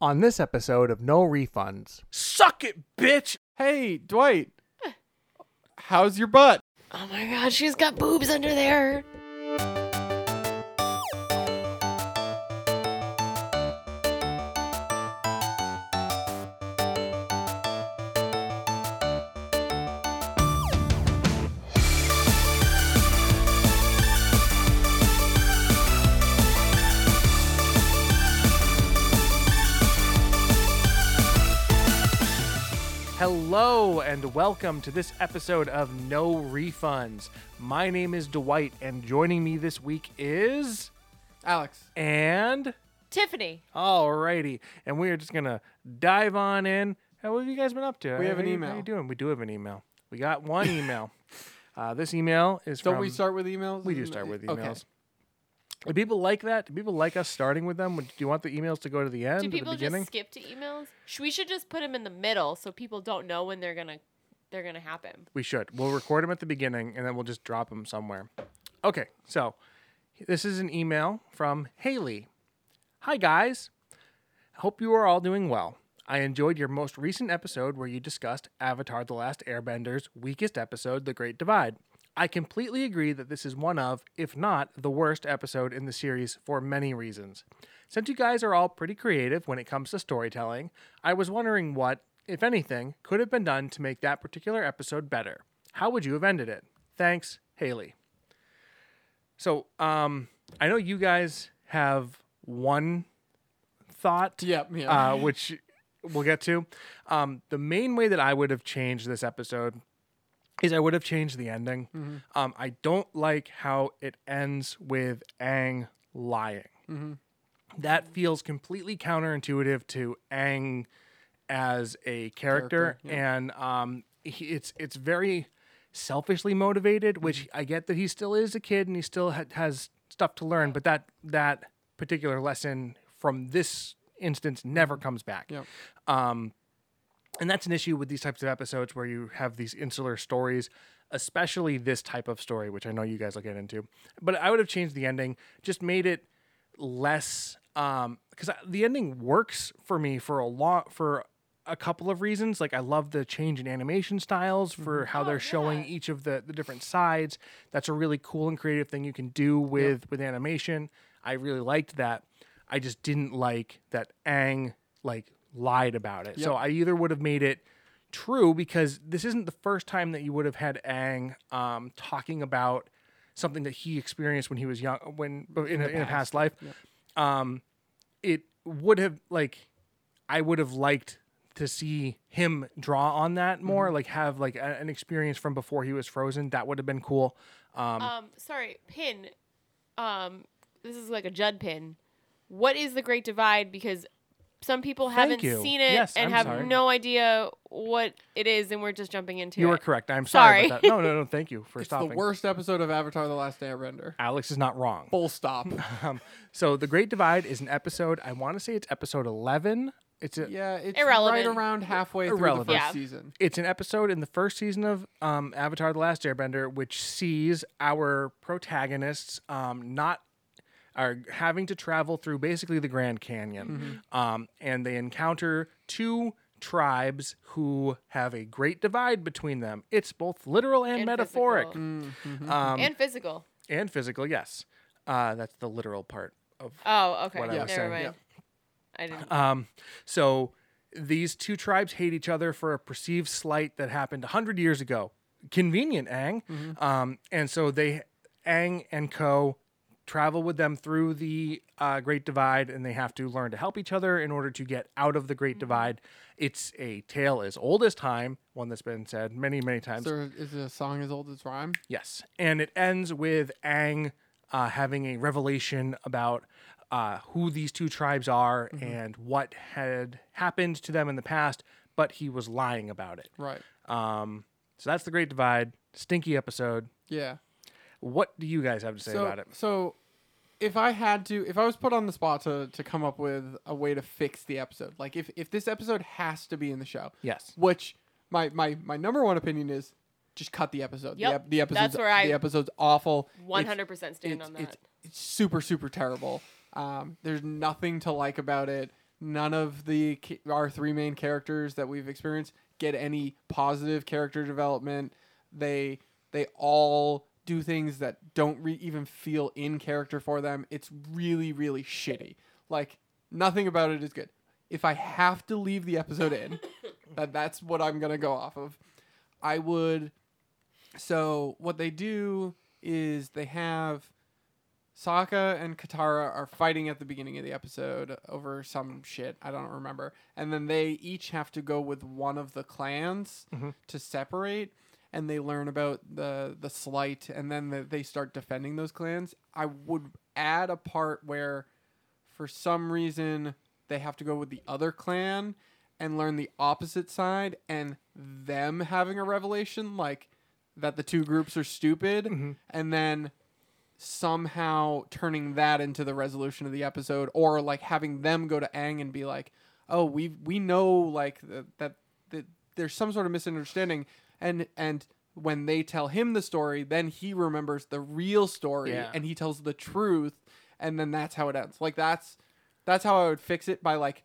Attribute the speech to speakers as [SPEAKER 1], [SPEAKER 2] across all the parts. [SPEAKER 1] on this episode of No Refunds.
[SPEAKER 2] Suck it, bitch.
[SPEAKER 3] Hey, Dwight. How's your butt?
[SPEAKER 4] Oh my god, she's got boobs under there.
[SPEAKER 1] Hello and welcome to this episode of No Refunds. My name is Dwight, and joining me this week is
[SPEAKER 3] Alex.
[SPEAKER 1] and
[SPEAKER 4] Tiffany.
[SPEAKER 1] alrighty, and we are just gonna dive on in. How what have you guys been up to?
[SPEAKER 3] We have
[SPEAKER 1] How
[SPEAKER 3] an
[SPEAKER 1] you-
[SPEAKER 3] email.
[SPEAKER 1] How you doing? We do have an email. We got one email. uh, this email is
[SPEAKER 3] Don't
[SPEAKER 1] from.
[SPEAKER 3] we start with emails?
[SPEAKER 1] Um, We do
[SPEAKER 3] and-
[SPEAKER 1] start with
[SPEAKER 3] okay.
[SPEAKER 1] emails. Do people like that? Do people like us starting with them? Would- Do you want the emails to go to the end,
[SPEAKER 4] Do
[SPEAKER 1] or the
[SPEAKER 4] people
[SPEAKER 1] beginning?
[SPEAKER 4] just skip to emails? Sh- We should just put them in the middle so people don't know when they're gonna they're gonna happen.
[SPEAKER 1] We should. We'll record them at the beginning and then we'll just drop them somewhere. Okay, so this is an email from Haley. Hi, guys. Hope you are all doing well. I enjoyed your most recent episode where you discussed Avatar The Last Airbender's weakest episode, The Great Divide. I completely agree that this is one of, if not the worst episode in the series for many reasons. Since you guys are all pretty creative when it comes to storytelling, I was wondering what, if anything, could have been done to make that particular episode better. How would you have ended it? Thanks, Haley. So, um, I know you guys have one thought
[SPEAKER 3] Yep. Yeah.
[SPEAKER 1] uh, which we'll get to. Um, the main way that I would have changed this episode is I would have changed the ending. Um, I don't like how it ends with Aang lying. That feels completely counterintuitive to Aang as a character,
[SPEAKER 3] Character, yeah.
[SPEAKER 1] and um, he, it's it's very selfishly motivated.
[SPEAKER 3] Mm-hmm.
[SPEAKER 1] Which I get that he still is a kid and he still ha- has stuff to learn, but that that particular lesson from this instance never comes back.
[SPEAKER 3] Yep.
[SPEAKER 1] Um, and that's an issue with these types of episodes where you have these insular stories, especially this type of story, which I know you guys will get into. But I would have changed the ending, just made it less um because the ending works for me for a lot for a couple of reasons like i love the change in animation styles for how they're showing
[SPEAKER 4] yeah.
[SPEAKER 1] each of the, the different sides that's a really cool and creative thing you can do with with animation i really liked that i just didn't like that ang like lied about it so i either would have made it true because this isn't the first time that you would have had ang um talking about something that he experienced when he was young when in, a, in a past life um it would have like i would have liked to see him draw on that more like have like a- an experience from before he was frozen that would have been cool um
[SPEAKER 4] Um, sorry, pin. Um, this is like a Judd pin. What is the Great Divide? Because some people
[SPEAKER 1] Thank
[SPEAKER 4] haven't
[SPEAKER 1] you.
[SPEAKER 4] seen it
[SPEAKER 1] Yes,
[SPEAKER 4] and
[SPEAKER 1] I'm
[SPEAKER 4] have
[SPEAKER 1] sorry.
[SPEAKER 4] no idea what it is, and we're just jumping into
[SPEAKER 1] you
[SPEAKER 4] it.
[SPEAKER 1] were correct i'm sorry, about
[SPEAKER 4] Sorry.
[SPEAKER 1] that no no no thank you for
[SPEAKER 3] it's
[SPEAKER 1] stopping
[SPEAKER 3] the worst episode of Avatar: The Last Airbender.
[SPEAKER 1] alex is not wrong
[SPEAKER 3] Full stop.
[SPEAKER 1] um, so the great divide is an episode i want to say it's episode 11 it's a,
[SPEAKER 3] yeah. It's
[SPEAKER 4] Irrelevant.
[SPEAKER 3] right around halfway through
[SPEAKER 1] Irrelevant.
[SPEAKER 3] the first
[SPEAKER 4] Yeah.
[SPEAKER 3] season.
[SPEAKER 1] it's an episode in the first season of um, Avatar: The Last Airbender, which sees our protagonists um, not are having to travel through basically the Grand Canyon, um, and they encounter two tribes who have a great divide between them. It's both literal and,
[SPEAKER 4] And
[SPEAKER 1] metaphoric
[SPEAKER 4] physical. Mm.
[SPEAKER 1] Um,
[SPEAKER 4] and physical.
[SPEAKER 1] and physical. Yes, uh, that's the literal part of
[SPEAKER 4] Oh, okay.
[SPEAKER 1] what I
[SPEAKER 4] Never
[SPEAKER 1] was saying.
[SPEAKER 4] mind.
[SPEAKER 3] Yep.
[SPEAKER 4] I didn't.
[SPEAKER 1] Um, so these two tribes hate each other for a perceived slight that happened 100 years ago. Convenient, Aang. Um, and so they, Aang and Co, travel with them through the uh, Great Divide, and they have to learn to help each other in order to get out of the Great Divide. It's a tale as old as time, one that's been said many, many times.
[SPEAKER 3] Is, there, is it a song as old as rhyme?
[SPEAKER 1] Yes. And it ends with Aang uh, having a revelation about uh, who these two tribes are and what had happened to them in the past, but he was lying about it.
[SPEAKER 3] Right.
[SPEAKER 1] Um, so that's The Great Divide. Stinky episode.
[SPEAKER 3] Yeah.
[SPEAKER 1] What do you guys have to say
[SPEAKER 3] so,
[SPEAKER 1] about it?
[SPEAKER 3] So, if I had to, if I was put on the spot to to come up with a way to fix the episode, like if if this episode has to be in the show,
[SPEAKER 1] Yes.
[SPEAKER 3] which my my my number one opinion is just cut the episode.
[SPEAKER 4] Yep,
[SPEAKER 3] The, ep- the episode's
[SPEAKER 4] that's where I-
[SPEAKER 3] the episode's awful. It's-
[SPEAKER 4] One hundred percent stand
[SPEAKER 3] it's-
[SPEAKER 4] on that.
[SPEAKER 3] It's, it's super super terrible. Um, there's nothing to like about it. none of the ca- our three main characters that we've experienced get any positive character development. They they all do things that don't re- even feel in character for them. It's really really shitty. Like nothing about it is good. If I have to leave the episode in, that that's what I'm going to go off of. I would so what they do is they have Sokka and Katara are fighting at the beginning of the episode over some shit. I don't remember. And then they each have to go with one of the clans to separate and they learn about the the slight and then the, they start defending those clans. I would add a part where for some reason they have to go with the other clan and learn the opposite side and them having a revelation like that the two groups are stupid and then somehow turning that into the resolution of the episode or like having them go to Aang and be like, "Oh, we we know like that, that that there's some sort of misunderstanding." And and when they tell him the story, then he remembers the real story
[SPEAKER 1] Yeah.
[SPEAKER 3] and he tells the truth and then that's how it ends. Like that's that's how I would fix it by like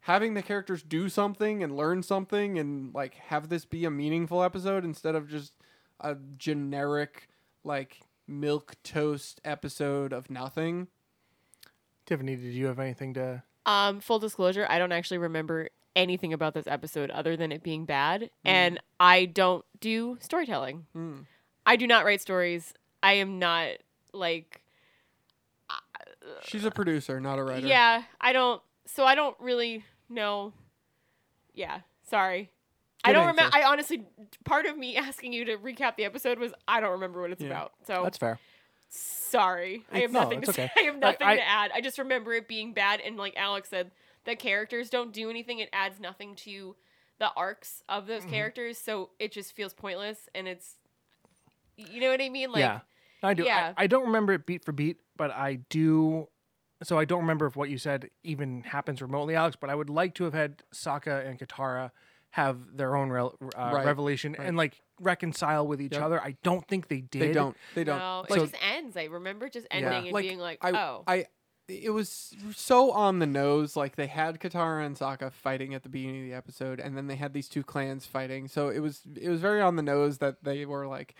[SPEAKER 3] having the characters do something and learn something and like have this be a meaningful episode instead of just a generic like milk toast episode of nothing.
[SPEAKER 1] Tiffany, did you have anything to?
[SPEAKER 4] Um, full disclosure, I don't actually remember anything about this episode other than it being bad,
[SPEAKER 3] Mm.
[SPEAKER 4] and I don't do storytelling.
[SPEAKER 3] Hmm.
[SPEAKER 4] I do not write stories. I am not like
[SPEAKER 3] She's a producer, not a writer.
[SPEAKER 4] yeah. I don't. So I don't really know. Yeah, sorry. I
[SPEAKER 3] Good
[SPEAKER 4] don't
[SPEAKER 3] answer.
[SPEAKER 4] remember. I honestly, part of me asking you to recap the episode was I don't remember what it's
[SPEAKER 3] Yeah.
[SPEAKER 4] about. So
[SPEAKER 1] That's fair.
[SPEAKER 4] sorry. I have
[SPEAKER 1] no,
[SPEAKER 4] nothing to
[SPEAKER 1] it's
[SPEAKER 4] say.
[SPEAKER 1] okay.
[SPEAKER 4] I have
[SPEAKER 1] Like,
[SPEAKER 4] nothing
[SPEAKER 1] I-
[SPEAKER 4] to add. I just remember it being bad and like Alex said, the characters don't do anything. It adds nothing to the arcs of
[SPEAKER 3] Mm-hmm.
[SPEAKER 4] those characters, so it just feels pointless and it's you know what I mean? Like
[SPEAKER 1] yeah, I do.
[SPEAKER 4] yeah.
[SPEAKER 1] I, I don't remember it beat for beat, but I do. So I don't remember if what you said even happens remotely, Alex. But I would like to have had Sokka and Katara have their own rel uh,
[SPEAKER 3] Right,
[SPEAKER 1] revelation and like reconcile with each
[SPEAKER 3] Yep.
[SPEAKER 1] other. I don't think they did.
[SPEAKER 3] They don't. They don't.
[SPEAKER 4] no, it
[SPEAKER 1] So-
[SPEAKER 4] just ends. I remember it just ending and
[SPEAKER 3] Like,
[SPEAKER 4] being like,
[SPEAKER 3] I,
[SPEAKER 4] Oh.
[SPEAKER 3] I it was so on the nose. Like they had Katara and Sokka fighting at the beginning of the episode, and then they had these two clans fighting. So it was it was very on the nose that they were like,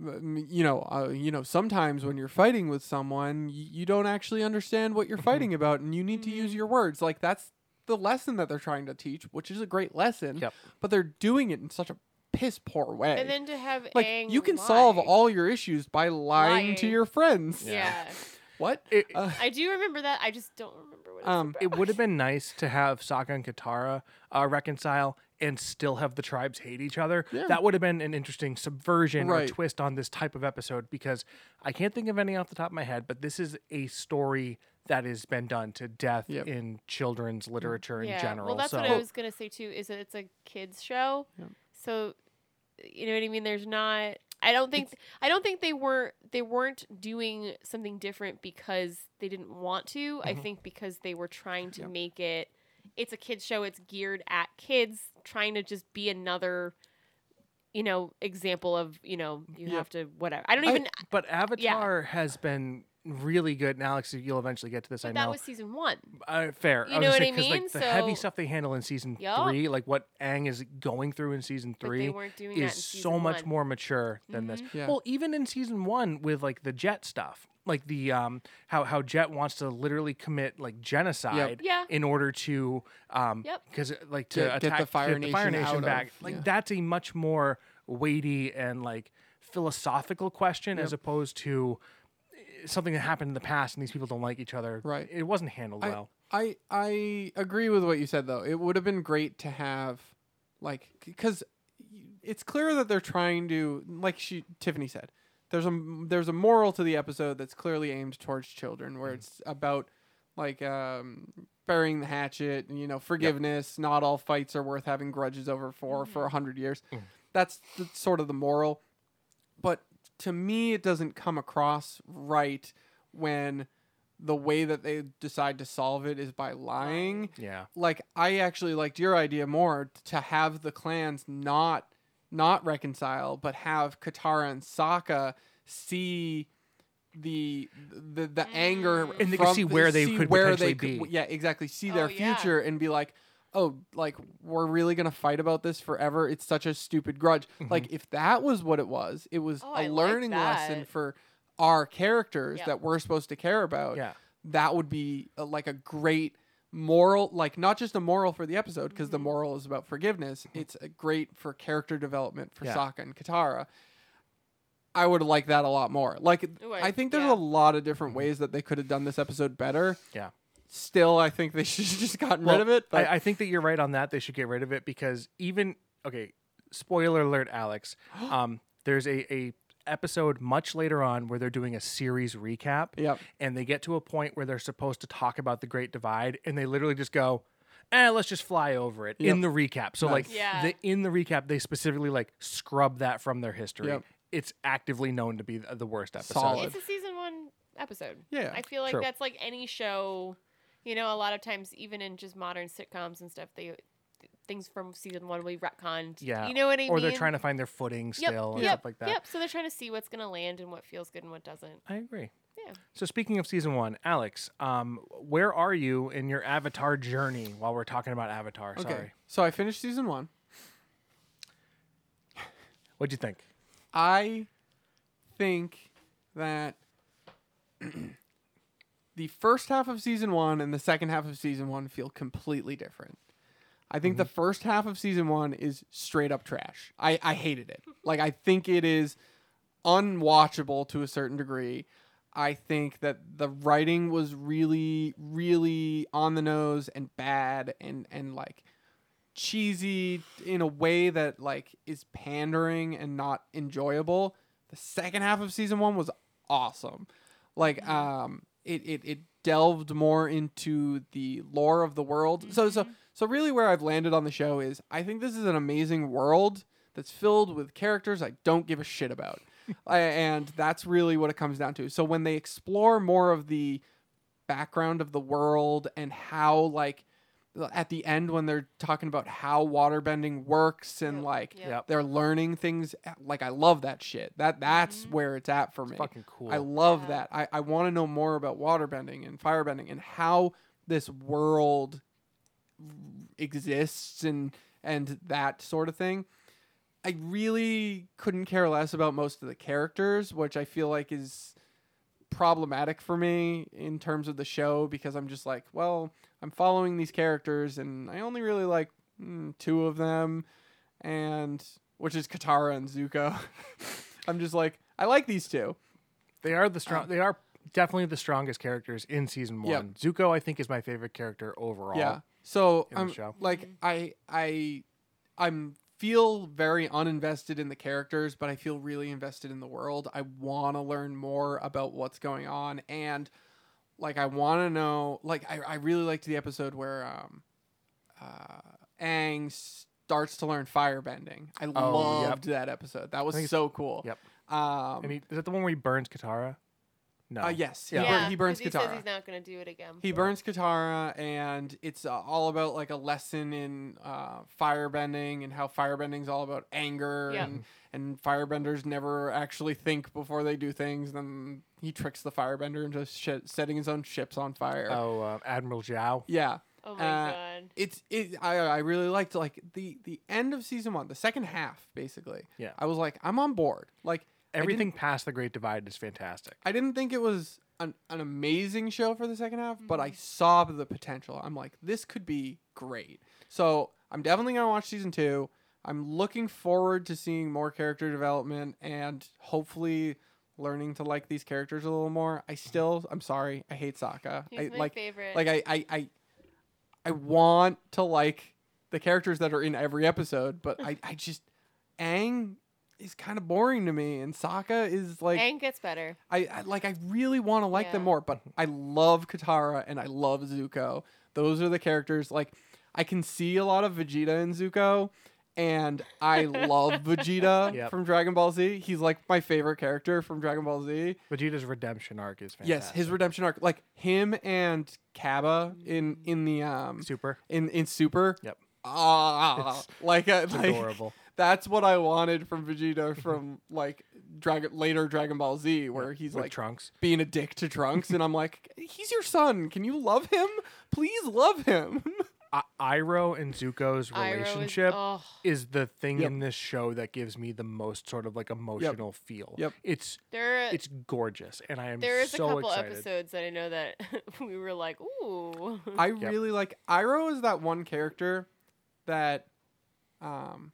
[SPEAKER 3] m- you know, uh, you know, sometimes when you're fighting with someone, y- you don't actually understand what
[SPEAKER 4] Mm-hmm.
[SPEAKER 3] you're fighting about, and you need to use your words. Like that's the lesson that they're trying to teach, which is a great lesson.
[SPEAKER 1] Yep.
[SPEAKER 3] But they're doing it in such a piss poor way.
[SPEAKER 4] and then to have
[SPEAKER 3] like
[SPEAKER 4] Aang
[SPEAKER 3] you can solve
[SPEAKER 4] lie.
[SPEAKER 3] all your issues by lying, to
[SPEAKER 4] Lying.
[SPEAKER 3] your friends.
[SPEAKER 4] Yeah.
[SPEAKER 3] What?
[SPEAKER 1] It-
[SPEAKER 3] Uh,
[SPEAKER 4] I do remember that. I just don't remember what it's
[SPEAKER 3] Um,
[SPEAKER 4] about.
[SPEAKER 1] it would have been nice to have Sokka and Katara uh, reconcile and still have the tribes hate each other.
[SPEAKER 3] Yeah.
[SPEAKER 1] That would have been an interesting subversion or
[SPEAKER 3] Right.
[SPEAKER 1] twist on this type of episode because I can't think of any off the top of my head, but this is a story that has been done to death
[SPEAKER 3] Yep.
[SPEAKER 1] in children's literature in
[SPEAKER 4] yeah.
[SPEAKER 1] general.
[SPEAKER 4] Well, that's
[SPEAKER 1] so
[SPEAKER 4] what I was gonna say too. Is that it's a kids show, so you know what I mean. There's not. I don't think. I don't think they were. They weren't doing something different because they didn't want to. I think because they were trying to
[SPEAKER 3] Yep.
[SPEAKER 4] make it. It's a kids show. It's geared at kids, trying to just be another, you know, example of you know you
[SPEAKER 3] Yeah.
[SPEAKER 4] have to whatever. I don't
[SPEAKER 3] I-
[SPEAKER 4] even.
[SPEAKER 1] but Avatar has been really good. And Alex, you'll eventually get to this. I
[SPEAKER 4] but
[SPEAKER 1] know.
[SPEAKER 4] that was season one.
[SPEAKER 1] Uh, fair.
[SPEAKER 4] You
[SPEAKER 1] I was gonna
[SPEAKER 4] know what
[SPEAKER 1] say,
[SPEAKER 4] I
[SPEAKER 1] 'cause,
[SPEAKER 4] mean?
[SPEAKER 1] Like, the heavy
[SPEAKER 4] So-
[SPEAKER 1] stuff they handle in season
[SPEAKER 4] Yup.
[SPEAKER 1] three, like what Aang is going through in season
[SPEAKER 4] but
[SPEAKER 1] three,
[SPEAKER 4] they weren't doing
[SPEAKER 1] is
[SPEAKER 4] that in
[SPEAKER 1] so
[SPEAKER 4] season
[SPEAKER 1] much
[SPEAKER 4] one. Mm-hmm.
[SPEAKER 1] more mature than this.
[SPEAKER 3] Yeah.
[SPEAKER 1] Well, even in season one with like the Jet stuff, like the um how how Jet wants to literally commit like genocide
[SPEAKER 4] Yeah.
[SPEAKER 1] in order to um
[SPEAKER 4] Yep.
[SPEAKER 1] because like to
[SPEAKER 3] Get-
[SPEAKER 1] attack
[SPEAKER 3] get the Fire
[SPEAKER 1] get the Fire
[SPEAKER 3] Nation out
[SPEAKER 1] Nation
[SPEAKER 3] of-
[SPEAKER 1] back. like
[SPEAKER 3] yeah.
[SPEAKER 1] that's a much more weighty and like philosophical question as opposed to eh, something that happened in the past and these people don't like each other.
[SPEAKER 3] Right.
[SPEAKER 1] It wasn't handled
[SPEAKER 3] I-
[SPEAKER 1] well.
[SPEAKER 3] I I agree with what you said though. It would have been great to have like because it's clear that they're trying to like she Tiffany said. There's a there's a moral to the episode that's clearly aimed towards children where it's about like um burying the hatchet and you know forgiveness, not all fights are worth having grudges over for for a 100 years. That's the, sort of the moral. But to me it doesn't come across right when the way that they decide to solve it is by lying.
[SPEAKER 1] Yeah.
[SPEAKER 3] Like I actually liked your idea more t- to have the clans not not reconcile, but have Katara and Sokka see the the the anger
[SPEAKER 4] Mm.
[SPEAKER 1] And they could
[SPEAKER 3] from-
[SPEAKER 1] see where they could potentially be.
[SPEAKER 3] yeah exactly see
[SPEAKER 4] Oh,
[SPEAKER 3] their
[SPEAKER 4] yeah.
[SPEAKER 3] future and be like oh like we're really gonna fight about this forever it's such a stupid grudge
[SPEAKER 1] Mm-hmm.
[SPEAKER 3] like if that was what it was it was
[SPEAKER 4] Oh, I
[SPEAKER 3] a
[SPEAKER 4] like
[SPEAKER 3] learning lesson
[SPEAKER 4] that.
[SPEAKER 3] for our characters
[SPEAKER 4] Yep.
[SPEAKER 3] that we're supposed to care about
[SPEAKER 1] Yeah.
[SPEAKER 3] that would be a, like a great moral like not just a moral for the episode because
[SPEAKER 1] Mm-hmm.
[SPEAKER 3] the moral is about forgiveness it's a great for character development for
[SPEAKER 1] Yeah.
[SPEAKER 3] Sokka and Katara I would like that a lot more like
[SPEAKER 4] Ooh, I-
[SPEAKER 3] I think there's
[SPEAKER 4] yeah.
[SPEAKER 3] a lot of different ways that they could have done this episode better
[SPEAKER 1] Mm-hmm. Yeah.
[SPEAKER 3] still I think they should have just gotten
[SPEAKER 1] Well,
[SPEAKER 3] rid of it but
[SPEAKER 1] I, I think that you're right on that. They should get rid of it because even okay, spoiler alert, Alex. Um, there's a a episode much later on where they're doing a series recap.
[SPEAKER 3] Yep.
[SPEAKER 1] And they get to a point where they're supposed to talk about the Great Divide, and they literally just go. Eh, let's just fly over it in the recap. So, like,
[SPEAKER 3] Nice.
[SPEAKER 4] Yeah.
[SPEAKER 1] the, in the recap, they specifically like scrub that from their history.
[SPEAKER 3] Yep.
[SPEAKER 1] It's actively known to be the the worst episode.
[SPEAKER 3] Solid.
[SPEAKER 4] It's a season one episode.
[SPEAKER 3] Yeah,
[SPEAKER 4] I feel like
[SPEAKER 1] true.
[SPEAKER 4] that's like any show. You know, a lot of times, even in just modern sitcoms and stuff, they things from season one will be retconned.
[SPEAKER 1] Yeah.
[SPEAKER 4] You know what I mean?
[SPEAKER 1] Or they're trying to find their footing
[SPEAKER 4] yep,
[SPEAKER 1] still and
[SPEAKER 4] yep,
[SPEAKER 1] stuff like that.
[SPEAKER 4] Yep. So they're trying to see what's going to land and what feels good and what doesn't.
[SPEAKER 1] I agree.
[SPEAKER 4] Yeah.
[SPEAKER 1] So speaking of season one, Alex, um, where are you in your Avatar journey? While we're talking about Avatar,
[SPEAKER 3] okay
[SPEAKER 1] sorry.
[SPEAKER 3] so I finished season one
[SPEAKER 1] What'd you think?
[SPEAKER 3] I think that the first half of season one and the second half of season one feel completely different. I think the first half of season one is straight up trash. I, I hated it. Like, I think it is unwatchable to a certain degree. I think that the writing was really, really on the nose and bad and, and like cheesy in a way that like is pandering and not enjoyable. The second half of season one was awesome. Like
[SPEAKER 4] Mm-hmm.
[SPEAKER 3] um it it, it delved more into the lore of the world. So so
[SPEAKER 4] Mm-hmm.
[SPEAKER 3] so really where I've landed on the show is I think this is an amazing world that's filled with characters I don't give a shit about. I- and that's really what it comes down to. So when they explore more of the background of the world and how like at the end when they're talking about how waterbending works and
[SPEAKER 4] Yep,
[SPEAKER 3] like
[SPEAKER 4] yep.
[SPEAKER 1] Yep.
[SPEAKER 3] they're learning things eh, like I love that shit. That that's
[SPEAKER 4] Mm-hmm.
[SPEAKER 3] where it's at for me.
[SPEAKER 1] Fucking cool.
[SPEAKER 3] I love
[SPEAKER 4] Yeah.
[SPEAKER 3] that. I, I want to know more about waterbending and firebending and how this world exists and and that sort of thing. I really couldn't care less about most of the characters, which I feel like is problematic for me in terms of the show because I'm just like, well, I'm following these characters and I only really like mm, two of them and which is Katara and Zuko. I'm just like, I like these two.
[SPEAKER 1] they are the strong. they are definitely the strongest characters in season
[SPEAKER 3] Um, Yep.
[SPEAKER 1] one. Zuko, I think, is my favorite character overall.
[SPEAKER 3] Yeah. So
[SPEAKER 1] in the
[SPEAKER 3] I'm
[SPEAKER 1] show.
[SPEAKER 3] like
[SPEAKER 4] Mm-hmm.
[SPEAKER 3] I I I'm feel very uninvested in the characters, but I feel really invested in the world. I want to learn more about what's going on and like I want to know like I I really liked the episode where um uh Aang starts to learn firebending. I
[SPEAKER 1] Oh, yep.
[SPEAKER 3] loved that episode. That
[SPEAKER 1] think
[SPEAKER 3] was
[SPEAKER 1] it's-
[SPEAKER 3] so cool.
[SPEAKER 1] yep.
[SPEAKER 3] Um
[SPEAKER 1] And he, is that the one where he burns Katara? No.
[SPEAKER 3] uh, yes, he,
[SPEAKER 1] Yeah.
[SPEAKER 3] burn- he burns
[SPEAKER 4] 'cause he says
[SPEAKER 3] Katara.
[SPEAKER 4] he's not going to do it again.
[SPEAKER 3] He burns Katara, and it's uh, all about like a lesson in uh, firebending and how firebending's all about anger,
[SPEAKER 4] Yeah.
[SPEAKER 3] and and firebenders never actually think before they do things. Then he tricks the firebender into sh- setting his own ships on fire.
[SPEAKER 1] Oh, uh, Admiral Zhao.
[SPEAKER 3] Yeah,
[SPEAKER 4] oh my
[SPEAKER 3] uh,
[SPEAKER 4] god.
[SPEAKER 3] it's it. I I really liked like the the end of season one, the second half basically.
[SPEAKER 1] Yeah.
[SPEAKER 3] I was like, I'm on board. Like I didn't
[SPEAKER 1] Everything past the Great Divide is fantastic.
[SPEAKER 3] I didn't think it was an, an amazing show for the second half, but I
[SPEAKER 4] Mm-hmm.
[SPEAKER 3] saw the potential. I'm like, this could be great. So I'm definitely going to watch season two. I'm looking forward to seeing more character development and hopefully learning to like these characters a little more. I still, I'm sorry, I hate Sokka.
[SPEAKER 4] He's
[SPEAKER 3] I,
[SPEAKER 4] my
[SPEAKER 3] like,
[SPEAKER 4] favorite.
[SPEAKER 3] like I, I, I, I want to like the characters that are in every episode, but I, I just, Aang is kind of boring to me, and Sokka is like.
[SPEAKER 4] Aang gets better.
[SPEAKER 3] I, I like I really want to like them
[SPEAKER 4] Yeah.
[SPEAKER 3] more, but I love Katara and I love Zuko. Those are the characters like I can see a lot of Vegeta in Zuko and I love Vegeta
[SPEAKER 1] Yep.
[SPEAKER 3] from Dragon Ball Z. He's like my favorite character from Dragon Ball Z.
[SPEAKER 1] Vegeta's redemption arc is fantastic.
[SPEAKER 3] Yes, his redemption arc like him and Kaba in in the um
[SPEAKER 1] super.
[SPEAKER 3] in in Super.
[SPEAKER 1] Yep.
[SPEAKER 3] Ah,
[SPEAKER 1] It's-
[SPEAKER 3] like uh,
[SPEAKER 1] It's
[SPEAKER 3] like
[SPEAKER 1] adorable.
[SPEAKER 3] That's what I wanted from Vegeta from like Dragon later Dragon Ball Z, where he's
[SPEAKER 1] with
[SPEAKER 3] like
[SPEAKER 1] Trunks.
[SPEAKER 3] being a dick to Trunks, and I'm like, he's your son. Can you love him? Please love him.
[SPEAKER 1] I- Iroh and Zuko's
[SPEAKER 4] Iroh is-
[SPEAKER 1] relationship
[SPEAKER 4] oh,
[SPEAKER 1] is the thing
[SPEAKER 3] Yep.
[SPEAKER 1] in this show that gives me the most sort of like emotional feel.
[SPEAKER 3] Yep.
[SPEAKER 1] It's
[SPEAKER 4] there,
[SPEAKER 1] it's gorgeous, and I am
[SPEAKER 4] Uh, there is
[SPEAKER 1] so
[SPEAKER 4] a couple
[SPEAKER 1] excited.
[SPEAKER 4] episodes that I know that we were like, ooh.
[SPEAKER 3] I really like Iroh is that one character that um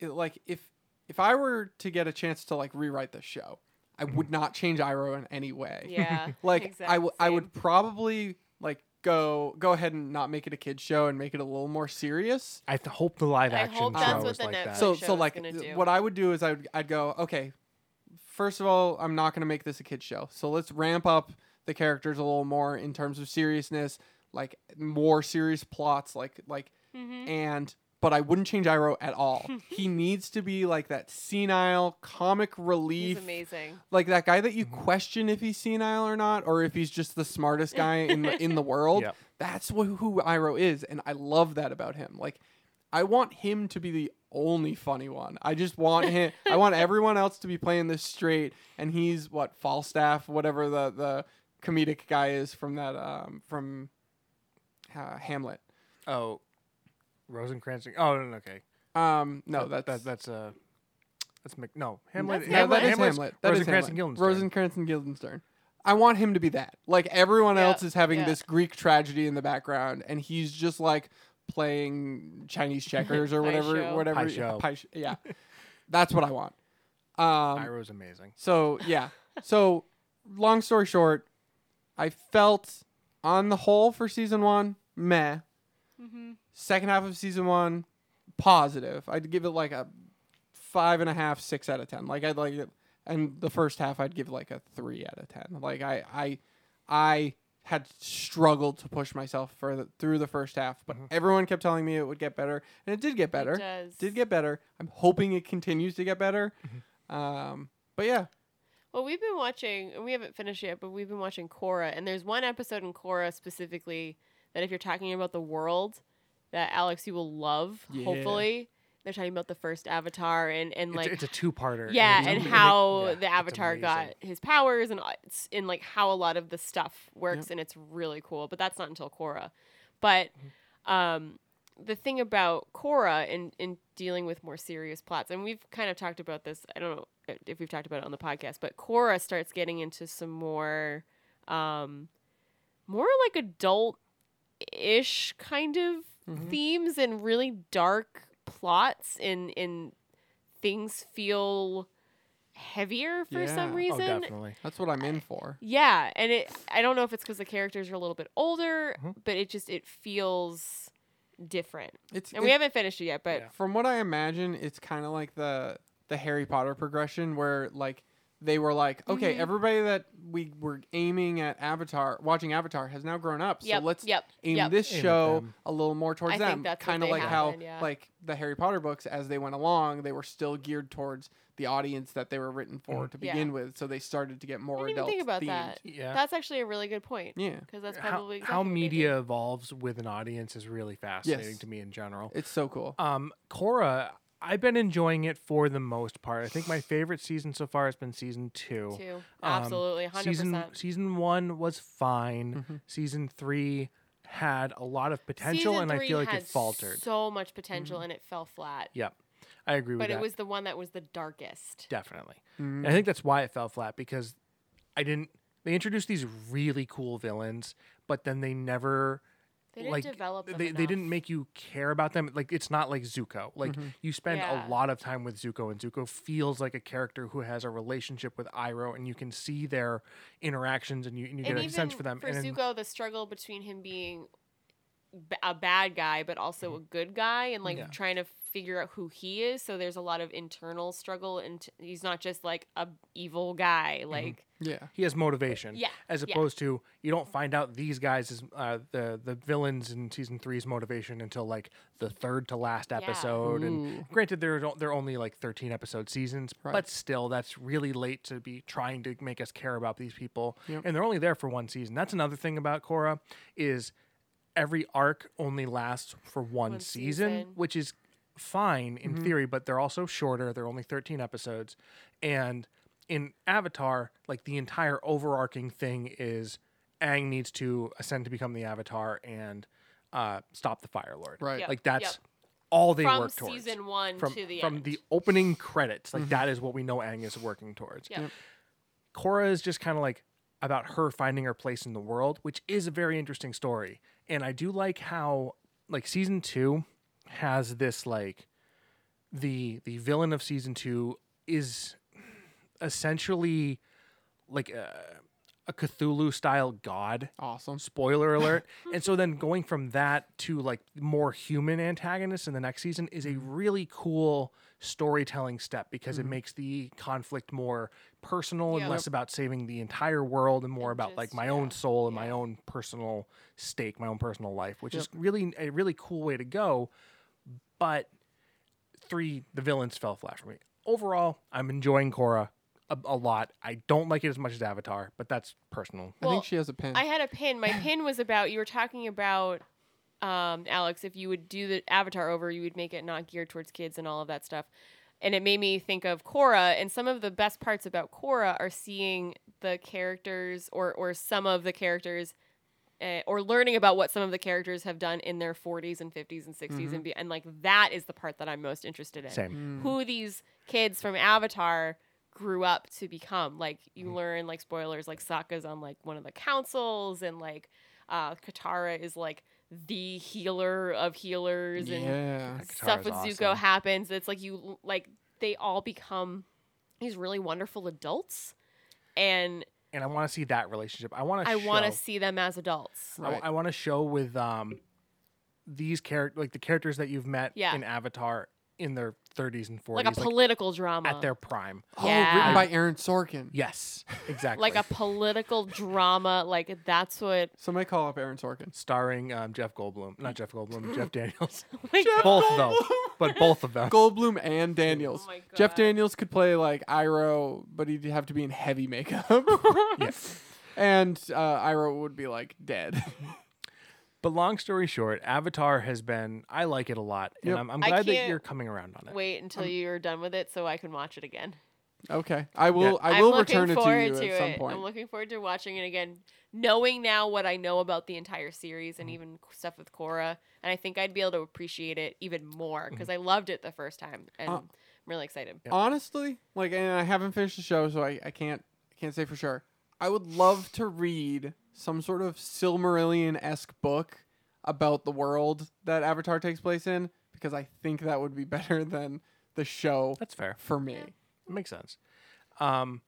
[SPEAKER 3] it, like if if I were to get a chance to like rewrite the show, I would not change Iroh in any way.
[SPEAKER 4] yeah.
[SPEAKER 3] Like
[SPEAKER 4] exact
[SPEAKER 3] I, w- I
[SPEAKER 4] same.
[SPEAKER 3] would probably like go go ahead and not make it a kid show and make it a little more serious.
[SPEAKER 1] I th- hope the live
[SPEAKER 4] I
[SPEAKER 1] action
[SPEAKER 4] hope
[SPEAKER 3] that's
[SPEAKER 1] show
[SPEAKER 4] what
[SPEAKER 1] is
[SPEAKER 4] the
[SPEAKER 1] like
[SPEAKER 4] next-
[SPEAKER 1] that.
[SPEAKER 3] so
[SPEAKER 4] show
[SPEAKER 3] so
[SPEAKER 4] is
[SPEAKER 3] like
[SPEAKER 4] gonna
[SPEAKER 3] th-
[SPEAKER 4] do.
[SPEAKER 3] what I would do is I would I'd go okay. First of all, I'm not gonna make this a kid show, so let's ramp up the characters a little more in terms of seriousness, like more serious plots, like like
[SPEAKER 4] Mhm.
[SPEAKER 3] and but I wouldn't change Iroh at all. he needs to be like that senile comic
[SPEAKER 4] He's
[SPEAKER 3] relief,
[SPEAKER 4] amazing.
[SPEAKER 3] like that guy that you
[SPEAKER 1] Mm-hmm.
[SPEAKER 3] question if he's senile or not, or if he's just the smartest guy in the in the world.
[SPEAKER 1] Yep.
[SPEAKER 3] That's wh- who Iroh is, and I love that about him. Like, I want him to be the only funny one. I just want him. I want everyone else to be playing this straight, and he's what Falstaff, whatever the the comedic guy is from that um from uh, Hamlet.
[SPEAKER 1] Oh, Rosencrantz. Oh, no, no, okay.
[SPEAKER 3] Um, no,
[SPEAKER 1] That-
[SPEAKER 3] that's
[SPEAKER 1] that, that's uh, that's Mc- no Hamlet.
[SPEAKER 4] That's
[SPEAKER 3] No,
[SPEAKER 1] Hamlet,
[SPEAKER 3] that is
[SPEAKER 1] Hamlet's
[SPEAKER 3] Hamlet. That is
[SPEAKER 1] Rosencrantz
[SPEAKER 3] Hamlet.
[SPEAKER 1] and Guildenstern.
[SPEAKER 3] Rosencrantz and Guildenstern. I want him to be that. Like everyone
[SPEAKER 4] Yeah,
[SPEAKER 3] else is having
[SPEAKER 4] yeah.
[SPEAKER 3] this Greek tragedy in the background, and he's just like playing Chinese checkers or
[SPEAKER 4] Pie
[SPEAKER 3] whatever,
[SPEAKER 4] show.
[SPEAKER 3] whatever.
[SPEAKER 1] Pie show.
[SPEAKER 3] pie sh- yeah, that's what I want. Um,
[SPEAKER 1] Iroh's amazing.
[SPEAKER 3] so yeah. So long story short, I felt on the whole for season one, meh.
[SPEAKER 4] Mhm.
[SPEAKER 3] Second half of season one, positive. I'd give it like a five and a half, six out of ten. Like I'd like it and the first half I'd give like a three out of ten. Like I I I had struggled to push myself for the, through the first half, but
[SPEAKER 1] Mhm.
[SPEAKER 3] everyone kept telling me it would get better, and it did get better
[SPEAKER 4] It does.
[SPEAKER 3] did get better. I'm hoping it continues to get better. Um, but yeah,
[SPEAKER 4] Well, we've been watching, and we haven't finished yet, but we've been watching Korra, and there's one episode in Korra specifically that if you're talking about the world, that Alex you will love.
[SPEAKER 3] Yeah.
[SPEAKER 4] Hopefully, they're talking about the first Avatar and and
[SPEAKER 1] It's,
[SPEAKER 4] like
[SPEAKER 1] it's a two-parter.
[SPEAKER 4] yeah,
[SPEAKER 1] it's
[SPEAKER 4] and
[SPEAKER 1] amazing.
[SPEAKER 4] how
[SPEAKER 1] Yeah, it's
[SPEAKER 4] the Avatar
[SPEAKER 1] amazing.
[SPEAKER 4] got his powers and all- it's and like how a lot of the stuff works,
[SPEAKER 3] Yep.
[SPEAKER 4] and it's really cool. But that's not until Korra. But
[SPEAKER 1] Mm-hmm.
[SPEAKER 4] um, the thing about Korra and in dealing with more serious plots, and we've kind of talked about this. I don't know if we've talked about it on the podcast, but Korra starts getting into some more, um, more like adult ish kind of
[SPEAKER 3] Mhm.
[SPEAKER 4] themes and really dark plots and and things feel heavier for
[SPEAKER 3] Yeah.
[SPEAKER 4] some
[SPEAKER 3] Oh,
[SPEAKER 1] Oh,
[SPEAKER 4] reason.
[SPEAKER 1] definitely.
[SPEAKER 3] that's what I'm in for.
[SPEAKER 4] Yeah, and it I don't know if it's because the characters are a little bit older,
[SPEAKER 1] Mhm.
[SPEAKER 4] but it just it feels different.
[SPEAKER 3] It's
[SPEAKER 4] And we
[SPEAKER 3] it-
[SPEAKER 4] haven't finished it yet, but
[SPEAKER 1] Yeah.
[SPEAKER 3] from what I imagine, it's kind of like the the Harry Potter progression where like they were like, okay,
[SPEAKER 4] Mhm.
[SPEAKER 3] everybody that we were aiming at Avatar, watching Avatar, has now grown up.
[SPEAKER 4] yep,
[SPEAKER 3] so let's
[SPEAKER 4] yep,
[SPEAKER 3] aim
[SPEAKER 4] yep.
[SPEAKER 3] this
[SPEAKER 1] Aim at
[SPEAKER 3] show
[SPEAKER 1] them.
[SPEAKER 3] a little more towards
[SPEAKER 4] I think
[SPEAKER 3] them.
[SPEAKER 4] that's what
[SPEAKER 3] Kind of
[SPEAKER 4] they
[SPEAKER 3] like
[SPEAKER 4] happened,
[SPEAKER 3] how
[SPEAKER 4] yeah.
[SPEAKER 3] like the Harry Potter books as they went along, they were still geared towards the audience that they were written for
[SPEAKER 1] Mm-hmm.
[SPEAKER 3] to
[SPEAKER 4] Yeah.
[SPEAKER 3] begin with. So they started to get more
[SPEAKER 4] I didn't even
[SPEAKER 3] adult
[SPEAKER 4] think about
[SPEAKER 3] themed.
[SPEAKER 4] that.
[SPEAKER 1] Yeah.
[SPEAKER 4] That's actually a really good point
[SPEAKER 3] Yeah.
[SPEAKER 4] because that's
[SPEAKER 1] how,
[SPEAKER 4] probably
[SPEAKER 1] how
[SPEAKER 4] exactly what they do.
[SPEAKER 1] media evolves with an audience is really fascinating to me in general.
[SPEAKER 3] It's so cool.
[SPEAKER 1] Um, Cora, I've been enjoying it for the most part. I think my favorite season so far has been season two.
[SPEAKER 4] too.
[SPEAKER 1] Um,
[SPEAKER 4] Absolutely, hundred
[SPEAKER 1] Season
[SPEAKER 4] percent.
[SPEAKER 1] season one was fine. Season three had a lot of potential,
[SPEAKER 4] Season
[SPEAKER 1] and I
[SPEAKER 4] three
[SPEAKER 1] feel like
[SPEAKER 4] had
[SPEAKER 1] it faltered.
[SPEAKER 4] So much potential, and it fell flat.
[SPEAKER 1] yeah, I agree with
[SPEAKER 4] But
[SPEAKER 1] that.
[SPEAKER 4] it was the one that was the darkest.
[SPEAKER 1] definitely.
[SPEAKER 3] Mhm.
[SPEAKER 1] And I think that's why it fell flat because I didn't. They introduced these really cool villains, but then they never
[SPEAKER 4] They didn't
[SPEAKER 1] like
[SPEAKER 4] develop them
[SPEAKER 1] they, they
[SPEAKER 4] enough.
[SPEAKER 1] didn't make you care about them like it's not like zuko like you spend a
[SPEAKER 4] Yeah.
[SPEAKER 1] lot of time with zuko and zuko feels like a character who has a relationship with iroh and you can see their interactions and you, and you
[SPEAKER 4] and
[SPEAKER 1] get a
[SPEAKER 4] even
[SPEAKER 1] sense for them
[SPEAKER 4] For
[SPEAKER 1] and then-
[SPEAKER 4] Zuko, the struggle between him being b- a bad guy but also a good guy, and like
[SPEAKER 1] Mm-hmm. Yeah.
[SPEAKER 4] trying to figure out who he is. So there's a lot of internal struggle, and t- he's not just like a evil
[SPEAKER 1] Mm-hmm.
[SPEAKER 4] guy. Like
[SPEAKER 3] Yeah.
[SPEAKER 1] he has motivation
[SPEAKER 4] Yeah,
[SPEAKER 1] as
[SPEAKER 4] yeah.
[SPEAKER 1] opposed to you don't find out these guys is uh, the the villains in season three's motivation until like the third to last episode
[SPEAKER 3] Ooh.
[SPEAKER 1] and granted they're o- they're only like 13 episode seasons
[SPEAKER 3] Right.
[SPEAKER 1] but still that's really late to be trying to make us care about these people
[SPEAKER 3] Yep.
[SPEAKER 1] and they're only there for one season that's another thing about Korra is every arc only lasts for one,
[SPEAKER 4] One
[SPEAKER 1] season,
[SPEAKER 4] season.
[SPEAKER 1] which is fine in theory, but they're also shorter. They're only 13 episodes. And in Avatar, like the entire overarching thing is Aang needs to ascend to become the Avatar and uh, stop the Fire Lord.
[SPEAKER 3] Right.
[SPEAKER 4] Yep.
[SPEAKER 1] Like that's all they
[SPEAKER 4] from
[SPEAKER 1] work towards.
[SPEAKER 4] season one
[SPEAKER 1] from,
[SPEAKER 4] to the
[SPEAKER 1] from
[SPEAKER 4] end.
[SPEAKER 1] the opening credits. Like that is what we know Aang is working towards.
[SPEAKER 4] Yep. Yep.
[SPEAKER 1] Korra is just kind of like about her finding her place in the world, which is a very interesting story. And I do like how like season 2 has this like the the villain of season 2 is essentially like a, a Cthulhu style god
[SPEAKER 3] Awesome.
[SPEAKER 1] spoiler alert and so then going from that to like more human antagonists in the next season is a
[SPEAKER 4] Mm-hmm.
[SPEAKER 1] really cool storytelling step because it makes the conflict more personal
[SPEAKER 4] Yeah.
[SPEAKER 1] and less about saving the entire world and more
[SPEAKER 4] And
[SPEAKER 1] about like
[SPEAKER 4] just-
[SPEAKER 1] my
[SPEAKER 4] yeah,
[SPEAKER 1] own soul and my
[SPEAKER 4] yeah.
[SPEAKER 1] own personal stake my own personal life which is really a really cool way to go but three the villains fell flat for me overall i'm enjoying korra a, a lot i don't like it as much as avatar but that's personal
[SPEAKER 3] I
[SPEAKER 4] Well,
[SPEAKER 3] think she has a pen.
[SPEAKER 4] I had a pin. My pin was about you were talking about um, Alex. If you would do the Avatar over, you would make it not geared towards kids and all of that stuff. And it made me think of Korra. And some of the best parts about Korra are seeing the characters or or some of the characters. Uh, or learning about what some of the characters have done in their 40s and 50s and 60s and be- and like that is the part that I'm most interested in
[SPEAKER 1] same
[SPEAKER 4] who these kids from Avatar grew up to become. Like you learn like spoilers, like Sokka's on like one of the councils, and like uh, Katara is like the healer of healers, and
[SPEAKER 3] yeah.
[SPEAKER 4] stuff
[SPEAKER 1] Katara's
[SPEAKER 4] with Zuko
[SPEAKER 1] awesome.
[SPEAKER 4] happens. It's like you like they all become these really wonderful adults, and
[SPEAKER 1] and I want to see that relationship. I want to.
[SPEAKER 4] I want to
[SPEAKER 1] See,
[SPEAKER 4] see them as adults.
[SPEAKER 1] I,
[SPEAKER 3] Right.
[SPEAKER 1] want to show with um, these character like the characters that you've met
[SPEAKER 4] Yeah.
[SPEAKER 1] in Avatar in their 30s and 40s,
[SPEAKER 4] Like a political drama.
[SPEAKER 1] at their prime.
[SPEAKER 3] Oh,
[SPEAKER 4] Yeah.
[SPEAKER 3] written by Aaron Sorkin.
[SPEAKER 1] Yes, exactly.
[SPEAKER 4] like a political drama. Like that's what
[SPEAKER 3] Somebody call up Aaron Sorkin.
[SPEAKER 1] starring um, Jeff Goldblum, not Jeff Goldblum, Jeff Daniels.
[SPEAKER 4] like,
[SPEAKER 1] both of them, but both of them.
[SPEAKER 3] Goldblum and Daniels.
[SPEAKER 4] Oh my
[SPEAKER 3] Jeff
[SPEAKER 4] God.
[SPEAKER 3] Daniels could play like Iroh, but he'd have to be in heavy makeup.
[SPEAKER 1] yes.
[SPEAKER 3] and uh, Iroh would be like dead.
[SPEAKER 1] But long story short, Avatar has been. I like it a lot, and
[SPEAKER 3] Yep.
[SPEAKER 1] I'm, I'm
[SPEAKER 4] I
[SPEAKER 1] glad that
[SPEAKER 4] can't
[SPEAKER 1] you're coming around on it.
[SPEAKER 4] wait until you're done with it so I can watch it again.
[SPEAKER 3] okay, I will. I
[SPEAKER 4] I'm
[SPEAKER 3] will
[SPEAKER 4] looking
[SPEAKER 3] return it to
[SPEAKER 4] forward
[SPEAKER 3] you at some
[SPEAKER 4] it.
[SPEAKER 3] point.
[SPEAKER 4] I'm looking forward to watching it again, knowing now what I know about the entire series
[SPEAKER 3] Mm-hmm.
[SPEAKER 4] and even stuff with Korra, and I think I'd be able to appreciate it even more because I loved it the first time, and
[SPEAKER 3] Mm-hmm. Uh,
[SPEAKER 4] I'm really excited.
[SPEAKER 3] Honestly, like, and I haven't finished the show, so I, I can't I can't say for sure. I would love to read some sort of Silmarillion esque book about the world that Avatar takes place in because I think that would be better than the show
[SPEAKER 1] That's fair.
[SPEAKER 3] for me.
[SPEAKER 1] It makes sense. Um,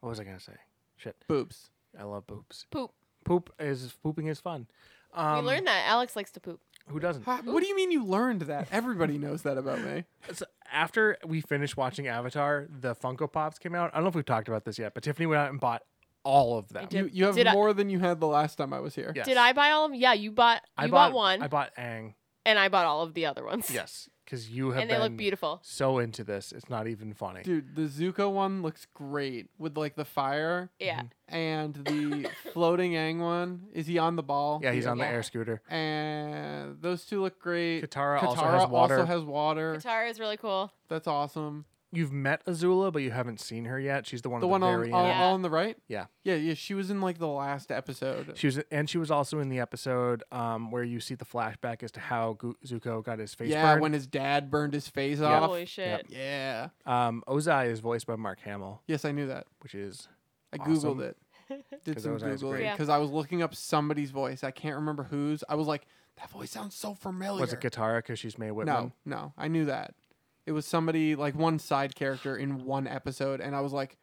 [SPEAKER 1] what was I gonna say? Shit,
[SPEAKER 3] Boobs.
[SPEAKER 1] I love boobs.
[SPEAKER 4] Poop.
[SPEAKER 1] Poop is pooping is fun. Um,
[SPEAKER 4] we learned that Alex likes to poop.
[SPEAKER 1] Who doesn't?
[SPEAKER 3] Ha, what do you mean you learned that? Everybody knows that about me.
[SPEAKER 1] So after we finished watching Avatar, the Funko Pops came out. I don't know if we've talked about this yet, but Tiffany went out and bought all of them.
[SPEAKER 4] did.
[SPEAKER 3] You, you have
[SPEAKER 4] Did I-
[SPEAKER 3] more than you had the last time I was here.
[SPEAKER 1] Yes.
[SPEAKER 4] Did I buy all of them? Yeah, you bought. You
[SPEAKER 1] I
[SPEAKER 4] bought, one,
[SPEAKER 1] I bought Ang.
[SPEAKER 4] and I bought all of the other ones.
[SPEAKER 1] Yes, because you have
[SPEAKER 4] and they look
[SPEAKER 1] been
[SPEAKER 4] beautiful.
[SPEAKER 1] so into this. It's not even funny.
[SPEAKER 3] Dude, the Zuko one looks great with like the fire
[SPEAKER 4] Yeah,
[SPEAKER 3] and the floating Aang one. Is he on the ball?
[SPEAKER 1] yeah, he's
[SPEAKER 3] The-
[SPEAKER 1] on the
[SPEAKER 4] Yeah.
[SPEAKER 1] air scooter.
[SPEAKER 3] And those two look great.
[SPEAKER 1] Katara also has water.
[SPEAKER 3] has water.
[SPEAKER 4] Katara is really cool.
[SPEAKER 3] That's awesome.
[SPEAKER 1] You've met Azula, but you haven't seen her yet. She's the one.
[SPEAKER 3] The
[SPEAKER 1] at
[SPEAKER 3] one
[SPEAKER 1] the
[SPEAKER 3] on,
[SPEAKER 1] very
[SPEAKER 3] all,
[SPEAKER 1] end.
[SPEAKER 4] end.
[SPEAKER 3] all on the right?
[SPEAKER 1] Yeah.
[SPEAKER 3] Yeah, yeah. She was in like the last episode.
[SPEAKER 1] She was, and she was also in the episode um, where you see the flashback as to how Gu- Zuko got his face
[SPEAKER 3] yeah,
[SPEAKER 1] burned.
[SPEAKER 3] when his dad burned his face off.
[SPEAKER 4] Holy shit!
[SPEAKER 1] Yep.
[SPEAKER 3] Yeah.
[SPEAKER 1] um, Ozai is voiced by Mark Hamill,
[SPEAKER 3] Yes, I knew that.
[SPEAKER 1] which is
[SPEAKER 3] I
[SPEAKER 1] Awesome.
[SPEAKER 3] googled it. Did
[SPEAKER 1] 'Cause
[SPEAKER 3] some
[SPEAKER 1] those eyes are
[SPEAKER 3] googling
[SPEAKER 4] great.
[SPEAKER 3] because I was looking up somebody's voice. I can't remember whose. I was like, that voice sounds so familiar.
[SPEAKER 1] was it Katara because she's May Whitman.
[SPEAKER 3] No, no, I knew that. It was somebody like one side character in one episode, and I was like,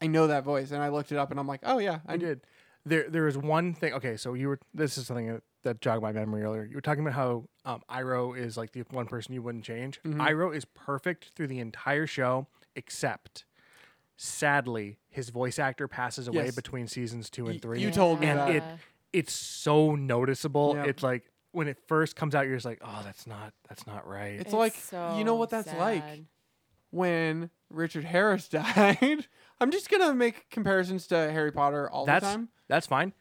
[SPEAKER 3] I know that voice, and I looked it up, and I'm like, oh yeah,
[SPEAKER 1] I
[SPEAKER 3] I did.
[SPEAKER 1] did. There, there is one thing. Okay, so you were. This is something that- that jogged my memory earlier. You were talking about how um, Iroh is like the one person you wouldn't change.
[SPEAKER 3] Mm-hmm.
[SPEAKER 1] Iroh is perfect through the entire show, except sadly, his voice actor passes away
[SPEAKER 3] Yes.
[SPEAKER 1] between seasons two
[SPEAKER 3] Y-
[SPEAKER 1] and three.
[SPEAKER 3] you told me
[SPEAKER 1] and
[SPEAKER 3] that.
[SPEAKER 1] it, it's so noticeable.
[SPEAKER 3] Yeah.
[SPEAKER 1] It's like when it first comes out, you're just like, oh, that's not, that's not right.
[SPEAKER 3] It's like, you know what that's like? when Richard Harris died. I'm just gonna make comparisons to Harry Potter all
[SPEAKER 1] that's
[SPEAKER 3] the time.
[SPEAKER 1] that's fine.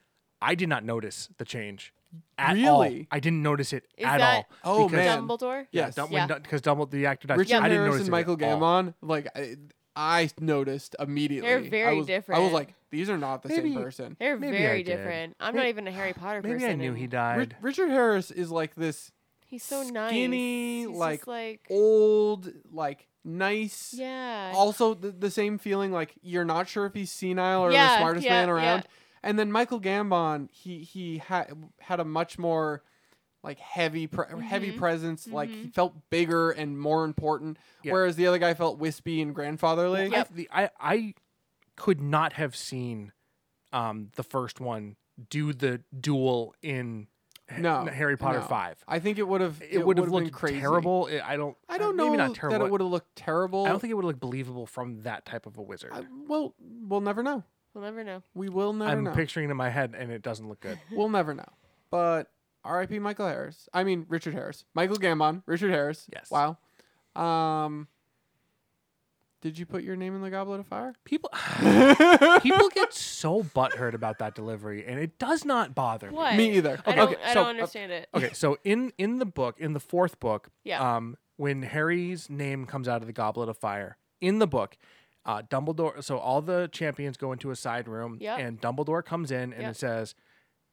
[SPEAKER 1] I did not notice the change at
[SPEAKER 3] Really?
[SPEAKER 1] all. I didn't notice it
[SPEAKER 4] Is
[SPEAKER 1] at
[SPEAKER 4] that-
[SPEAKER 1] all.
[SPEAKER 3] Oh,
[SPEAKER 1] because-
[SPEAKER 3] man.
[SPEAKER 4] Dumbledore.
[SPEAKER 1] Yeah,
[SPEAKER 3] Yes.
[SPEAKER 1] because
[SPEAKER 4] Yeah.
[SPEAKER 1] Dumbledore, the actor, died.
[SPEAKER 3] Richard
[SPEAKER 1] I didn't notice
[SPEAKER 3] Harris and
[SPEAKER 1] it Oh.
[SPEAKER 3] Michael
[SPEAKER 1] at all.
[SPEAKER 3] Gammon, like I, I noticed immediately.
[SPEAKER 4] very
[SPEAKER 3] I was, I was
[SPEAKER 4] different.
[SPEAKER 3] like, these are not the
[SPEAKER 1] Maybe-
[SPEAKER 3] same person.
[SPEAKER 4] They're
[SPEAKER 1] Maybe I
[SPEAKER 4] very
[SPEAKER 1] did.
[SPEAKER 4] different. I'm
[SPEAKER 1] Maybe-
[SPEAKER 4] not even a Harry Potter
[SPEAKER 1] Maybe
[SPEAKER 4] person.
[SPEAKER 1] I knew
[SPEAKER 4] and
[SPEAKER 1] he
[SPEAKER 3] Ri-
[SPEAKER 1] died.
[SPEAKER 3] Richard Harris is like this
[SPEAKER 4] He's so nice.
[SPEAKER 3] skinny,
[SPEAKER 4] He's just
[SPEAKER 3] like,
[SPEAKER 4] like
[SPEAKER 3] old, like nice.
[SPEAKER 4] yeah.
[SPEAKER 3] Also, the, the same feeling like you're not sure if he's senile or the
[SPEAKER 4] Yeah,
[SPEAKER 3] smartest
[SPEAKER 4] yeah,
[SPEAKER 3] man
[SPEAKER 4] yeah.
[SPEAKER 3] around. And then Michael Gambon, he he had had a much more like heavy pre- heavy
[SPEAKER 4] Mhm,
[SPEAKER 3] presence. Like
[SPEAKER 4] mhm.
[SPEAKER 3] he felt bigger and more important,
[SPEAKER 1] Yeah.
[SPEAKER 3] whereas the other guy felt wispy and grandfatherly.
[SPEAKER 1] Well, I- the- I, I could not have seen um, the first one do the duel in Ha-
[SPEAKER 3] No,
[SPEAKER 1] Harry Potter
[SPEAKER 3] no.
[SPEAKER 1] 5.
[SPEAKER 3] I think it would have
[SPEAKER 1] It, would have
[SPEAKER 3] been
[SPEAKER 1] looked
[SPEAKER 3] crazy.
[SPEAKER 1] terrible. It- I don't.
[SPEAKER 3] I don't know
[SPEAKER 1] Maybe not terrible.
[SPEAKER 3] that it would have looked terrible.
[SPEAKER 1] I don't think it would look believable from that type of a wizard.
[SPEAKER 3] I- well, we'll never know.
[SPEAKER 4] we'll never know.
[SPEAKER 3] We will never
[SPEAKER 1] I'm
[SPEAKER 3] know.
[SPEAKER 1] picturing it in my head, and it doesn't look good.
[SPEAKER 3] we'll never know. But R.I.P. Michael Harris. I mean Richard Harris. Michael Gambon. Richard Harris.
[SPEAKER 1] Yes.
[SPEAKER 3] Wow. Um. Did you put your name in the goblet of fire?
[SPEAKER 1] People, people get so butthurt about that delivery, and it does not bother me.
[SPEAKER 4] What?
[SPEAKER 3] Me either.
[SPEAKER 4] I
[SPEAKER 1] Okay,
[SPEAKER 4] don't,
[SPEAKER 1] okay,
[SPEAKER 4] I
[SPEAKER 1] so,
[SPEAKER 4] don't
[SPEAKER 1] uh,
[SPEAKER 4] understand it.
[SPEAKER 1] Okay, so in in the book, in the fourth book,
[SPEAKER 4] Yeah.
[SPEAKER 1] um, when Harry's name comes out of the Goblet of Fire, in the book, uh, Dumbledore. So all the champions go into a side room,
[SPEAKER 4] Yep.
[SPEAKER 1] and Dumbledore comes in and
[SPEAKER 4] Yep.
[SPEAKER 1] it says,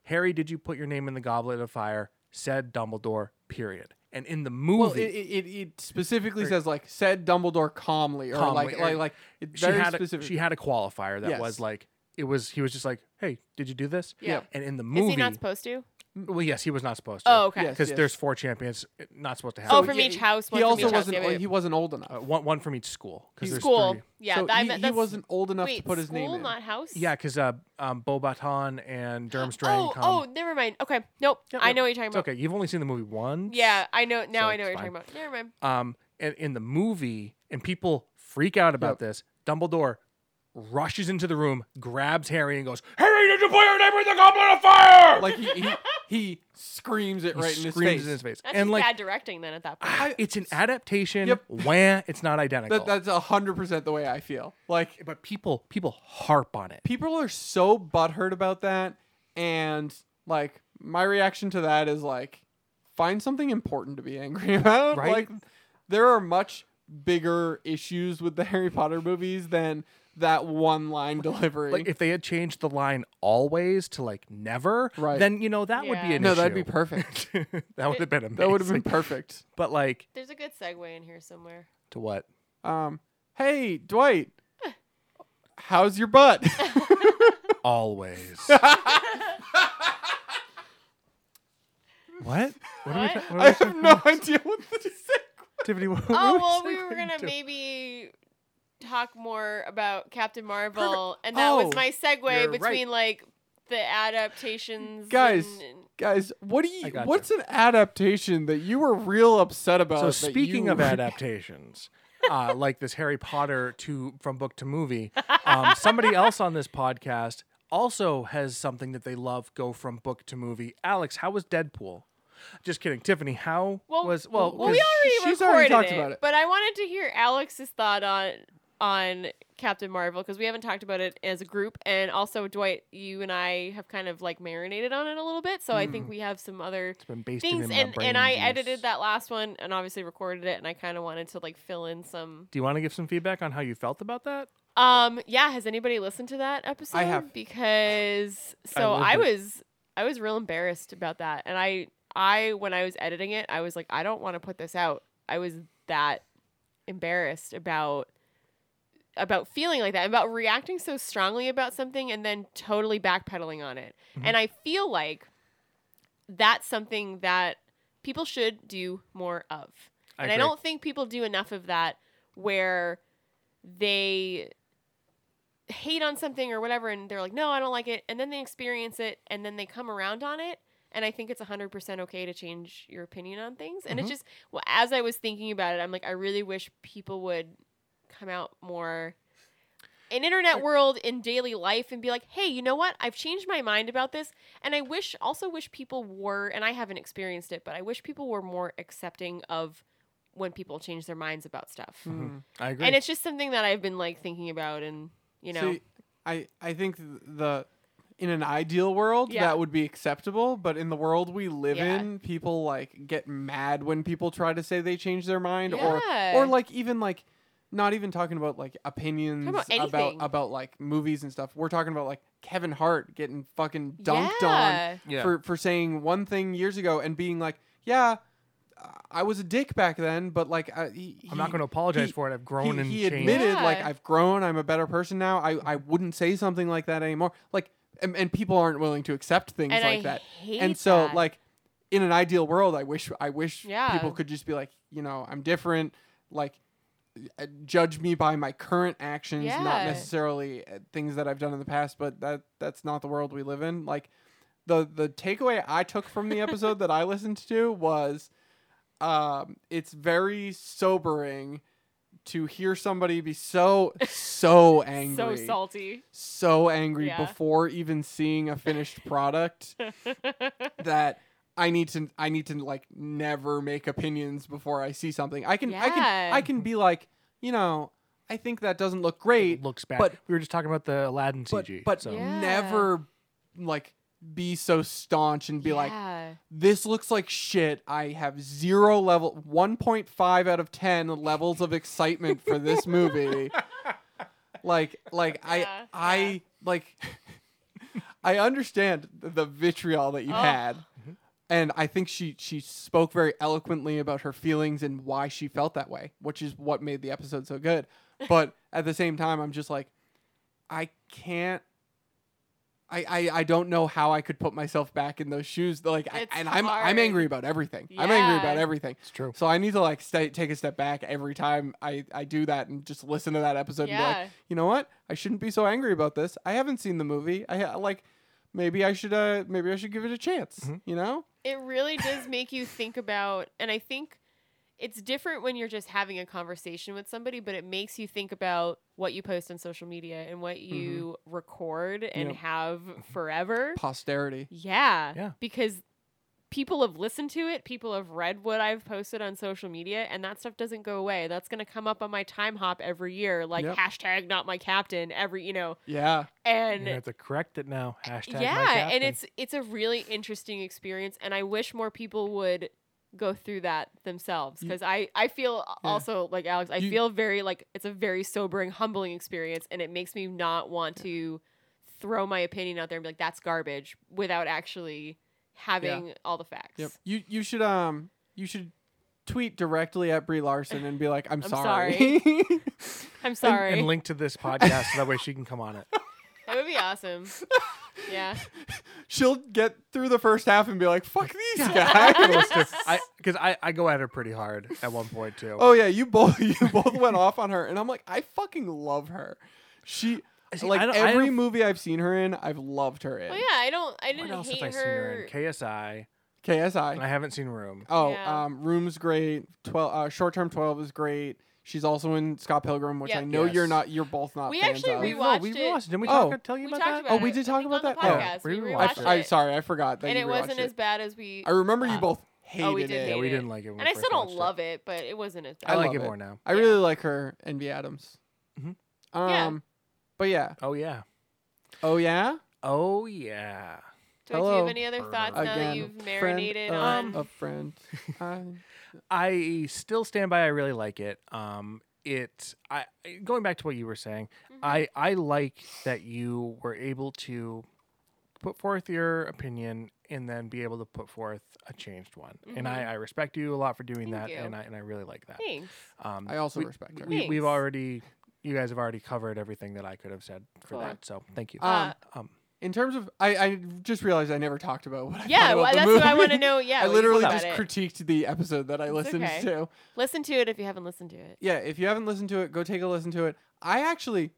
[SPEAKER 1] "Harry, did you put your name in the Goblet of Fire?" Said Dumbledore. Period. And in the movie,
[SPEAKER 3] Well, it, it, it, it specifically says like said Dumbledore calmly or
[SPEAKER 1] Calmly,
[SPEAKER 3] like
[SPEAKER 1] or-
[SPEAKER 3] like like it,
[SPEAKER 1] she
[SPEAKER 3] very
[SPEAKER 1] had a,
[SPEAKER 3] specific.
[SPEAKER 1] she had a qualifier that
[SPEAKER 3] Yes.
[SPEAKER 1] was like it was. He was just like, "Hey, did you do this?"
[SPEAKER 4] Yeah.
[SPEAKER 1] And in the
[SPEAKER 4] Is
[SPEAKER 1] movie,
[SPEAKER 4] he not supposed to?
[SPEAKER 1] well, yes, he was not supposed to.
[SPEAKER 4] Oh, okay.
[SPEAKER 3] Yes.
[SPEAKER 1] because there's four champions, not supposed to happen.
[SPEAKER 4] Oh, from each house, one
[SPEAKER 3] he
[SPEAKER 4] from
[SPEAKER 3] also
[SPEAKER 4] each house,
[SPEAKER 3] wasn't
[SPEAKER 4] yeah, yeah, yeah.
[SPEAKER 3] he wasn't old enough.
[SPEAKER 1] Uh, one, one from each school. 'cause there's
[SPEAKER 4] School.
[SPEAKER 1] three.
[SPEAKER 4] Yeah.
[SPEAKER 3] so
[SPEAKER 4] that, I
[SPEAKER 3] he,
[SPEAKER 4] meant
[SPEAKER 3] he
[SPEAKER 4] that's-
[SPEAKER 3] wasn't old enough
[SPEAKER 4] wait,
[SPEAKER 3] to put his
[SPEAKER 4] school,
[SPEAKER 3] name in.
[SPEAKER 4] not house.
[SPEAKER 1] Yeah, because uh, um, Bobaton and Durmstrang
[SPEAKER 4] Oh,
[SPEAKER 1] come.
[SPEAKER 4] oh, never mind. Okay, nope.
[SPEAKER 1] Yep,
[SPEAKER 4] I
[SPEAKER 1] yep.
[SPEAKER 4] know what you're talking
[SPEAKER 1] It's
[SPEAKER 4] about.
[SPEAKER 1] okay. You've only seen the movie once.
[SPEAKER 4] Yeah, I know. Now
[SPEAKER 1] So
[SPEAKER 4] I know
[SPEAKER 1] it's
[SPEAKER 4] what you're talking about. Never mind.
[SPEAKER 1] Um, and in the movie, and people freak out about
[SPEAKER 3] Yep.
[SPEAKER 1] this. Dumbledore rushes into the room, grabs Harry, and goes, "Harry, did you put your name in the Goblet of Fire?"
[SPEAKER 3] Like he, he, he screams it
[SPEAKER 1] He
[SPEAKER 3] right in his
[SPEAKER 1] screams
[SPEAKER 3] face.
[SPEAKER 1] in his face.
[SPEAKER 4] That's
[SPEAKER 1] and
[SPEAKER 4] just
[SPEAKER 1] like,
[SPEAKER 4] bad directing then at that point.
[SPEAKER 1] ah, it's an adaptation.
[SPEAKER 3] Yep.
[SPEAKER 1] Wah, it's not identical.
[SPEAKER 3] That, that's hundred percent the way I feel. Like
[SPEAKER 1] but people, people harp on it.
[SPEAKER 3] people are so butthurt about that, and like my reaction to that is like, find something important to be angry about.
[SPEAKER 1] Right?
[SPEAKER 3] Like there are much bigger issues with the Harry Potter movies than that one line delivery.
[SPEAKER 1] Like if they had changed the line always to like never,
[SPEAKER 3] Right.
[SPEAKER 1] then you know that would be
[SPEAKER 4] Yeah.
[SPEAKER 1] an
[SPEAKER 3] no,
[SPEAKER 1] issue.
[SPEAKER 3] that'd be perfect.
[SPEAKER 1] that would have been amazing.
[SPEAKER 3] that would have been perfect.
[SPEAKER 1] But like
[SPEAKER 4] There's a good segue in here somewhere.
[SPEAKER 1] to what?
[SPEAKER 3] Um, hey Dwight, how's your butt?
[SPEAKER 1] Always. what? What are we?
[SPEAKER 4] What?
[SPEAKER 1] ta- What
[SPEAKER 3] I
[SPEAKER 1] are we
[SPEAKER 3] have no idea what to say.
[SPEAKER 1] Tiffany, what
[SPEAKER 4] Oh
[SPEAKER 1] what
[SPEAKER 4] well,
[SPEAKER 1] we
[SPEAKER 4] we were gonna
[SPEAKER 1] to-
[SPEAKER 4] maybe talk more about Captain Marvel, and that
[SPEAKER 3] Oh,
[SPEAKER 4] was my
[SPEAKER 1] you're
[SPEAKER 4] segue
[SPEAKER 1] right.
[SPEAKER 4] between like the adaptations.
[SPEAKER 3] Guys,
[SPEAKER 4] and- and-
[SPEAKER 3] Guys, what do
[SPEAKER 1] I
[SPEAKER 3] you?
[SPEAKER 1] gotcha.
[SPEAKER 3] What's an adaptation that you were real upset about?
[SPEAKER 1] So
[SPEAKER 3] Uh, that
[SPEAKER 1] speaking
[SPEAKER 3] you-
[SPEAKER 1] of adaptations, uh, like this Harry Potter to from book to movie, um, somebody else on this podcast also has something that they love go from book to movie. Alex, how was Deadpool? Just kidding, Tiffany. How
[SPEAKER 4] Well,
[SPEAKER 1] was well?
[SPEAKER 4] well, we
[SPEAKER 1] 'cause-
[SPEAKER 4] already
[SPEAKER 3] she's
[SPEAKER 4] recorded
[SPEAKER 3] already talked
[SPEAKER 4] it,
[SPEAKER 3] about it.
[SPEAKER 4] but I wanted to hear Alex's thought on on Captain Marvel because we haven't talked about it as a group, and also Dwight, you and I have kind of like marinated on it a little bit, so I think we have some other
[SPEAKER 1] Mm. it's been based
[SPEAKER 4] things,
[SPEAKER 1] in
[SPEAKER 4] and
[SPEAKER 1] my
[SPEAKER 4] and I
[SPEAKER 1] brain juice.
[SPEAKER 4] edited that last one, and obviously recorded it, and I kind of wanted to like fill in some
[SPEAKER 1] Do you want to give some feedback on how you felt about that?
[SPEAKER 4] Um. Yeah. Has anybody listened to that episode?
[SPEAKER 3] have.
[SPEAKER 4] Because so
[SPEAKER 1] listened
[SPEAKER 4] I,
[SPEAKER 1] to-
[SPEAKER 4] was, I was real embarrassed about that, and I, I when I was editing it, I was like, I don't want to put this out. I was that embarrassed about about feeling like that, about reacting so strongly about something and then totally backpedaling on it. And I feel like that's something that people should do more of.
[SPEAKER 1] I
[SPEAKER 4] and
[SPEAKER 1] agree.
[SPEAKER 4] I don't think people do enough of that where they hate on something or whatever and they're like, no, I don't like it. And then they experience it and then they come around on it. And I think it's 100% okay to change your opinion on things. And
[SPEAKER 1] Mm-hmm.
[SPEAKER 4] it's just, well, as I was thinking about it, I'm like, I really wish people would come out more in internet world in daily life and be like hey you know what i've changed my mind about this and i wish also wish people were and i haven't experienced it but i wish people were more accepting of when people change their minds about stuff
[SPEAKER 3] Hmm.
[SPEAKER 1] I agree.
[SPEAKER 4] and it's just something that i've been like thinking about and you know
[SPEAKER 3] See, I I think th- the in an ideal world
[SPEAKER 4] Yeah.
[SPEAKER 3] that would be acceptable but in the world we live
[SPEAKER 4] Yeah.
[SPEAKER 3] in people like get mad when people try to say they change their mind
[SPEAKER 4] Yeah.
[SPEAKER 3] or or like even like not even talking about like opinions
[SPEAKER 4] about
[SPEAKER 3] about
[SPEAKER 4] anything.
[SPEAKER 3] about like movies and stuff we're talking about like Kevin Hart getting fucking dunked on
[SPEAKER 4] yeah.
[SPEAKER 1] Yeah.
[SPEAKER 3] for for saying one thing years ago and being like yeah I was a dick back then, but like I, he,
[SPEAKER 1] I'm not
[SPEAKER 3] he-
[SPEAKER 1] going to apologize
[SPEAKER 3] he-
[SPEAKER 1] for it. I've grown
[SPEAKER 3] he,
[SPEAKER 1] and
[SPEAKER 3] he
[SPEAKER 1] changed.
[SPEAKER 3] admitted like
[SPEAKER 4] Yeah.
[SPEAKER 3] I've grown. I'm a better person now. I, I wouldn't say something like that anymore. Like and, and people aren't willing to accept things
[SPEAKER 4] And
[SPEAKER 3] like
[SPEAKER 4] I
[SPEAKER 3] that.
[SPEAKER 4] hate
[SPEAKER 3] and so
[SPEAKER 4] that.
[SPEAKER 3] like in an ideal world, I wish I wish
[SPEAKER 4] Yeah.
[SPEAKER 3] people could just be like you know I'm different. Like uh, judge me by my current actions, not
[SPEAKER 4] Yeah.
[SPEAKER 3] necessarily uh, things that I've done in the past. But that that's not the world we live in. Like the the takeaway I took from the episode that I listened to was um, it's very sobering to hear somebody be so so angry
[SPEAKER 4] so salty.
[SPEAKER 3] so angry
[SPEAKER 4] Yeah.
[SPEAKER 3] before even seeing a finished product that I need to I need to like never make opinions before I see something. I can I can
[SPEAKER 4] Yeah.
[SPEAKER 3] I can be like, you know, I think that doesn't look great,
[SPEAKER 1] It looks bad.
[SPEAKER 3] but-
[SPEAKER 1] we were just talking about the Aladdin
[SPEAKER 3] but
[SPEAKER 1] CG.
[SPEAKER 3] but
[SPEAKER 1] so.
[SPEAKER 4] Yeah.
[SPEAKER 3] never like be so staunch and be like
[SPEAKER 4] Yeah.
[SPEAKER 3] this looks like shit. I have zero level, 1.5 out of 10 levels of excitement for this movie. like, like
[SPEAKER 4] Yeah,
[SPEAKER 3] I, I,
[SPEAKER 4] yeah.
[SPEAKER 3] like, I understand th- the vitriol that you
[SPEAKER 4] Oh.
[SPEAKER 3] had. And I think she, she spoke very eloquently about her feelings and why she felt that way, which is what made the episode so good. But at the same time, I'm just like, I can't. I, I, I don't know how I could put myself back in those shoes. Like, I,
[SPEAKER 4] It's
[SPEAKER 3] and I'm I'm
[SPEAKER 4] hard.
[SPEAKER 3] angry about everything. I'm angry about
[SPEAKER 4] Yeah.
[SPEAKER 3] everything.
[SPEAKER 1] It's true.
[SPEAKER 3] So I need to like stay, take a step back every time I, I do that and just listen to that episode and be
[SPEAKER 4] Yeah.
[SPEAKER 3] like, you know what? I shouldn't be so angry about this. I haven't seen the movie. I ha- like maybe I should uh maybe I should give it a chance.
[SPEAKER 1] Mhm.
[SPEAKER 3] You know?
[SPEAKER 4] It really does make you think about, and I think it's different when you're just having a conversation with somebody, but it makes you think about what you post on social media and what you record
[SPEAKER 3] Mm-hmm. Yep.
[SPEAKER 4] and
[SPEAKER 3] Mm-hmm.
[SPEAKER 4] have forever.
[SPEAKER 3] Posterity.
[SPEAKER 4] Yeah.
[SPEAKER 1] Yeah.
[SPEAKER 4] Because people have listened to it, people have read what I've posted on social media, and that stuff doesn't go away. That's going to come up on my time hop every year, like
[SPEAKER 3] Yep.
[SPEAKER 4] hashtag not my captain, every, you know,
[SPEAKER 3] Yeah.
[SPEAKER 4] and
[SPEAKER 1] you have to correct it now. Hashtag my
[SPEAKER 4] yeah
[SPEAKER 1] captain.
[SPEAKER 4] and it's it's a really interesting experience and i wish more people would go through that themselves
[SPEAKER 3] You-
[SPEAKER 4] because i i feel
[SPEAKER 3] Yeah.
[SPEAKER 4] also like alex i
[SPEAKER 3] You-
[SPEAKER 4] feel very like it's a very sobering humbling experience and it makes me not want to throw my opinion out there and be like that's garbage without actually having all the facts
[SPEAKER 3] Yep. You you should um you should tweet directly at Brie Larson and be like, I'm,
[SPEAKER 4] I'm
[SPEAKER 3] sorry.
[SPEAKER 4] i'm
[SPEAKER 1] And-
[SPEAKER 4] sorry
[SPEAKER 1] And, link to this podcast so that way she can come on it.
[SPEAKER 4] that would be awesome yeah
[SPEAKER 3] She'll get through the first half and be like, fuck these
[SPEAKER 1] Because
[SPEAKER 3] guys.
[SPEAKER 1] I, 'cause I, I go at her pretty hard at one point too.
[SPEAKER 3] Oh yeah, you both you both went off on her, and I'm like, I fucking love her. She
[SPEAKER 1] See,
[SPEAKER 3] like
[SPEAKER 1] I don't- I
[SPEAKER 3] every
[SPEAKER 1] don't-
[SPEAKER 3] movie I've seen her in, I've loved her in.
[SPEAKER 4] well Oh, yeah i don't i
[SPEAKER 1] what
[SPEAKER 4] didn't
[SPEAKER 1] else
[SPEAKER 4] hate
[SPEAKER 1] have I seen her
[SPEAKER 4] her,
[SPEAKER 1] in? KSI. And
[SPEAKER 3] KSI.
[SPEAKER 1] I haven't seen Room.
[SPEAKER 3] Oh,
[SPEAKER 4] Yeah.
[SPEAKER 3] um, Room's great. Twelve, uh, Short Term Twelve is great. She's also in Scott Pilgrim, which I
[SPEAKER 4] Yep.
[SPEAKER 3] know you're
[SPEAKER 1] Yes.
[SPEAKER 3] not. You're both not.
[SPEAKER 4] We
[SPEAKER 3] fans
[SPEAKER 4] actually
[SPEAKER 3] of.
[SPEAKER 4] re-
[SPEAKER 1] no, Oh, we
[SPEAKER 4] rewatched it.
[SPEAKER 1] watched. Didn't we
[SPEAKER 3] Oh.
[SPEAKER 1] talk, tell you
[SPEAKER 4] we
[SPEAKER 1] about
[SPEAKER 4] talked
[SPEAKER 1] that?
[SPEAKER 4] about
[SPEAKER 3] Oh,
[SPEAKER 4] it,
[SPEAKER 3] we did
[SPEAKER 4] I
[SPEAKER 3] talk
[SPEAKER 4] think,
[SPEAKER 3] about
[SPEAKER 4] on
[SPEAKER 3] that?
[SPEAKER 4] the
[SPEAKER 3] Oh, Yeah,
[SPEAKER 4] podcast.
[SPEAKER 1] we
[SPEAKER 4] we
[SPEAKER 3] I,
[SPEAKER 1] rewatched
[SPEAKER 4] rewatched
[SPEAKER 3] f-
[SPEAKER 4] it,
[SPEAKER 1] it.
[SPEAKER 3] I'm sorry, I forgot that
[SPEAKER 4] and
[SPEAKER 3] you
[SPEAKER 4] it wasn't
[SPEAKER 3] rewatched
[SPEAKER 4] as bad as we
[SPEAKER 3] I remember you
[SPEAKER 4] thought.
[SPEAKER 3] both hated
[SPEAKER 4] Oh, we did
[SPEAKER 3] it.
[SPEAKER 1] yeah,
[SPEAKER 4] hate
[SPEAKER 1] we
[SPEAKER 4] it.
[SPEAKER 1] didn't like it. when
[SPEAKER 4] And
[SPEAKER 1] we
[SPEAKER 4] I
[SPEAKER 1] first
[SPEAKER 4] still don't
[SPEAKER 1] watched
[SPEAKER 4] love it, but it wasn't as
[SPEAKER 1] I,
[SPEAKER 4] bad.
[SPEAKER 3] I
[SPEAKER 1] like
[SPEAKER 3] love
[SPEAKER 1] it
[SPEAKER 3] it.
[SPEAKER 1] more now.
[SPEAKER 3] I
[SPEAKER 4] Yeah.
[SPEAKER 3] really like her, NB Adams.
[SPEAKER 1] Mhm.
[SPEAKER 3] Um,
[SPEAKER 4] Yeah.
[SPEAKER 3] but yeah.
[SPEAKER 1] Oh yeah.
[SPEAKER 3] Oh yeah.
[SPEAKER 1] Oh yeah.
[SPEAKER 4] Do, do you
[SPEAKER 3] Hello.
[SPEAKER 4] have any other thoughts now
[SPEAKER 3] Again,
[SPEAKER 4] that you've marinated um,
[SPEAKER 3] friend
[SPEAKER 4] on?
[SPEAKER 3] of a friend. Um, I-
[SPEAKER 1] I still stand by. I really like it. Um, it. I going back to what you were saying.
[SPEAKER 4] Mm-hmm.
[SPEAKER 1] I I like that you were able to put forth your opinion and then be able to put forth a changed one. And I, I respect you a lot for doing
[SPEAKER 4] Mm-hmm. Thank
[SPEAKER 1] that.
[SPEAKER 4] you.
[SPEAKER 1] And I and I really like that.
[SPEAKER 4] Thanks.
[SPEAKER 1] Um,
[SPEAKER 3] I also
[SPEAKER 1] we-
[SPEAKER 3] respect her.
[SPEAKER 1] We, we've
[SPEAKER 4] Thanks.
[SPEAKER 1] already. You guys have already covered everything that I could have said for
[SPEAKER 4] Cool.
[SPEAKER 1] that. So thank you.
[SPEAKER 3] Um,
[SPEAKER 4] Uh,
[SPEAKER 1] um,
[SPEAKER 3] in terms of, I, I just realized I never talked about what. I
[SPEAKER 4] yeah,
[SPEAKER 3] thought about
[SPEAKER 4] well,
[SPEAKER 3] the
[SPEAKER 4] that's what I
[SPEAKER 3] movie.
[SPEAKER 4] want to know. Yeah,
[SPEAKER 3] I
[SPEAKER 4] what you
[SPEAKER 3] literally
[SPEAKER 4] thought
[SPEAKER 3] just
[SPEAKER 4] about it.
[SPEAKER 3] critiqued the episode that I listened
[SPEAKER 4] okay.
[SPEAKER 3] to.
[SPEAKER 4] listen to it if you haven't listened to it.
[SPEAKER 3] Yeah, if you haven't listened to it, go take a listen to it. I actually,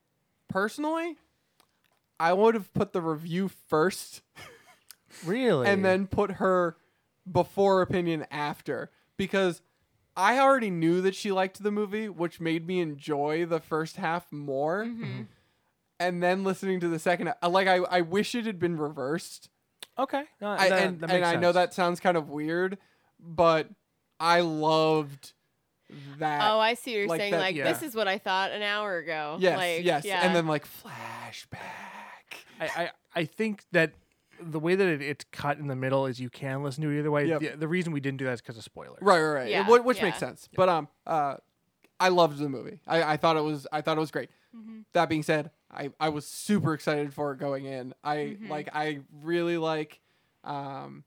[SPEAKER 3] personally, I would have put the review first
[SPEAKER 1] really.
[SPEAKER 3] and then put her before opinion after because I already knew that she liked the movie, which made me enjoy the first half more.
[SPEAKER 1] Mm-hmm.
[SPEAKER 4] Mhm.
[SPEAKER 3] And then listening to the second, uh, like I, I wish it had been reversed.
[SPEAKER 1] okay. No,
[SPEAKER 4] Uh,
[SPEAKER 3] I,
[SPEAKER 1] that-
[SPEAKER 3] and
[SPEAKER 1] that
[SPEAKER 3] and
[SPEAKER 1] makes
[SPEAKER 3] I know
[SPEAKER 1] sense.
[SPEAKER 3] that sounds kind of weird, but I loved that.
[SPEAKER 4] Oh, I see. You're
[SPEAKER 3] like
[SPEAKER 4] saying
[SPEAKER 3] that-
[SPEAKER 4] like
[SPEAKER 1] yeah.
[SPEAKER 4] this is what I thought an hour ago.
[SPEAKER 3] yes,
[SPEAKER 4] like,
[SPEAKER 3] yes,
[SPEAKER 4] Yeah.
[SPEAKER 3] and then like flashback.
[SPEAKER 1] I, I, I think that the way that it, it's cut in the middle is you can listen to it either way.
[SPEAKER 3] Yep.
[SPEAKER 1] The, the reason we didn't do that is because of spoilers.
[SPEAKER 3] Right, right, right.
[SPEAKER 4] Yeah,
[SPEAKER 3] Wh- which
[SPEAKER 4] yeah.
[SPEAKER 3] makes sense. But um, uh, I loved the movie. I, I thought it was I thought it was great.
[SPEAKER 4] Mm-hmm.
[SPEAKER 3] That being said, I, I was super excited for it going in. I
[SPEAKER 4] Mm-hmm.
[SPEAKER 3] like I really like um,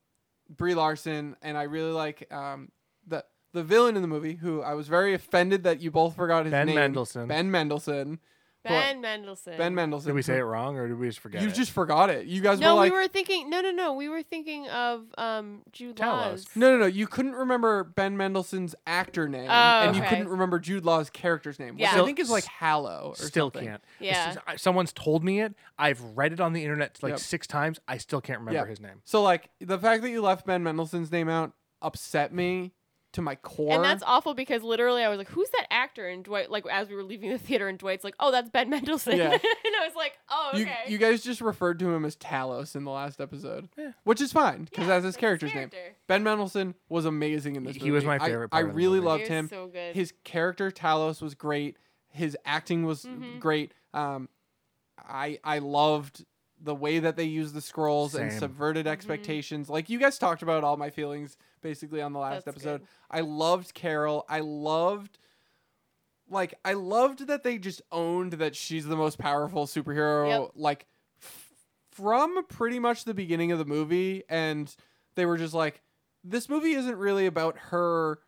[SPEAKER 3] Brie Larson, and I really like um, the the villain in the movie, who I was very offended that you both forgot his
[SPEAKER 1] Ben
[SPEAKER 3] name.
[SPEAKER 1] Mendelsohn.
[SPEAKER 3] Ben Mendelsohn.
[SPEAKER 4] Ben Mendelsohn.
[SPEAKER 3] Ben Mendelsohn.
[SPEAKER 1] Did we say it wrong or did we just forget?
[SPEAKER 3] You
[SPEAKER 1] it?
[SPEAKER 3] just forgot it. You guys
[SPEAKER 4] No,
[SPEAKER 3] were like,
[SPEAKER 4] we were thinking. No, no, no. We were thinking of um Jude Law's.
[SPEAKER 1] Talos.
[SPEAKER 3] No, no, no. You couldn't remember Ben Mendelsohn's actor name,
[SPEAKER 4] Oh,
[SPEAKER 3] and you
[SPEAKER 4] okay.
[SPEAKER 3] couldn't remember Jude Law's character's name, which
[SPEAKER 4] Yeah.
[SPEAKER 3] I think is like Hallow. Or
[SPEAKER 1] still
[SPEAKER 3] something.
[SPEAKER 1] can't. It's
[SPEAKER 4] Yeah.
[SPEAKER 1] just- I- someone's told me it. I've read it on the internet like
[SPEAKER 3] Yep.
[SPEAKER 1] six times. I still can't remember
[SPEAKER 3] Yeah.
[SPEAKER 1] his name.
[SPEAKER 3] So like the fact that you left Ben Mendelsohn's name out upset me to my core.
[SPEAKER 4] And that's awful because literally I was like, "Who's that actor?" And Dwight, like, as we were leaving the theater, and Dwight's like, "Oh, that's Ben Mendelsohn."
[SPEAKER 3] Yeah.
[SPEAKER 4] and I was like, "Oh, okay."
[SPEAKER 3] you, you guys just referred to him as Talos in the last episode,
[SPEAKER 1] Yeah.
[SPEAKER 3] which is fine because
[SPEAKER 4] Yeah,
[SPEAKER 3] that's his
[SPEAKER 4] that's his
[SPEAKER 3] character's name.
[SPEAKER 4] character.
[SPEAKER 3] Ben Mendelsohn was amazing in this.
[SPEAKER 1] He was
[SPEAKER 3] movie.
[SPEAKER 1] my
[SPEAKER 3] I-
[SPEAKER 1] favorite
[SPEAKER 3] I,
[SPEAKER 1] part of the
[SPEAKER 3] really
[SPEAKER 1] movie.
[SPEAKER 3] loved
[SPEAKER 4] He was
[SPEAKER 3] him.
[SPEAKER 4] so good.
[SPEAKER 3] His character Talos was great. His acting was
[SPEAKER 4] Mhm.
[SPEAKER 3] great. Um, I I loved the way that they used the scrolls and
[SPEAKER 1] Same.
[SPEAKER 4] Mm-hmm.
[SPEAKER 3] subverted expectations. Like you guys talked about all my feelings basically on the last
[SPEAKER 4] That's
[SPEAKER 3] episode.
[SPEAKER 4] good.
[SPEAKER 3] I loved Carol. I loved like I loved that they just owned that she's the most powerful superhero
[SPEAKER 4] Yep.
[SPEAKER 3] like f- from pretty much the beginning of the movie and they were just like this movie isn't really about her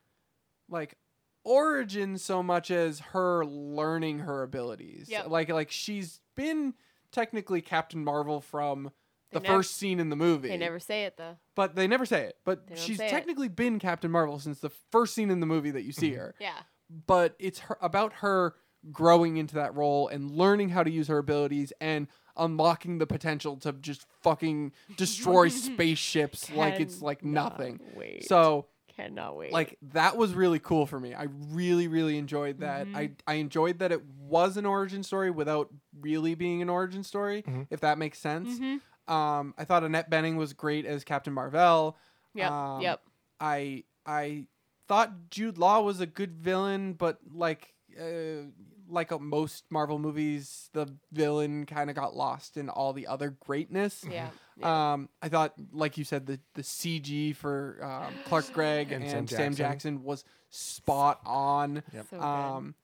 [SPEAKER 3] like origin so much as her learning her abilities.
[SPEAKER 4] Yep.
[SPEAKER 3] Like like she's been technically Captain Marvel from the
[SPEAKER 4] They nev-
[SPEAKER 3] first scene in the movie.
[SPEAKER 4] They never say it though.
[SPEAKER 3] but they never say it. But
[SPEAKER 4] They don't
[SPEAKER 3] she's
[SPEAKER 4] say it.
[SPEAKER 3] technically been Captain Marvel since the first scene in the movie that you see
[SPEAKER 1] Mhm.
[SPEAKER 3] her.
[SPEAKER 4] Yeah.
[SPEAKER 3] But it's her, about her growing into that role and learning how to use her abilities and unlocking the potential to just fucking destroy spaceships like it's like nothing.
[SPEAKER 4] Wait.
[SPEAKER 3] So
[SPEAKER 4] cannot wait.
[SPEAKER 3] like that was really cool for me. I really really enjoyed that.
[SPEAKER 4] Mm-hmm.
[SPEAKER 3] I I enjoyed that it was an origin story without really being an origin story,
[SPEAKER 1] Mhm.
[SPEAKER 3] if that makes sense.
[SPEAKER 4] Mhm.
[SPEAKER 3] Um, I thought Annette Benning was great as Captain Marvel.
[SPEAKER 4] Yep.
[SPEAKER 3] um,
[SPEAKER 4] yep.
[SPEAKER 3] I I thought Jude Law was a good villain, but like uh, like uh, most Marvel movies, the villain kind of got lost in all the other greatness.
[SPEAKER 4] Yeah. yeah.
[SPEAKER 3] Um, I thought, like you said, the, the CG for um, Clark Gregg and,
[SPEAKER 1] And Sam
[SPEAKER 3] Sam Jackson.
[SPEAKER 1] Jackson.
[SPEAKER 3] was spot on.
[SPEAKER 1] Yep.
[SPEAKER 4] So good.
[SPEAKER 3] Um,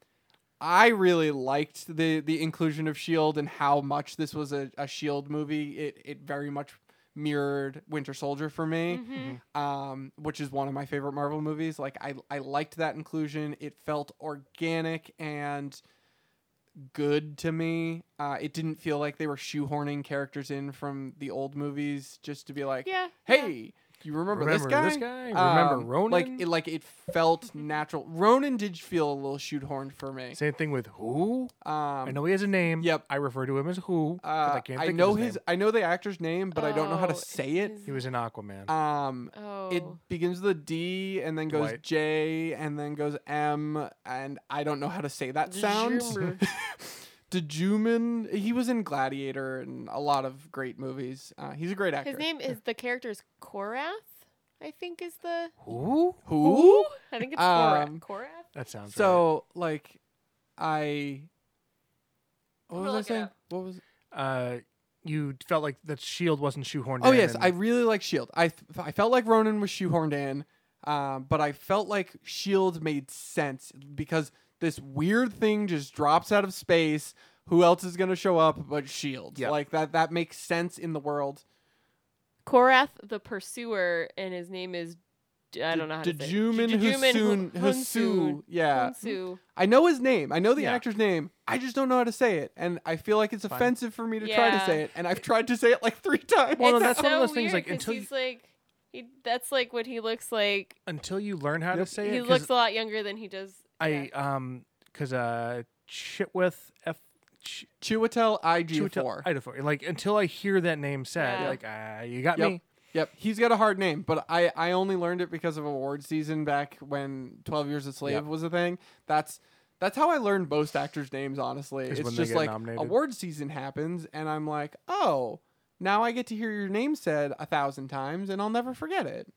[SPEAKER 3] I really liked the the inclusion of Shield E and how much this was a, a Shield E movie. It it very much mirrored Winter Soldier for me,
[SPEAKER 4] Mhm.
[SPEAKER 3] um, which is one of my favorite Marvel movies. Like I I liked that inclusion. It felt organic and good to me. Uh, it didn't feel like they were shoehorning characters in from the old movies just to be like,
[SPEAKER 4] Yeah. yeah.
[SPEAKER 3] hey, you remember, this guy?
[SPEAKER 1] Remember
[SPEAKER 3] Um,
[SPEAKER 1] Ronan?
[SPEAKER 3] Like it, like it felt natural. Ronan did feel a little shoehorned for me.
[SPEAKER 1] Same thing with who?
[SPEAKER 3] Um,
[SPEAKER 1] I know he has a name.
[SPEAKER 3] Yep.
[SPEAKER 1] I refer to him as who.
[SPEAKER 3] uh,
[SPEAKER 1] but I can't think of
[SPEAKER 3] know
[SPEAKER 1] his,
[SPEAKER 3] his,
[SPEAKER 1] name.
[SPEAKER 3] I know the actor's name, but I don't know how to
[SPEAKER 4] Oh,
[SPEAKER 3] say it.
[SPEAKER 1] He was in Aquaman.
[SPEAKER 3] Um,
[SPEAKER 4] Oh.
[SPEAKER 3] it begins with a D and then goes
[SPEAKER 1] Dwight.
[SPEAKER 3] J and then goes M, and I don't know how to say that sound.
[SPEAKER 4] Zoomer.
[SPEAKER 3] DeJuman, he was in Gladiator and a lot of great movies. Uh, he's a great actor.
[SPEAKER 4] His name is the character is Korath. I think is the
[SPEAKER 1] who?
[SPEAKER 3] Who?
[SPEAKER 4] I think it's
[SPEAKER 3] Um,
[SPEAKER 4] Korath. Korath.
[SPEAKER 1] That sounds right.
[SPEAKER 3] So like, I. What
[SPEAKER 4] I'm
[SPEAKER 3] was
[SPEAKER 4] gonna
[SPEAKER 3] I
[SPEAKER 4] look it
[SPEAKER 3] saying?
[SPEAKER 4] up.
[SPEAKER 3] What was?
[SPEAKER 1] Uh, you felt like that Shield wasn't shoehorned.
[SPEAKER 3] Oh
[SPEAKER 1] in
[SPEAKER 3] yes,
[SPEAKER 1] and-
[SPEAKER 3] I really like Shield. I th- I felt like Ronan was shoehorned in, um, but I felt like Shield made sense because this weird thing just drops out of space. Who else is gonna show up but Shield?
[SPEAKER 1] Yeah.
[SPEAKER 3] E Like that that makes sense in the world.
[SPEAKER 4] Korath the pursuer, and his name is I don't know how to say. it.
[SPEAKER 3] Dejuman Hussoon-
[SPEAKER 4] Hu-
[SPEAKER 3] Hussoon. Yeah.
[SPEAKER 4] Hunsu.
[SPEAKER 3] I know his name. I know the
[SPEAKER 1] Yeah.
[SPEAKER 3] actor's name. I just don't know how to say it, and I feel like it's
[SPEAKER 1] Fine.
[SPEAKER 3] offensive for me to try to
[SPEAKER 4] Yeah.
[SPEAKER 3] say it. And I've tried to say it like three times.
[SPEAKER 1] Well, no,
[SPEAKER 4] It's
[SPEAKER 1] that's
[SPEAKER 4] so
[SPEAKER 1] one of those
[SPEAKER 4] weird
[SPEAKER 1] things, like,
[SPEAKER 4] 'cause
[SPEAKER 1] until
[SPEAKER 4] he's like he, that's like what he looks like.
[SPEAKER 1] until you learn how
[SPEAKER 3] Yep.
[SPEAKER 1] to say
[SPEAKER 4] He
[SPEAKER 1] it. 'cause
[SPEAKER 4] looks a lot younger than he does.
[SPEAKER 1] I um because uh Chitwith F. Ch-
[SPEAKER 3] Chiwetel
[SPEAKER 1] Chitwith-
[SPEAKER 3] IG4.
[SPEAKER 1] Idaho. Like until I hear that name said,
[SPEAKER 4] Yeah.
[SPEAKER 1] like uh, you got
[SPEAKER 3] Yep.
[SPEAKER 1] me.
[SPEAKER 3] Yep, he's got a hard name, but I, I only learned it because of award season back when Twelve Years a Slave
[SPEAKER 1] Yep.
[SPEAKER 3] was a thing. That's that's how I learned most actors' names. Honestly,
[SPEAKER 1] Is
[SPEAKER 3] it's
[SPEAKER 1] when they
[SPEAKER 3] just
[SPEAKER 1] get
[SPEAKER 3] like
[SPEAKER 1] nominated.
[SPEAKER 3] award season happens, and I'm like, oh, now I get to hear your name said a thousand times, and I'll never forget it.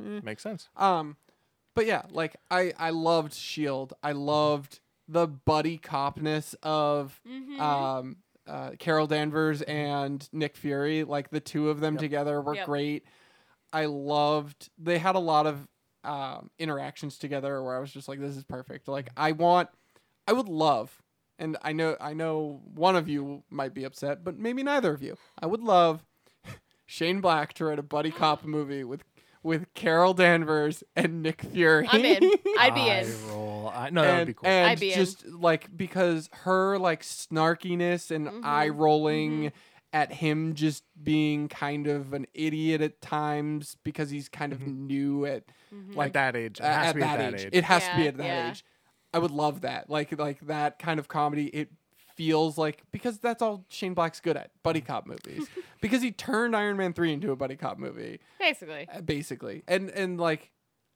[SPEAKER 4] Mm.
[SPEAKER 1] Makes sense.
[SPEAKER 3] Um, but yeah, like I I E loved Shield. I loved the buddy copness of
[SPEAKER 4] Mhm.
[SPEAKER 3] um uh, Carol Danvers and Nick Fury. Like the two of them
[SPEAKER 1] Yep.
[SPEAKER 3] together were
[SPEAKER 4] Yep.
[SPEAKER 3] great. I loved. They had a lot of um, interactions together where I was just like, "This is perfect." Like I want, I would love, and I know, I know one of you might be upset, but maybe neither of you. I would love Shane Black to write a buddy cop movie with with Carol Danvers and Nick Fury.
[SPEAKER 4] I'm in. I'd be in.
[SPEAKER 1] Eye Roll. I, no, that would
[SPEAKER 3] And-
[SPEAKER 1] be cool.
[SPEAKER 3] And
[SPEAKER 4] I'd be in.
[SPEAKER 3] just like because her like snarkiness and
[SPEAKER 4] Mhm,
[SPEAKER 3] eye rolling
[SPEAKER 4] Mm-hmm.
[SPEAKER 3] at him just being kind of an idiot at times because he's kind of new at
[SPEAKER 4] Mhm.
[SPEAKER 1] like,
[SPEAKER 3] like,
[SPEAKER 1] at that age. It Mm-hmm. has
[SPEAKER 3] at
[SPEAKER 1] to be
[SPEAKER 3] that,
[SPEAKER 1] at that age.
[SPEAKER 3] age. It has to be
[SPEAKER 4] Yeah,
[SPEAKER 3] at that
[SPEAKER 4] yeah.
[SPEAKER 3] age. I would love that. Like like that kind of comedy. It feels like because that's all Shane Black's good at
[SPEAKER 1] Mm.
[SPEAKER 3] buddy cop movies. because he turned Iron Man three into a buddy cop movie
[SPEAKER 4] Basically.
[SPEAKER 3] uh, basically and and like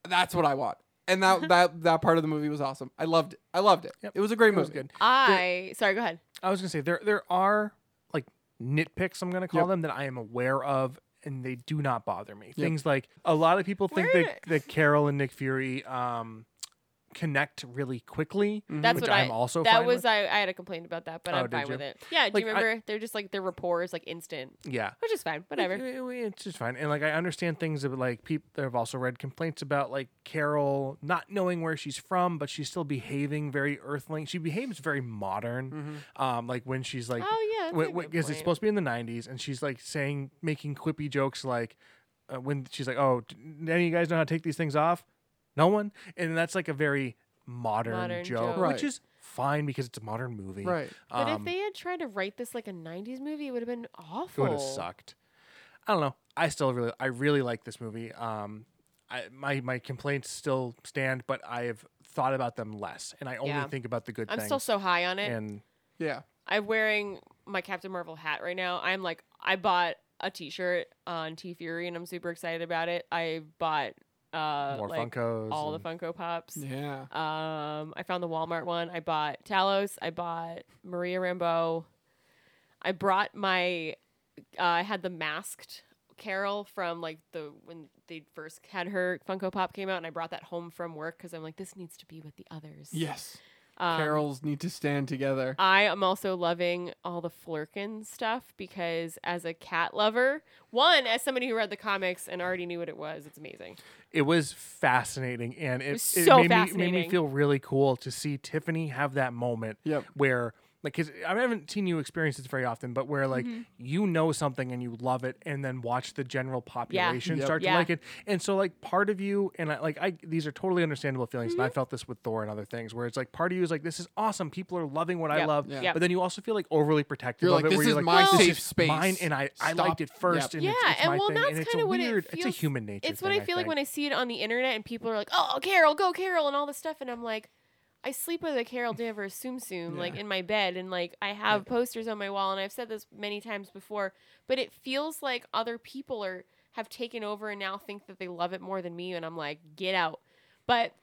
[SPEAKER 3] that's what i want and that that that part of the movie was awesome i loved it i loved it
[SPEAKER 1] Yep.
[SPEAKER 3] it was a great
[SPEAKER 1] It was
[SPEAKER 3] movie
[SPEAKER 1] good.
[SPEAKER 4] I sorry, go ahead.
[SPEAKER 1] I was gonna say there there are like nitpicks I'm gonna call
[SPEAKER 3] Yep.
[SPEAKER 1] them that I am aware of and they do not bother me. Things like a lot of people think
[SPEAKER 4] Where-
[SPEAKER 1] that, that Carol and Nick Fury um connect really quickly.
[SPEAKER 3] Mhm.
[SPEAKER 4] That's
[SPEAKER 1] Which
[SPEAKER 4] what
[SPEAKER 1] I'm
[SPEAKER 4] I
[SPEAKER 1] also
[SPEAKER 4] that
[SPEAKER 1] fine
[SPEAKER 4] was
[SPEAKER 1] with.
[SPEAKER 4] I, I had a complaint about that, but
[SPEAKER 1] Oh,
[SPEAKER 4] I'm
[SPEAKER 1] did
[SPEAKER 4] fine with
[SPEAKER 1] you?
[SPEAKER 4] it. Yeah, do you
[SPEAKER 1] Like, I-
[SPEAKER 4] remember? They're just like their rapport is like instant,
[SPEAKER 1] Yeah.
[SPEAKER 4] which is fine, whatever.
[SPEAKER 1] Like, it- it- it's just fine. And like I understand things that like people that have also read complaints about like Carol not knowing where she's from, but she's still behaving very earthling. She behaves very modern. Um, like when she's like
[SPEAKER 4] Mm-hmm. oh yeah, that's
[SPEAKER 1] because
[SPEAKER 4] a good
[SPEAKER 1] it's
[SPEAKER 4] point.
[SPEAKER 1] supposed to be in the 90s and she's like saying making quippy jokes like uh, when she's like oh d- any of you guys know how to take these things off no one and that's like a very modern,
[SPEAKER 4] Modern
[SPEAKER 1] joke,
[SPEAKER 4] joke.
[SPEAKER 1] which
[SPEAKER 3] Right.
[SPEAKER 1] is fine because it's a modern movie
[SPEAKER 3] right
[SPEAKER 4] But
[SPEAKER 1] um,
[SPEAKER 4] if they had tried to write this like a '90s movie, it would have been
[SPEAKER 1] it
[SPEAKER 4] awful.
[SPEAKER 1] would have sucked i don't know i still really i really like this movie um I, my my complaints still stand but i've thought about them less and i only
[SPEAKER 4] Yeah.
[SPEAKER 1] think about the good
[SPEAKER 4] I'm
[SPEAKER 1] things
[SPEAKER 4] still so high on it.
[SPEAKER 1] and
[SPEAKER 3] yeah
[SPEAKER 4] I'm wearing my Captain Marvel hat right now. I'm like, I bought a T-shirt on T Fury, and I'm super excited about it. I bought uh,
[SPEAKER 1] more
[SPEAKER 4] like
[SPEAKER 1] funkos
[SPEAKER 4] all the
[SPEAKER 1] and-
[SPEAKER 4] Funko Pops.
[SPEAKER 3] yeah
[SPEAKER 4] Um, I found the Walmart one. I bought Talos. I bought Maria Rambeau. I brought my. Uh, I had the masked Carol from like the when they first had her Funko Pop came out, and I brought that home from work because I'm like, this needs to be with the others.
[SPEAKER 3] yes
[SPEAKER 4] Um,
[SPEAKER 3] carols need to stand together
[SPEAKER 4] I am also loving all the Flurkin stuff because, as a cat lover, one, as somebody who read the comics and already knew what it was, it's amazing.
[SPEAKER 1] it was fascinating and it, it,
[SPEAKER 4] was so
[SPEAKER 1] made, Me, made me
[SPEAKER 4] fascinating.
[SPEAKER 1] feel really cool to see tiffany have that moment
[SPEAKER 3] Yep.
[SPEAKER 1] where like 'cause i haven't seen you experience this very often but where like
[SPEAKER 4] Mm-hmm.
[SPEAKER 1] you know something and you love it and then watch the general population
[SPEAKER 3] Yep.
[SPEAKER 1] start to
[SPEAKER 4] Yeah.
[SPEAKER 1] like it and so like part of you and I, like i these are totally understandable feelings
[SPEAKER 4] Mm-hmm.
[SPEAKER 1] and i felt this with thor and other things where it's like part of you is like this is awesome people are loving what i
[SPEAKER 4] Yep.
[SPEAKER 1] love
[SPEAKER 3] Yeah.
[SPEAKER 4] Yep.
[SPEAKER 1] but then you also feel like overly protective
[SPEAKER 3] You're
[SPEAKER 1] of
[SPEAKER 3] like,
[SPEAKER 1] it
[SPEAKER 3] "This
[SPEAKER 1] where
[SPEAKER 3] is
[SPEAKER 1] you're
[SPEAKER 3] my
[SPEAKER 1] like
[SPEAKER 3] safe
[SPEAKER 1] this is
[SPEAKER 3] space.
[SPEAKER 1] mine and i i liked
[SPEAKER 3] Stop."
[SPEAKER 1] it first
[SPEAKER 3] Yep.
[SPEAKER 1] and it's,
[SPEAKER 4] Yeah,
[SPEAKER 1] it's
[SPEAKER 4] and
[SPEAKER 1] my
[SPEAKER 4] well,
[SPEAKER 1] thing
[SPEAKER 4] that's
[SPEAKER 1] and it's
[SPEAKER 4] kinda
[SPEAKER 1] a
[SPEAKER 4] what it
[SPEAKER 1] weird it's a
[SPEAKER 4] feels-
[SPEAKER 1] human nature
[SPEAKER 4] It's what I feel like when I see it on the internet and people are like, "Oh, Carol, go Carol," and all this stuff, and I'm like, I sleep with a Carol Danvers Tsum Tsum like
[SPEAKER 3] Yeah.
[SPEAKER 4] in my bed, and like I have posters on my wall, and I've said this many times before, but it feels like other people are have taken over and now think that they love it more than me, and I'm like, get out. But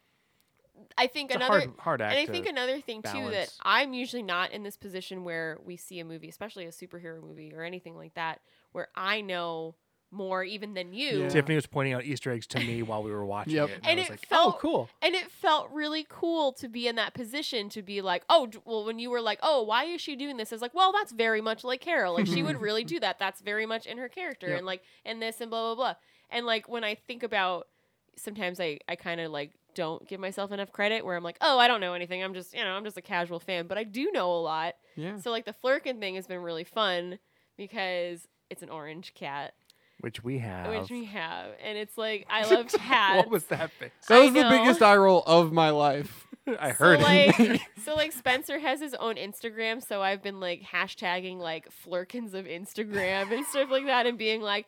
[SPEAKER 4] I think
[SPEAKER 1] it's a
[SPEAKER 4] another
[SPEAKER 1] hard hard act
[SPEAKER 4] and I
[SPEAKER 1] to-
[SPEAKER 4] think another thing too that
[SPEAKER 1] balance.
[SPEAKER 4] I'm usually not in this position where we see a movie, especially a superhero movie or anything like that, where I know more even than you.
[SPEAKER 3] Yeah.
[SPEAKER 1] Tiffany was pointing out Easter eggs to me while we were watching
[SPEAKER 3] Yep.
[SPEAKER 1] it, and,
[SPEAKER 4] And
[SPEAKER 1] I was
[SPEAKER 4] it
[SPEAKER 1] like, "Oh,
[SPEAKER 4] felt-
[SPEAKER 1] cool!"
[SPEAKER 4] And it felt really cool to be in that position to be like, oh, d- well, when you were like, oh, why is she doing this? It's like, well, that's very much like Carol. Like, she would really do that. That's very much in her character
[SPEAKER 3] Yep.
[SPEAKER 4] and like, and this and blah, blah, blah. And like, when I think about sometimes I, I kind of like don't give myself enough credit where I'm like, oh, I don't know anything. I'm just, you know, I'm just a casual fan, but I do know a lot.
[SPEAKER 3] yeah
[SPEAKER 4] So like the Flurkin thing has been really fun because it's an orange cat,
[SPEAKER 1] Which we have.
[SPEAKER 4] which we have, and it's like I love cats.
[SPEAKER 1] what was that face?
[SPEAKER 3] that
[SPEAKER 4] I
[SPEAKER 3] was the
[SPEAKER 4] know.
[SPEAKER 3] biggest eye roll of my life
[SPEAKER 1] I heard
[SPEAKER 4] so,
[SPEAKER 1] it.
[SPEAKER 4] Like, so like Spencer has his own Instagram, so I've been like hashtagging like flurkins of Instagram and stuff like that, and being like,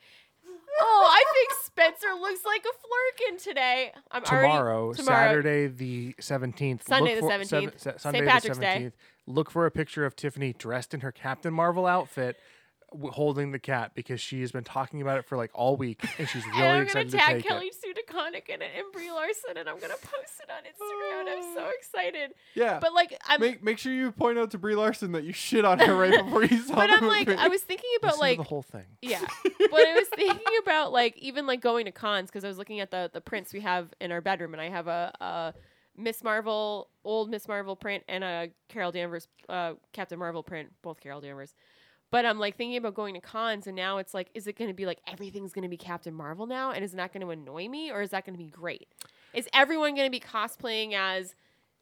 [SPEAKER 4] "Oh, I think Spencer looks like a flurkin today." I'm
[SPEAKER 1] Tomorrow,
[SPEAKER 4] already, tomorrow,
[SPEAKER 1] Saturday the seventeenth,
[SPEAKER 4] Sunday the 17th,
[SPEAKER 1] Sunday
[SPEAKER 4] St.
[SPEAKER 1] the
[SPEAKER 4] Patrick's Day.
[SPEAKER 1] seventeenth. Look for a picture of Tiffany dressed in her Captain Marvel outfit, w- holding the cat because she has been talking about it for like all week, and she's really
[SPEAKER 4] and I'm gonna
[SPEAKER 1] excited to
[SPEAKER 4] tag
[SPEAKER 1] take
[SPEAKER 4] Kelly
[SPEAKER 1] it.
[SPEAKER 4] Sue DeConnick in it and Brie Larson, and I'm gonna post it on Instagram. I'm
[SPEAKER 1] Oh.
[SPEAKER 4] so excited,
[SPEAKER 3] yeah
[SPEAKER 4] but like I'm.
[SPEAKER 3] make make sure you point out to brie larson that you shit on her right before you saw
[SPEAKER 4] but
[SPEAKER 3] the
[SPEAKER 4] I'm like,
[SPEAKER 3] movie.
[SPEAKER 4] I was thinking
[SPEAKER 1] Listen
[SPEAKER 4] about
[SPEAKER 1] to
[SPEAKER 4] like
[SPEAKER 1] the whole thing.
[SPEAKER 4] Yeah. But I was thinking about like even like going to cons because I was looking at the the prints we have in our bedroom and I have a, a Miss Marvel, old Miss Marvel print, and a Carol Danvers, uh, Captain Marvel print, both Carol Danvers. But I'm like thinking about going to cons, and now it's like, is it going to be like everything's going to be Captain Marvel now, and is that going to annoy me, or is that going to be great? Is everyone going to be cosplaying as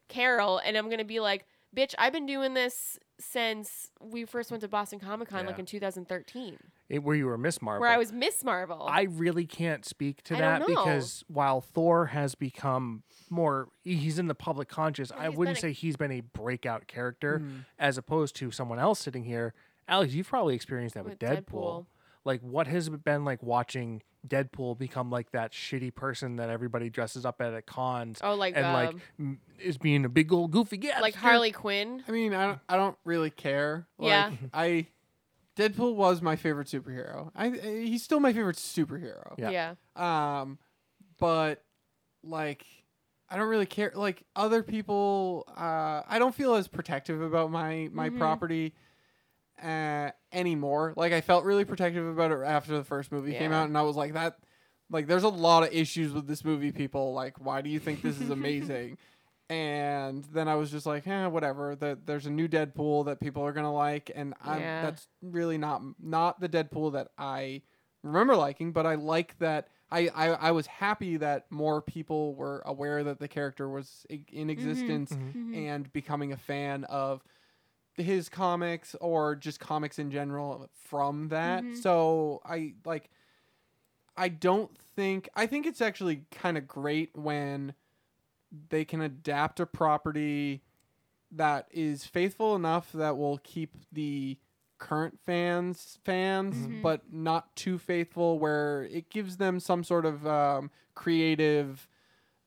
[SPEAKER 4] Carol, and I'm going to be like, bitch, I've been doing this since we first went to Boston Comic Con, like
[SPEAKER 1] Yeah.
[SPEAKER 4] in 2013,
[SPEAKER 1] It, where you were Miss Marvel.
[SPEAKER 4] where I was Miss Marvel.
[SPEAKER 1] I really can't speak to
[SPEAKER 4] I don't
[SPEAKER 1] that
[SPEAKER 4] know.
[SPEAKER 1] because while Thor has become more, he's in the public conscious. I
[SPEAKER 4] he's been
[SPEAKER 1] wouldn't
[SPEAKER 4] a- Hmm.
[SPEAKER 1] say he's been a breakout character as opposed to someone else sitting here. Alex, you've probably experienced that with,
[SPEAKER 4] With Deadpool.
[SPEAKER 1] Deadpool. Like, what has it been like watching Deadpool become like that shitty person that everybody dresses up at at cons
[SPEAKER 4] oh, like
[SPEAKER 1] and like
[SPEAKER 4] um,
[SPEAKER 1] m- is being a big old goofy guy?
[SPEAKER 4] like Harley Quinn.
[SPEAKER 3] I mean, I don't, I don't really care. Like,
[SPEAKER 4] Yeah.
[SPEAKER 3] I Deadpool was my favorite superhero. I, I he's still my favorite superhero.
[SPEAKER 1] Yeah.
[SPEAKER 4] Yeah.
[SPEAKER 3] Um, but like, I don't really care. Like other people, uh, I don't feel as protective about my my
[SPEAKER 4] Mhm.
[SPEAKER 3] property uh, anymore. Like I felt really protective about it after the first movie came
[SPEAKER 4] Yeah.
[SPEAKER 3] out, and I was like that. Like, there's a lot of issues with this movie, people. Like, why do you think this is amazing? and then I was just like, eh, whatever. That there's a new Deadpool that people are gonna like, and I'm,
[SPEAKER 4] Yeah.
[SPEAKER 3] that's really not not the Deadpool that I remember liking. But I like that. I, I, I was happy that more people were aware that the character was i- in existence
[SPEAKER 1] Mhm.
[SPEAKER 4] Mhm.
[SPEAKER 3] and becoming a fan of his comics or just comics in general from that.
[SPEAKER 4] Mhm.
[SPEAKER 3] So I like I don't think I think it's actually kind of great when they can adapt a property that is faithful enough that will keep the current fans fans
[SPEAKER 4] Mhm.
[SPEAKER 3] but not too faithful where it gives them some sort of um, creative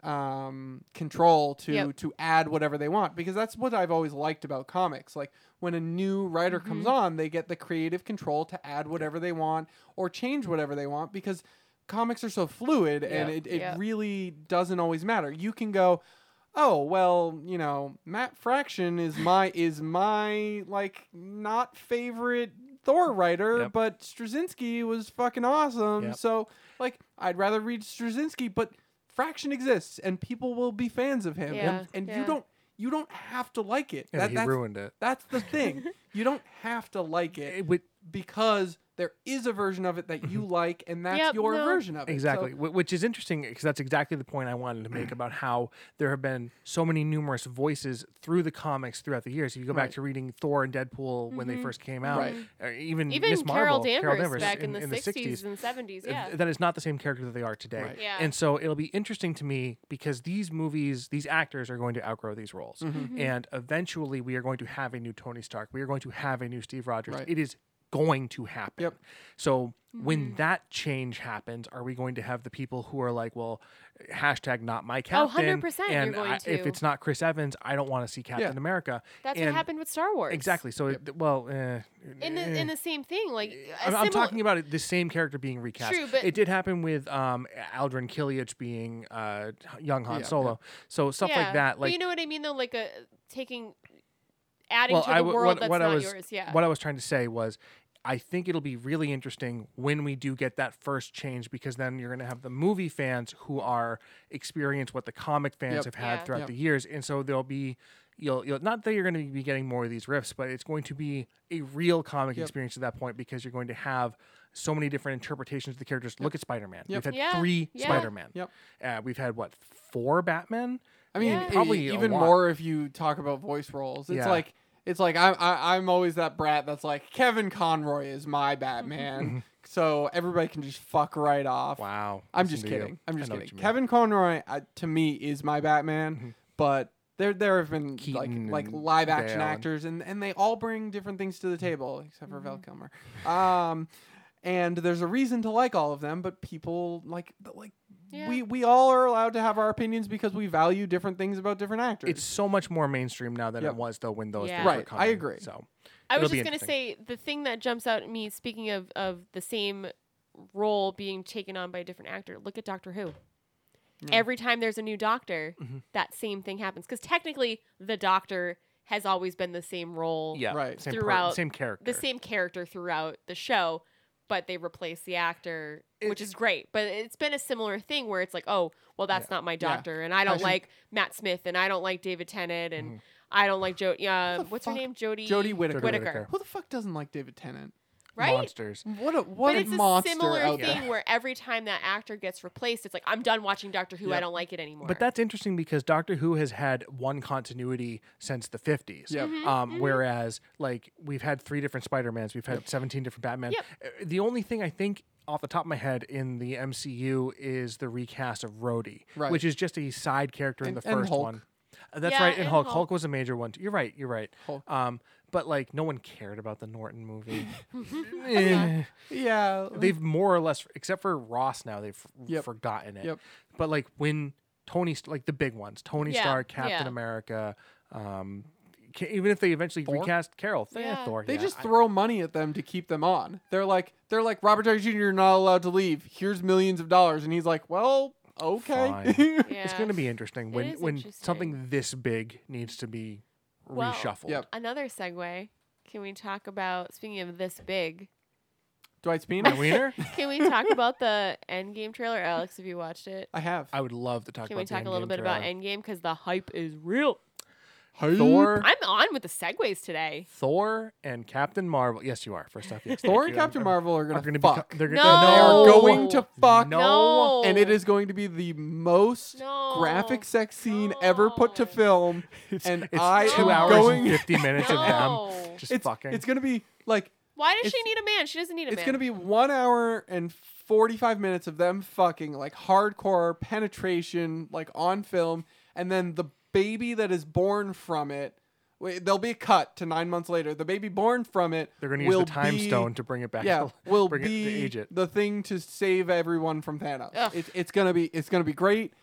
[SPEAKER 3] um, control to
[SPEAKER 4] Yep.
[SPEAKER 3] to add whatever they want because that's what I've always liked about comics. Like when a new writer
[SPEAKER 4] Mm-hmm.
[SPEAKER 3] comes on, they get the creative control to add whatever they want or change whatever they want because comics are so fluid and
[SPEAKER 1] Yeah.
[SPEAKER 3] it, it
[SPEAKER 4] Yeah.
[SPEAKER 3] really doesn't always matter. You can go, oh well, you know, Matt Fraction is my is my like not favorite Thor writer,
[SPEAKER 1] Yep.
[SPEAKER 3] but Straczynski was fucking awesome.
[SPEAKER 1] Yep.
[SPEAKER 3] So like I'd rather read Straczynski, but Fraction exists and people will be fans of him.
[SPEAKER 4] Yeah,
[SPEAKER 3] And, and you
[SPEAKER 4] yeah.
[SPEAKER 3] don't you don't have to like it.
[SPEAKER 1] Yeah,
[SPEAKER 3] That-
[SPEAKER 1] he
[SPEAKER 3] that's,
[SPEAKER 1] ruined it.
[SPEAKER 3] that's the thing. you don't have to like it
[SPEAKER 1] It would-
[SPEAKER 3] because there is a version of it that you like and that's
[SPEAKER 4] Yep,
[SPEAKER 3] your
[SPEAKER 4] no.
[SPEAKER 3] version of it. So-
[SPEAKER 1] Exactly, wh- which is interesting because that's exactly the point I wanted to make about how there have been so many numerous voices through the comics throughout the years. If you go back
[SPEAKER 3] Right.
[SPEAKER 1] to reading Thor and Deadpool when they first came out,
[SPEAKER 3] Right.
[SPEAKER 1] or even
[SPEAKER 4] Mm-hmm. Even
[SPEAKER 1] Miss
[SPEAKER 4] Carol,
[SPEAKER 1] Marvel,
[SPEAKER 4] Danvers
[SPEAKER 1] Carol Danvers
[SPEAKER 4] back in, the, 60s,
[SPEAKER 1] 60s,
[SPEAKER 4] and 70s.
[SPEAKER 1] uh,
[SPEAKER 4] Yeah.
[SPEAKER 1] that is not the same character that they are today.
[SPEAKER 3] Right.
[SPEAKER 4] Yeah.
[SPEAKER 1] And so it'll be interesting to me because these movies, these actors are going to outgrow these roles.
[SPEAKER 3] Mm-hmm.
[SPEAKER 4] Mm-hmm.
[SPEAKER 1] And eventually we are going to have a new Tony Stark. We are going to have a new Steve Rogers.
[SPEAKER 3] Right.
[SPEAKER 1] It is going to happen.
[SPEAKER 3] Yep.
[SPEAKER 1] So
[SPEAKER 4] Mm-hmm.
[SPEAKER 1] when that change happens, are we going to have the people who are like, well, hashtag not my
[SPEAKER 4] Oh,
[SPEAKER 1] captain?
[SPEAKER 4] 100% you're
[SPEAKER 1] and
[SPEAKER 4] going
[SPEAKER 1] I- if
[SPEAKER 4] to.
[SPEAKER 1] it's not Chris Evans, I don't want to see Captain
[SPEAKER 3] Yeah.
[SPEAKER 1] America.
[SPEAKER 4] That's
[SPEAKER 1] And-
[SPEAKER 4] what happened with Star Wars.
[SPEAKER 1] Exactly. So, it, well, eh,
[SPEAKER 4] In the,
[SPEAKER 1] eh.
[SPEAKER 4] in the same thing. Like, a
[SPEAKER 1] I'm, I'm
[SPEAKER 4] simil-
[SPEAKER 1] talking about it, the same character being recast.
[SPEAKER 4] True, but-
[SPEAKER 1] it did happen with um, Aldrin Killich being uh, young Han
[SPEAKER 3] Yeah,
[SPEAKER 1] Solo. So stuff
[SPEAKER 4] yeah.
[SPEAKER 1] like that.
[SPEAKER 4] But
[SPEAKER 1] Like
[SPEAKER 4] you know what I mean, though? Like, a, taking, adding
[SPEAKER 1] Well,
[SPEAKER 4] to the
[SPEAKER 1] I w-
[SPEAKER 4] world
[SPEAKER 1] what-
[SPEAKER 4] that's
[SPEAKER 1] what I
[SPEAKER 4] not
[SPEAKER 1] was-
[SPEAKER 4] yours. Yeah.
[SPEAKER 1] what I was trying to say was, I think it'll be really interesting when we do get that first change because then you're going to have the movie fans who are experience what the comic fans
[SPEAKER 3] Yep.
[SPEAKER 1] have had
[SPEAKER 4] Yeah.
[SPEAKER 1] throughout
[SPEAKER 3] Yep.
[SPEAKER 1] the years, and so there'll be. You'll, you'll not that you're going to be getting more of these riffs, but it's going to be a real comic
[SPEAKER 3] Yep.
[SPEAKER 1] experience at that point because you're going to have so many different interpretations of the characters. Look at Spider-Man.
[SPEAKER 3] Yep.
[SPEAKER 1] We've had
[SPEAKER 4] Yeah.
[SPEAKER 1] three
[SPEAKER 4] Yeah.
[SPEAKER 1] Spider-Man.
[SPEAKER 3] Yep.
[SPEAKER 1] Uh, we've had what four Batman?
[SPEAKER 3] I mean,
[SPEAKER 4] Yeah.
[SPEAKER 3] e-
[SPEAKER 1] Probably a
[SPEAKER 3] even
[SPEAKER 1] lot.
[SPEAKER 3] more if you talk about voice roles. It's
[SPEAKER 1] Yeah.
[SPEAKER 3] like it's like I'm I, I'm always that brat that's like Kevin Conroy is my Batman, so everybody can just fuck right off.
[SPEAKER 1] Mm-hmm. Wow.
[SPEAKER 3] I'm
[SPEAKER 1] Listen
[SPEAKER 3] just
[SPEAKER 1] to you.
[SPEAKER 3] kidding. I'm
[SPEAKER 1] I
[SPEAKER 3] just
[SPEAKER 1] know what you
[SPEAKER 3] kidding.
[SPEAKER 1] mean. Mm-hmm.
[SPEAKER 3] Kevin Conroy uh, to me is my Batman, but there there have been
[SPEAKER 1] Keaton
[SPEAKER 3] like like
[SPEAKER 1] and Mm-hmm.
[SPEAKER 3] live action
[SPEAKER 1] Bale and-
[SPEAKER 3] actors and and they all bring different things to the table except for
[SPEAKER 4] Mm-hmm.
[SPEAKER 3] Val Kilmer. Um and there's a reason to like all of them, but people like but, like
[SPEAKER 4] Yeah.
[SPEAKER 3] we we all are allowed to have our opinions because we value different things about different actors.
[SPEAKER 1] it's so much more mainstream now than
[SPEAKER 3] Yep.
[SPEAKER 1] it was though when those
[SPEAKER 4] Yeah.
[SPEAKER 1] things were
[SPEAKER 3] Right, I
[SPEAKER 1] coming.
[SPEAKER 3] agree.
[SPEAKER 1] So
[SPEAKER 4] I was
[SPEAKER 1] It'll be
[SPEAKER 4] just going to say the thing that jumps out at me, speaking of, of the same role being taken on by a different actor, look at Doctor Who. Every time there's a new doctor, that same thing happens. Because technically, the doctor has always been the same role,
[SPEAKER 1] yeah,
[SPEAKER 3] Right.
[SPEAKER 1] same per-
[SPEAKER 4] Throughout
[SPEAKER 1] same character.
[SPEAKER 4] the same character throughout the show. but they replace the actor, which
[SPEAKER 1] It's-
[SPEAKER 4] is great. But it's been a similar thing where it's like, oh, well, that's not my doctor, and I don't
[SPEAKER 3] should-
[SPEAKER 4] like Matt Smith, and I don't like David Tennant, and I don't like Jodie. Uh,
[SPEAKER 3] the
[SPEAKER 4] what's her
[SPEAKER 3] fuck?
[SPEAKER 4] name? Jodie.
[SPEAKER 3] Jodie Whittaker.
[SPEAKER 1] Jodie
[SPEAKER 4] Whittaker.
[SPEAKER 1] Whittaker.
[SPEAKER 3] Who the fuck doesn't like David Tennant?
[SPEAKER 4] Right.
[SPEAKER 1] Monsters.
[SPEAKER 3] What a what
[SPEAKER 4] but
[SPEAKER 3] a
[SPEAKER 4] it's a
[SPEAKER 3] monster
[SPEAKER 4] similar
[SPEAKER 3] out there.
[SPEAKER 4] thing where every time that actor gets replaced, it's like I'm done watching Doctor Who. I
[SPEAKER 3] Yep.
[SPEAKER 4] don't like it anymore.
[SPEAKER 1] But that's interesting because Doctor Who has had one continuity since the 50s.
[SPEAKER 3] Yep.
[SPEAKER 4] Mm-hmm.
[SPEAKER 1] Um, Whereas, like, we've had three different Spider-Mans, we've had 17 different Batman.
[SPEAKER 4] Yep.
[SPEAKER 1] Uh, The only thing I think off the top of my head in the MCU is the recast of Rhodey,
[SPEAKER 3] Right.
[SPEAKER 1] which is just a side character in
[SPEAKER 3] And-
[SPEAKER 1] the
[SPEAKER 3] and
[SPEAKER 1] first
[SPEAKER 3] Hulk.
[SPEAKER 1] one. Uh, That's
[SPEAKER 4] Yeah,
[SPEAKER 1] right. And
[SPEAKER 4] and
[SPEAKER 1] Hulk.
[SPEAKER 4] Hulk.
[SPEAKER 1] Hulk was a major one. too. You're right. You're right.
[SPEAKER 3] Hulk.
[SPEAKER 1] Um, but like no one cared about the Norton movie. Eh.
[SPEAKER 3] Yeah.
[SPEAKER 1] They've more or less, except for Ross now, they've f-
[SPEAKER 3] Yep.
[SPEAKER 1] forgotten it.
[SPEAKER 3] Yep.
[SPEAKER 1] But like when Tony, St- like the big ones, Tony
[SPEAKER 4] Yeah,
[SPEAKER 1] Stark, Captain
[SPEAKER 4] yeah.
[SPEAKER 1] America, um, ca- even if they eventually
[SPEAKER 3] Thor?
[SPEAKER 1] recast Carol, yeah.
[SPEAKER 4] Yeah.
[SPEAKER 1] Thor,
[SPEAKER 3] They
[SPEAKER 1] yeah.
[SPEAKER 3] just
[SPEAKER 1] I-
[SPEAKER 3] throw money at them to keep them on. They're like, they're like, Robert Downey Jr. You're not allowed to leave. Here's millions of dollars, and he's like, well, okay.
[SPEAKER 4] yeah.
[SPEAKER 1] It's going to be interesting when
[SPEAKER 4] is
[SPEAKER 1] when
[SPEAKER 4] interesting.
[SPEAKER 1] something this big needs to be
[SPEAKER 4] Well,
[SPEAKER 1] reshuffled.
[SPEAKER 3] Yep.
[SPEAKER 4] another segue. Can we talk about speaking of this big?
[SPEAKER 3] Dwight
[SPEAKER 1] My
[SPEAKER 3] Spina.
[SPEAKER 1] wiener.
[SPEAKER 4] Can we talk about the Endgame trailer, Alex? If you watched it,
[SPEAKER 3] I have.
[SPEAKER 1] I would love to talk.
[SPEAKER 4] can
[SPEAKER 1] about
[SPEAKER 4] we
[SPEAKER 1] the
[SPEAKER 4] talk a little
[SPEAKER 1] Endgame
[SPEAKER 4] bit about
[SPEAKER 1] trailer.
[SPEAKER 4] Endgame because the hype is real.
[SPEAKER 1] Thor?
[SPEAKER 4] I'm on with the segues today.
[SPEAKER 1] Thor and Captain Marvel. Yes, you are. First off, yes.
[SPEAKER 3] Thor
[SPEAKER 1] thank
[SPEAKER 3] and
[SPEAKER 1] you. I'm-
[SPEAKER 3] Captain
[SPEAKER 1] I'm-
[SPEAKER 3] Marvel are
[SPEAKER 1] are
[SPEAKER 3] gonna,
[SPEAKER 1] gonna be co-
[SPEAKER 3] fuck.
[SPEAKER 1] they're gonna
[SPEAKER 4] No.
[SPEAKER 3] They're going to fuck.
[SPEAKER 1] No.
[SPEAKER 4] No,
[SPEAKER 3] And it is going to be the most
[SPEAKER 4] No.
[SPEAKER 3] graphic sex scene ever put to
[SPEAKER 4] No.
[SPEAKER 3] film.
[SPEAKER 1] It's,
[SPEAKER 3] and
[SPEAKER 1] it's
[SPEAKER 3] I
[SPEAKER 1] two
[SPEAKER 4] am
[SPEAKER 1] hours
[SPEAKER 3] going-
[SPEAKER 1] and fifty minutes of
[SPEAKER 4] No.
[SPEAKER 1] them just
[SPEAKER 3] It's
[SPEAKER 1] fucking.
[SPEAKER 3] It's gonna be like
[SPEAKER 4] Why does she
[SPEAKER 3] It's-
[SPEAKER 4] need a man? She doesn't need a man.
[SPEAKER 3] It's gonna be one hour and forty-five minutes of them fucking like hardcore penetration, like on film, and then the baby that is born from it. Wait, there'll be a cut to nine months later. The baby born from it.
[SPEAKER 1] They're going to use
[SPEAKER 3] will
[SPEAKER 1] the time
[SPEAKER 3] be-
[SPEAKER 1] stone to bring it back.
[SPEAKER 3] Yeah, will
[SPEAKER 1] bring
[SPEAKER 3] be
[SPEAKER 1] it to age it.
[SPEAKER 3] the thing to save everyone from Thanos.
[SPEAKER 4] Ugh.
[SPEAKER 3] It's it's gonna be it's gonna be great,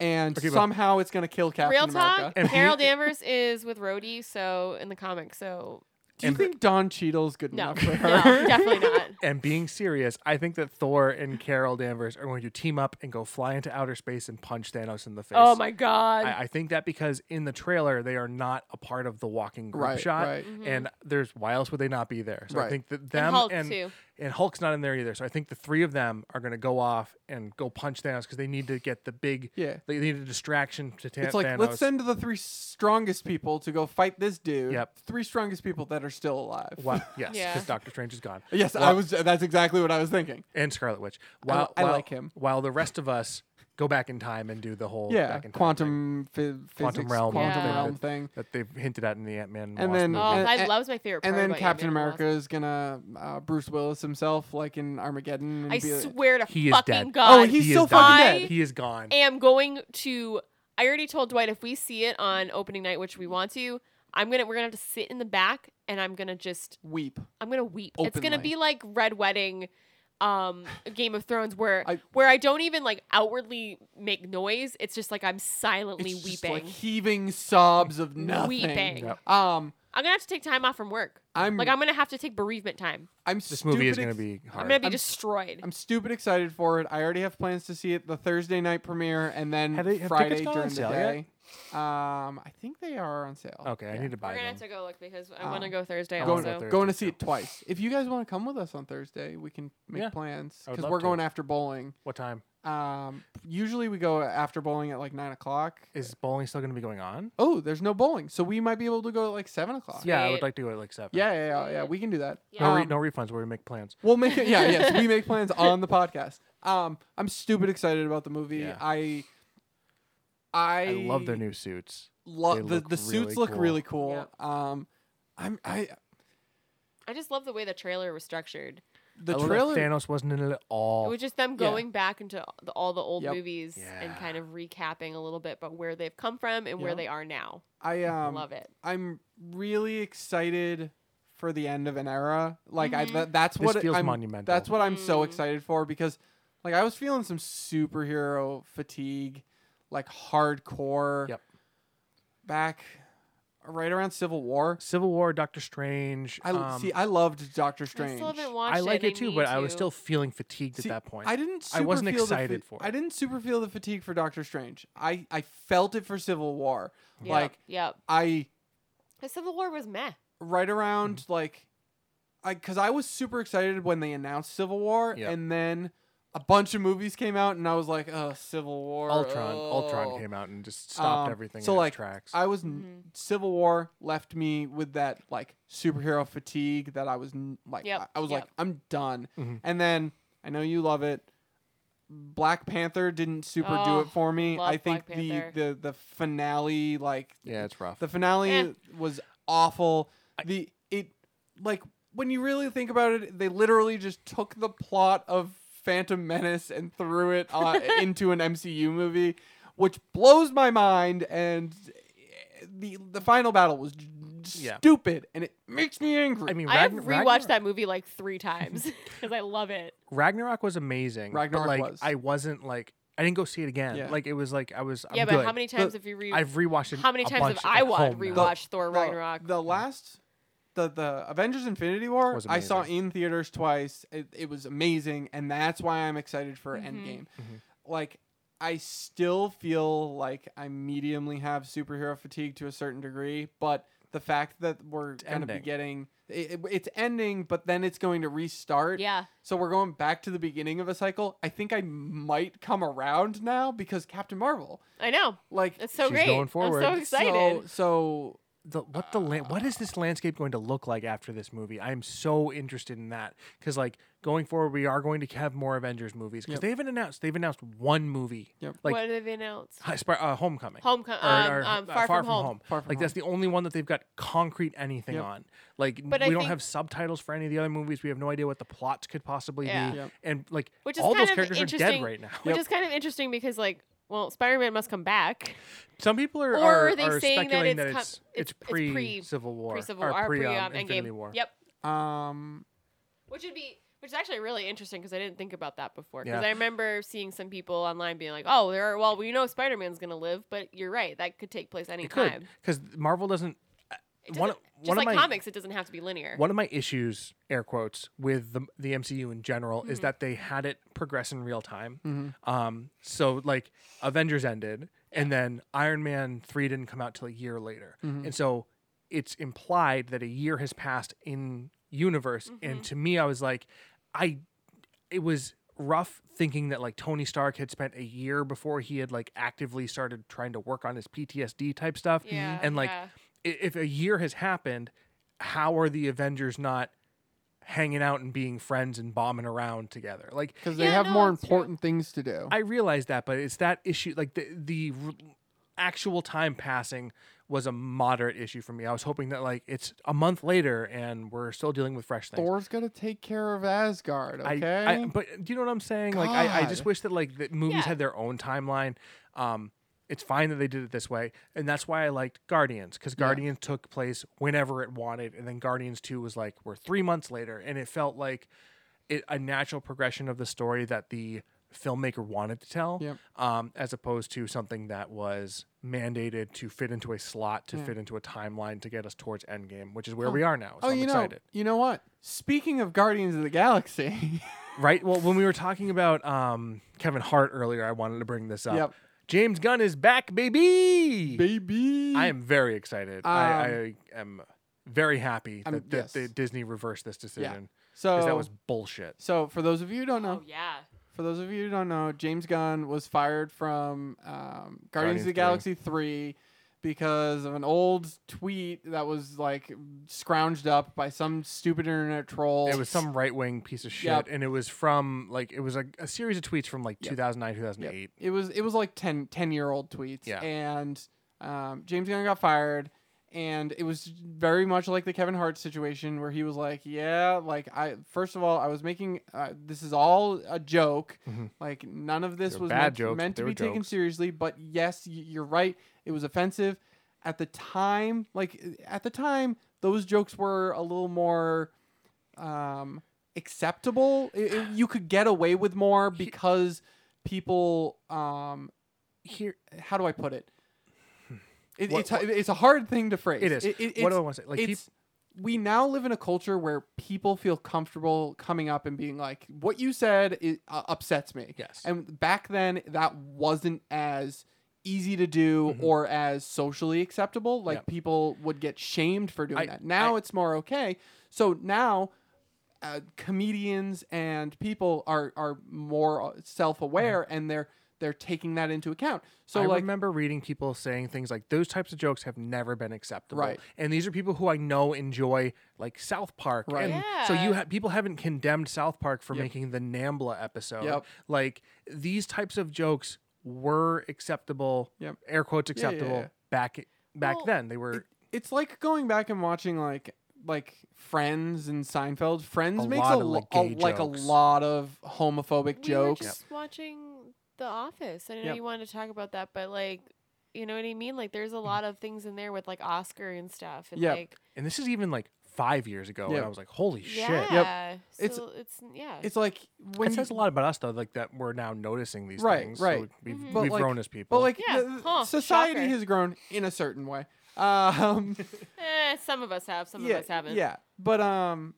[SPEAKER 3] and
[SPEAKER 1] Okay, but-
[SPEAKER 3] somehow it's gonna kill Captain
[SPEAKER 4] Real
[SPEAKER 3] America.
[SPEAKER 4] talk.
[SPEAKER 1] And
[SPEAKER 4] Carol
[SPEAKER 1] he-
[SPEAKER 4] Danvers is with Rhodey, so in the comics, so
[SPEAKER 3] Do you
[SPEAKER 1] and-
[SPEAKER 3] think Don Cheadle's good
[SPEAKER 4] no,
[SPEAKER 3] enough for
[SPEAKER 4] no,
[SPEAKER 3] her?
[SPEAKER 4] definitely not.
[SPEAKER 1] And being serious, I think that Thor and Carol Danvers are going to team up and go fly into outer space and punch Thanos in the face.
[SPEAKER 4] Oh my god.
[SPEAKER 1] I, I think that because in the trailer they are not a part of the walking group
[SPEAKER 3] Right,
[SPEAKER 1] shot,
[SPEAKER 3] right.
[SPEAKER 1] and there's why else would they not be there? So I
[SPEAKER 3] Right.
[SPEAKER 1] think that them
[SPEAKER 4] Mm-hmm. Hulk,
[SPEAKER 1] and
[SPEAKER 4] too.
[SPEAKER 1] and Hulk's not in there either. So I think the three of them are going to go off and go punch Thanos because they need to get the big
[SPEAKER 3] Yeah.
[SPEAKER 1] They need a distraction to ta-
[SPEAKER 3] It's like
[SPEAKER 1] Thanos.
[SPEAKER 3] let's send the three strongest people to go fight this dude.
[SPEAKER 1] Yep.
[SPEAKER 3] Three strongest people that are still alive.
[SPEAKER 1] Wha- yes, because
[SPEAKER 4] Yeah.
[SPEAKER 1] Doctor Strange is gone.
[SPEAKER 3] Yes, I was. That's exactly what I was thinking.
[SPEAKER 1] and Scarlet Witch.
[SPEAKER 3] I li-
[SPEAKER 1] While,
[SPEAKER 3] I
[SPEAKER 1] while-
[SPEAKER 3] like him.
[SPEAKER 1] While the rest of us go back in time and do the whole
[SPEAKER 3] Yeah,
[SPEAKER 1] back in time thing
[SPEAKER 3] quantum, phy-
[SPEAKER 1] Quantum
[SPEAKER 3] physics,
[SPEAKER 1] realm
[SPEAKER 3] quantum
[SPEAKER 4] thing.
[SPEAKER 3] realm thing.
[SPEAKER 1] that they've hinted at in the Ant Man
[SPEAKER 3] And
[SPEAKER 1] Wasp
[SPEAKER 3] then-
[SPEAKER 4] oh,
[SPEAKER 1] movie.
[SPEAKER 3] and-
[SPEAKER 4] I,
[SPEAKER 3] and-
[SPEAKER 4] that was my favorite part.
[SPEAKER 3] And then
[SPEAKER 4] about
[SPEAKER 3] Captain
[SPEAKER 4] Ant-Man and
[SPEAKER 3] America is gonna uh, Bruce Willis himself, like in Armageddon. And
[SPEAKER 4] Wasp.
[SPEAKER 3] be
[SPEAKER 4] I
[SPEAKER 3] like-
[SPEAKER 4] swear to
[SPEAKER 1] He is
[SPEAKER 4] fucking
[SPEAKER 1] dead.
[SPEAKER 4] god.
[SPEAKER 3] Oh, he's
[SPEAKER 1] He is
[SPEAKER 3] still
[SPEAKER 1] done.
[SPEAKER 3] fucking
[SPEAKER 4] I-
[SPEAKER 3] dead.
[SPEAKER 1] he is gone.
[SPEAKER 4] am going to I already told Dwight if we see it on opening night, which we want to, I'm gonna we're gonna have to sit in the back and I'm gonna just
[SPEAKER 3] Weep.
[SPEAKER 4] I'm gonna weep. It's gonna
[SPEAKER 3] Openly.
[SPEAKER 4] be like Red Wedding um Game of Thrones where
[SPEAKER 3] I-
[SPEAKER 4] where I don't even like outwardly make noise. It's just like I'm silently
[SPEAKER 3] It's just
[SPEAKER 4] weeping.
[SPEAKER 3] like heaving sobs of nothing.
[SPEAKER 4] Weeping.
[SPEAKER 1] Yep.
[SPEAKER 3] Um,
[SPEAKER 4] I'm gonna have to take time off from work.
[SPEAKER 3] I'm
[SPEAKER 4] Like I'm gonna have to take bereavement time.
[SPEAKER 3] I'm
[SPEAKER 1] this movie is going
[SPEAKER 3] stupid
[SPEAKER 1] to
[SPEAKER 3] ex-
[SPEAKER 1] be hard.
[SPEAKER 4] I'm gonna be
[SPEAKER 3] I'm-
[SPEAKER 4] destroyed.
[SPEAKER 3] I'm stupid excited for it. I already have plans to see it the Thursday night premiere and then
[SPEAKER 1] Have they- have
[SPEAKER 3] Friday
[SPEAKER 1] tickets gone on
[SPEAKER 3] during the
[SPEAKER 1] sale
[SPEAKER 3] day. Um, I think they are on sale.
[SPEAKER 1] okay, I
[SPEAKER 3] Yeah.
[SPEAKER 1] need to
[SPEAKER 4] we're
[SPEAKER 1] buy
[SPEAKER 4] gonna
[SPEAKER 1] them.
[SPEAKER 4] have to go look because I
[SPEAKER 3] Um,
[SPEAKER 4] want to go Thursday
[SPEAKER 1] I wanna
[SPEAKER 3] going,
[SPEAKER 1] go
[SPEAKER 4] also.
[SPEAKER 1] Thursday,
[SPEAKER 3] going to see
[SPEAKER 1] too.
[SPEAKER 3] it twice. If you guys want to come with us on Thursday, we can make
[SPEAKER 1] Yeah.
[SPEAKER 3] plans
[SPEAKER 1] I would
[SPEAKER 3] because
[SPEAKER 1] love
[SPEAKER 3] we're
[SPEAKER 1] to.
[SPEAKER 3] going after bowling.
[SPEAKER 1] What time
[SPEAKER 3] Um, usually we go after bowling at like nine o'clock.
[SPEAKER 1] is bowling still going to be going on?
[SPEAKER 3] oh, there's no bowling, so we might be able to go at like seven o'clock.
[SPEAKER 1] Yeah, I would
[SPEAKER 4] Sweet.
[SPEAKER 1] like to go at like seven.
[SPEAKER 3] yeah, yeah, yeah. yeah, we can do that.
[SPEAKER 4] Yeah.
[SPEAKER 1] No, re-
[SPEAKER 3] Um,
[SPEAKER 1] no refunds where we make plans.
[SPEAKER 3] We'll make it. Yeah, yes, we make plans on the podcast. Um, I'm stupid excited about the movie.
[SPEAKER 1] Yeah.
[SPEAKER 3] I, I,
[SPEAKER 1] I love their new suits.
[SPEAKER 3] lo-
[SPEAKER 1] They
[SPEAKER 3] the,
[SPEAKER 1] look really
[SPEAKER 3] the suits look
[SPEAKER 1] cool.
[SPEAKER 3] really cool. Um, I'm I
[SPEAKER 4] I just love the way the trailer was structured.
[SPEAKER 3] the
[SPEAKER 1] I love that
[SPEAKER 3] trailer.
[SPEAKER 1] Thanos wasn't in it at
[SPEAKER 4] It
[SPEAKER 1] all.
[SPEAKER 4] was just them
[SPEAKER 3] Yeah.
[SPEAKER 4] going back into the, all the old
[SPEAKER 3] Yep.
[SPEAKER 4] movies and
[SPEAKER 1] Yeah.
[SPEAKER 4] kind of recapping a little bit, but where they've come from and where
[SPEAKER 3] Yep.
[SPEAKER 4] they are now.
[SPEAKER 3] I um
[SPEAKER 4] Love it.
[SPEAKER 3] I'm really excited for the end of an era. Like I
[SPEAKER 4] Mhm.
[SPEAKER 3] tha- that's
[SPEAKER 1] This
[SPEAKER 3] what
[SPEAKER 1] feels
[SPEAKER 3] I'm,
[SPEAKER 1] monumental.
[SPEAKER 3] That's what I'm so
[SPEAKER 4] Mm.
[SPEAKER 3] excited for because like I was feeling some superhero fatigue, like hardcore.
[SPEAKER 1] Yep.
[SPEAKER 3] Back right around Civil War.
[SPEAKER 1] Civil War, Doctor Strange.
[SPEAKER 3] I
[SPEAKER 1] um,
[SPEAKER 3] see I loved Doctor
[SPEAKER 4] I
[SPEAKER 3] Strange.
[SPEAKER 4] still haven't watched
[SPEAKER 1] I like
[SPEAKER 4] and
[SPEAKER 1] it too, but I was
[SPEAKER 4] need
[SPEAKER 1] still
[SPEAKER 4] to.
[SPEAKER 1] feeling fatigued
[SPEAKER 3] See,
[SPEAKER 1] at that point.
[SPEAKER 3] I didn't.
[SPEAKER 1] I
[SPEAKER 3] Super
[SPEAKER 1] wasn't
[SPEAKER 3] feel the
[SPEAKER 1] excited
[SPEAKER 3] fa-
[SPEAKER 1] for
[SPEAKER 3] I
[SPEAKER 1] it.
[SPEAKER 3] didn't super feel the fatigue for Doctor Strange. I I felt it for Civil War.
[SPEAKER 4] Yep,
[SPEAKER 3] Like
[SPEAKER 4] yep.
[SPEAKER 3] I
[SPEAKER 4] The Civil War was meh.
[SPEAKER 1] Mm-hmm.
[SPEAKER 3] right around like I because I was super excited when they announced Civil War,
[SPEAKER 1] Yep.
[SPEAKER 3] and then a bunch of movies came out, and I was like, "Oh, Civil War."
[SPEAKER 1] Ultron,
[SPEAKER 3] oh.
[SPEAKER 1] Ultron came out and just stopped
[SPEAKER 3] Um,
[SPEAKER 1] everything
[SPEAKER 3] so,
[SPEAKER 1] in
[SPEAKER 3] like,
[SPEAKER 1] its tracks.
[SPEAKER 3] I was n
[SPEAKER 4] Mm-hmm.
[SPEAKER 3] Civil War left me with that like superhero fatigue that I was n- like
[SPEAKER 4] Yep,
[SPEAKER 3] I- I was
[SPEAKER 4] yep.
[SPEAKER 3] like I'm done.
[SPEAKER 1] Mhm.
[SPEAKER 3] And then I know you love it. Black Panther didn't super do
[SPEAKER 4] Oh,
[SPEAKER 3] it for me.
[SPEAKER 4] love
[SPEAKER 3] I think
[SPEAKER 4] Black
[SPEAKER 3] the, the
[SPEAKER 4] Panther.
[SPEAKER 3] the finale like
[SPEAKER 1] yeah, it's rough.
[SPEAKER 3] the finale
[SPEAKER 4] Eh.
[SPEAKER 3] was awful. The it like when you really think about it, they literally just took the plot of Phantom Menace and threw it uh, into an MCU movie, which blows my mind. And the the final battle was j-
[SPEAKER 1] Yeah.
[SPEAKER 3] stupid, and it makes me angry.
[SPEAKER 1] I mean,
[SPEAKER 4] I have
[SPEAKER 1] Ragn-
[SPEAKER 4] rewatched
[SPEAKER 1] Ragnarok-
[SPEAKER 4] that movie like three times because I love it.
[SPEAKER 1] Ragnarok was amazing. but,
[SPEAKER 3] Ragnarok
[SPEAKER 1] like,
[SPEAKER 3] was.
[SPEAKER 1] I wasn't like I didn't go see it again.
[SPEAKER 3] Yeah.
[SPEAKER 1] Like it was like I was. I'm
[SPEAKER 4] yeah, but
[SPEAKER 1] good.
[SPEAKER 4] how many times have you re?
[SPEAKER 1] I've rewatched it.
[SPEAKER 4] how many
[SPEAKER 1] a
[SPEAKER 4] times
[SPEAKER 1] bunch
[SPEAKER 4] have I
[SPEAKER 1] at
[SPEAKER 4] wa-
[SPEAKER 1] home now.
[SPEAKER 4] rewatched Thor
[SPEAKER 3] The-
[SPEAKER 4] Ragnarok?
[SPEAKER 3] The, last, the the Avengers Infinity War,
[SPEAKER 1] Was
[SPEAKER 3] I saw
[SPEAKER 1] amazing.
[SPEAKER 3] in theaters twice. It, it was amazing, and that's why I'm excited for
[SPEAKER 4] Mhm.
[SPEAKER 3] Endgame.
[SPEAKER 1] Mhm.
[SPEAKER 3] Like, I still feel like I mediumly have superhero fatigue to a certain degree, but the fact that we're going to be
[SPEAKER 1] ending.
[SPEAKER 3] getting it, it- it's ending, but then it's going to restart.
[SPEAKER 4] yeah,
[SPEAKER 3] So we're going back to the beginning of a cycle. I think I might come around now because Captain Marvel,
[SPEAKER 4] I know.
[SPEAKER 3] like,
[SPEAKER 4] It's so
[SPEAKER 1] She's
[SPEAKER 4] great.
[SPEAKER 1] going
[SPEAKER 4] I'm
[SPEAKER 1] forward.
[SPEAKER 4] so
[SPEAKER 3] so
[SPEAKER 4] excited.
[SPEAKER 3] so
[SPEAKER 1] the what the land what is this landscape going to look like after this movie? I am so interested in that because like going forward, we are going to have more Avengers movies because
[SPEAKER 3] Yep.
[SPEAKER 1] they haven't announced they've announced one movie.
[SPEAKER 3] Yep.
[SPEAKER 1] Like
[SPEAKER 4] what have they announced?
[SPEAKER 1] Hi- Spar- uh, Homecoming.
[SPEAKER 4] Homecoming.
[SPEAKER 1] Or- or,
[SPEAKER 4] Um, um,
[SPEAKER 1] uh,
[SPEAKER 4] far, from, home.
[SPEAKER 3] Far From
[SPEAKER 1] like that's the only one that they've got concrete anything
[SPEAKER 3] Yep.
[SPEAKER 1] on. Like
[SPEAKER 4] But I
[SPEAKER 1] we don't
[SPEAKER 4] think-
[SPEAKER 1] have subtitles for any of the other movies. We have no idea what the plots could possibly
[SPEAKER 4] Yeah.
[SPEAKER 1] be.
[SPEAKER 3] Yep.
[SPEAKER 1] And like
[SPEAKER 4] Which is
[SPEAKER 1] all
[SPEAKER 4] kind
[SPEAKER 1] those
[SPEAKER 4] of
[SPEAKER 1] characters are dead
[SPEAKER 4] interesting.
[SPEAKER 1] right now.
[SPEAKER 4] Which is kind of interesting because like, well, Spider-Man must come back.
[SPEAKER 1] Some people are
[SPEAKER 4] Or
[SPEAKER 1] are,
[SPEAKER 4] are they
[SPEAKER 1] are
[SPEAKER 4] saying that
[SPEAKER 1] speculating
[SPEAKER 4] it's
[SPEAKER 1] that
[SPEAKER 4] com-
[SPEAKER 1] it's it's,
[SPEAKER 4] it's- it's
[SPEAKER 1] pre,
[SPEAKER 4] pre-
[SPEAKER 1] Civil War,
[SPEAKER 4] Pre-Civil
[SPEAKER 1] or
[SPEAKER 4] War,
[SPEAKER 1] pre, um,
[SPEAKER 4] pre-um,
[SPEAKER 1] Infinity
[SPEAKER 4] Endgame.
[SPEAKER 1] War.
[SPEAKER 4] Yep.
[SPEAKER 3] Um,
[SPEAKER 4] Which would be, which is actually really interesting because I didn't think about that before. Because
[SPEAKER 1] Yeah.
[SPEAKER 4] I remember seeing some people online being like, "Oh, there are well, we know Spider Man's gonna live, but you're right, that could take place any
[SPEAKER 1] It could
[SPEAKER 4] time.
[SPEAKER 1] because Marvel doesn't. uh,
[SPEAKER 4] It
[SPEAKER 1] one
[SPEAKER 4] doesn't-
[SPEAKER 1] of-
[SPEAKER 4] just
[SPEAKER 1] one of
[SPEAKER 4] like
[SPEAKER 1] my-
[SPEAKER 4] comics, it doesn't have to be linear.
[SPEAKER 1] One of my issues, air quotes, with the the MCU in general is
[SPEAKER 4] Mhm.
[SPEAKER 1] that they had it progress in real time.
[SPEAKER 3] mhm.
[SPEAKER 1] Um, so like Avengers ended, and then Iron Man three didn't come out till a year later,
[SPEAKER 3] Mhm.
[SPEAKER 1] and so it's implied that a year has passed in universe. And to me, I was like, I, it was rough thinking that like Tony Stark had spent a year before he had like actively started trying to work on his PTSD type stuff,
[SPEAKER 4] Yeah.
[SPEAKER 1] Mm-hmm. and like
[SPEAKER 4] yeah.
[SPEAKER 1] i- if a year has happened, how are the Avengers not? hanging out and being friends and bombing around together like
[SPEAKER 3] because they
[SPEAKER 4] Yeah,
[SPEAKER 3] have
[SPEAKER 4] no,
[SPEAKER 3] more
[SPEAKER 4] it's true.
[SPEAKER 3] important things to do.
[SPEAKER 1] I realize that, but it's that issue. Like the the r- actual time passing was a moderate issue for me. I was hoping that like it's a month later and we're still dealing with fresh things.
[SPEAKER 3] Thor's gonna take care of Asgard,
[SPEAKER 1] I-
[SPEAKER 3] okay?
[SPEAKER 1] I, but do you know what I'm saying? Like I, I just
[SPEAKER 3] God.
[SPEAKER 1] wish that like the movies
[SPEAKER 4] Yeah.
[SPEAKER 1] had their own timeline. Um, it's fine that they did it this way, and that's why I liked Guardians because Guardians took place whenever it wanted, and then Guardians Two was like we're three months later, and it felt like it, a natural progression of the story that the filmmaker wanted to tell,
[SPEAKER 3] Yep.
[SPEAKER 1] um, as opposed to something that was mandated to fit into a slot, to
[SPEAKER 3] Yeah.
[SPEAKER 1] fit into a timeline, to get us towards Endgame, which is where
[SPEAKER 3] Oh.
[SPEAKER 1] we are now. So
[SPEAKER 3] oh,
[SPEAKER 1] I'm
[SPEAKER 3] you know,
[SPEAKER 1] excited.
[SPEAKER 3] you know what? Speaking of Guardians of the Galaxy,
[SPEAKER 1] Right. Well, when we were talking about um, Kevin Hart earlier, I wanted to bring this up.
[SPEAKER 3] Yep.
[SPEAKER 1] James Gunn is back, baby.
[SPEAKER 3] baby, Um,
[SPEAKER 1] I am very excited. I, I am very happy that,
[SPEAKER 3] I'm-
[SPEAKER 1] that,
[SPEAKER 3] yes.
[SPEAKER 1] that Disney reversed this decision
[SPEAKER 3] so
[SPEAKER 1] because that was bullshit.
[SPEAKER 3] so. For those of you who don't know,
[SPEAKER 4] Oh yeah.
[SPEAKER 3] for those of you who don't know, James Gunn was fired from um, Guardians,
[SPEAKER 1] Guardians
[SPEAKER 3] of the Galaxy three because of an old tweet that was like scrounged up by some stupid internet troll.
[SPEAKER 1] It was some right wing piece of shit,
[SPEAKER 3] Yep.
[SPEAKER 1] and it was from like it was a, a series of tweets from like
[SPEAKER 3] Yep.
[SPEAKER 1] 2009,
[SPEAKER 3] Yep.
[SPEAKER 1] 2008.
[SPEAKER 3] It was it was like 10, 10 year old tweets.
[SPEAKER 1] Yeah.
[SPEAKER 3] And um, James Gunn got fired, and it was very much like the Kevin Hart situation where he was like, "Yeah, like I first of all, I was making uh, this is all a joke.
[SPEAKER 1] Mhm.
[SPEAKER 3] Like none of this
[SPEAKER 1] They were
[SPEAKER 3] was
[SPEAKER 1] bad
[SPEAKER 3] meant,
[SPEAKER 1] jokes,
[SPEAKER 3] meant
[SPEAKER 1] but
[SPEAKER 3] to
[SPEAKER 1] they
[SPEAKER 3] be
[SPEAKER 1] were
[SPEAKER 3] taken
[SPEAKER 1] jokes.
[SPEAKER 3] seriously. But yes, y- you're right. It was offensive at the time. Like at the time, those jokes were a little more." Um, acceptable I I- you could get away with more because people um
[SPEAKER 1] Here,
[SPEAKER 3] how do i put it, it
[SPEAKER 1] Hmm. What-
[SPEAKER 3] it's, it's a hard thing to phrase
[SPEAKER 1] it is.
[SPEAKER 3] it, it-
[SPEAKER 1] what do I
[SPEAKER 3] it's-
[SPEAKER 1] want to say? Like, peop-
[SPEAKER 3] it's- we now live in a culture where people feel comfortable coming up and being like what you said i uh, upsets me
[SPEAKER 1] yes,
[SPEAKER 3] and back then that wasn't as easy to do
[SPEAKER 1] Mhm.
[SPEAKER 3] or as socially acceptable like
[SPEAKER 1] Yep.
[SPEAKER 3] people would get shamed for doing
[SPEAKER 1] I-
[SPEAKER 3] that now
[SPEAKER 1] I-
[SPEAKER 3] it's more okay so now uh, comedians and people are are more uh, self-aware and they're they're taking that into account. So
[SPEAKER 1] Mm-hmm. I
[SPEAKER 3] like
[SPEAKER 1] remember reading people saying things like those types of jokes have never been acceptable.
[SPEAKER 3] Right.
[SPEAKER 1] And these are people who I know enjoy like South Park.
[SPEAKER 3] Right.
[SPEAKER 1] And so you
[SPEAKER 4] Yeah.
[SPEAKER 1] ha- people haven't condemned South Park for
[SPEAKER 3] Yep.
[SPEAKER 1] making the Nambla episode.
[SPEAKER 3] Yep.
[SPEAKER 1] Like these types of jokes were acceptable.
[SPEAKER 3] Yep.
[SPEAKER 1] Air quotes
[SPEAKER 3] Yeah, yeah,
[SPEAKER 1] acceptable
[SPEAKER 3] yeah.
[SPEAKER 1] back back
[SPEAKER 4] Well,
[SPEAKER 1] then. They were
[SPEAKER 3] it's like going back and watching like like Friends and Seinfeld. Friends
[SPEAKER 1] A
[SPEAKER 3] makes
[SPEAKER 1] lot
[SPEAKER 3] a,
[SPEAKER 1] of, like,
[SPEAKER 3] lo-
[SPEAKER 1] gay
[SPEAKER 3] a like a
[SPEAKER 1] jokes.
[SPEAKER 3] lot of homophobic
[SPEAKER 4] We were
[SPEAKER 3] jokes.
[SPEAKER 4] just watching The Office. I know
[SPEAKER 3] Yep.
[SPEAKER 4] you wanted to talk about that, but like, you know what I mean? Like,
[SPEAKER 1] Mm-hmm.
[SPEAKER 4] there's a lot of things in there with like Oscar and stuff, and
[SPEAKER 3] Yep.
[SPEAKER 4] like,
[SPEAKER 1] and this is even like five years ago, and
[SPEAKER 3] Yeah.
[SPEAKER 1] I was like, holy shit.
[SPEAKER 4] yeah.
[SPEAKER 3] It's-
[SPEAKER 4] So it's, yeah.
[SPEAKER 3] It's like when
[SPEAKER 1] it
[SPEAKER 3] you-
[SPEAKER 1] says a lot about us though, like that we're now noticing these
[SPEAKER 3] Right,
[SPEAKER 1] things.
[SPEAKER 3] right.
[SPEAKER 1] So we've,
[SPEAKER 4] Mhm.
[SPEAKER 3] But,
[SPEAKER 1] we've
[SPEAKER 3] like-
[SPEAKER 1] grown as people.
[SPEAKER 3] but like
[SPEAKER 4] Yeah,
[SPEAKER 3] the-
[SPEAKER 4] huh,
[SPEAKER 3] society
[SPEAKER 4] shocker.
[SPEAKER 3] has grown in a certain way. Um,
[SPEAKER 4] eh, some of us have, some
[SPEAKER 3] yeah,
[SPEAKER 4] of us haven't.
[SPEAKER 3] Yeah, but um,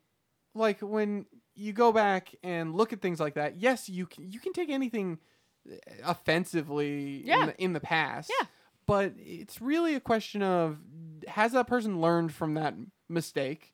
[SPEAKER 3] like when you go back and look at things like that, yes, you can you can take anything uh, offensively
[SPEAKER 4] Yeah.
[SPEAKER 3] in, the, in the past.
[SPEAKER 4] Yeah.
[SPEAKER 3] But it's really a question of has that person learned from that mistake,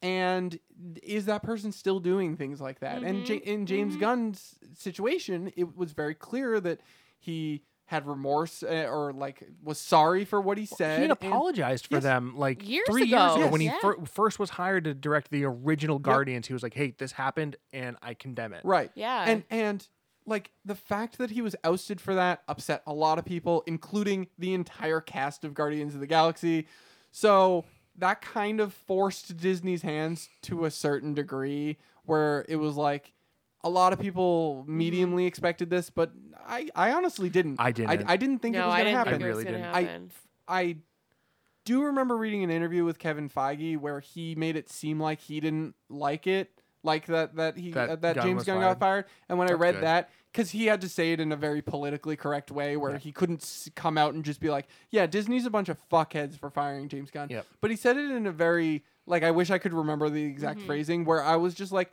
[SPEAKER 3] and is that person still doing things like that? And ja-
[SPEAKER 4] Mhm.
[SPEAKER 3] in James
[SPEAKER 4] Mhm.
[SPEAKER 3] Gunn's situation, it was very clear that he had remorse uh, or like was sorry for what he said.
[SPEAKER 1] he had
[SPEAKER 3] and-
[SPEAKER 1] apologized for
[SPEAKER 3] Yes.
[SPEAKER 1] them like
[SPEAKER 4] Years
[SPEAKER 1] three years
[SPEAKER 4] ago.
[SPEAKER 1] ago when he
[SPEAKER 4] Yes.
[SPEAKER 1] fir- first was hired to direct the original Guardians. He was like, "Hey, this happened, and I condemn it."
[SPEAKER 3] right.
[SPEAKER 4] Yeah.
[SPEAKER 3] and and like the fact that he was ousted for that upset a lot of people including the entire cast of guardians of the galaxy so that kind of forced disney's hands to a certain degree where it was like a lot of people mediumly expected this but i i honestly didn't
[SPEAKER 1] I didn't.
[SPEAKER 3] i, didn't think it
[SPEAKER 4] no,
[SPEAKER 3] was
[SPEAKER 4] I
[SPEAKER 3] going to
[SPEAKER 4] didn't
[SPEAKER 3] happen
[SPEAKER 4] think it was
[SPEAKER 1] really
[SPEAKER 4] going to
[SPEAKER 1] didn't.
[SPEAKER 3] I-
[SPEAKER 4] happen.
[SPEAKER 3] I do remember reading an interview with Kevin Feige where he made it seem like he didn't like it, like that that he
[SPEAKER 1] That
[SPEAKER 3] uh, that
[SPEAKER 1] Gunn
[SPEAKER 3] James
[SPEAKER 1] was
[SPEAKER 3] Gunn got fired. And when I
[SPEAKER 1] That's
[SPEAKER 3] read
[SPEAKER 1] good.
[SPEAKER 3] that, because he had to say it in a very politically correct way, where
[SPEAKER 1] Yeah.
[SPEAKER 3] he couldn't s- come out and just be like, "Yeah, Disney's a bunch of fuckheads for firing James Gunn."
[SPEAKER 1] Yep.
[SPEAKER 3] But he said it in a very like I wish I could remember the exact phrasing where I was just like,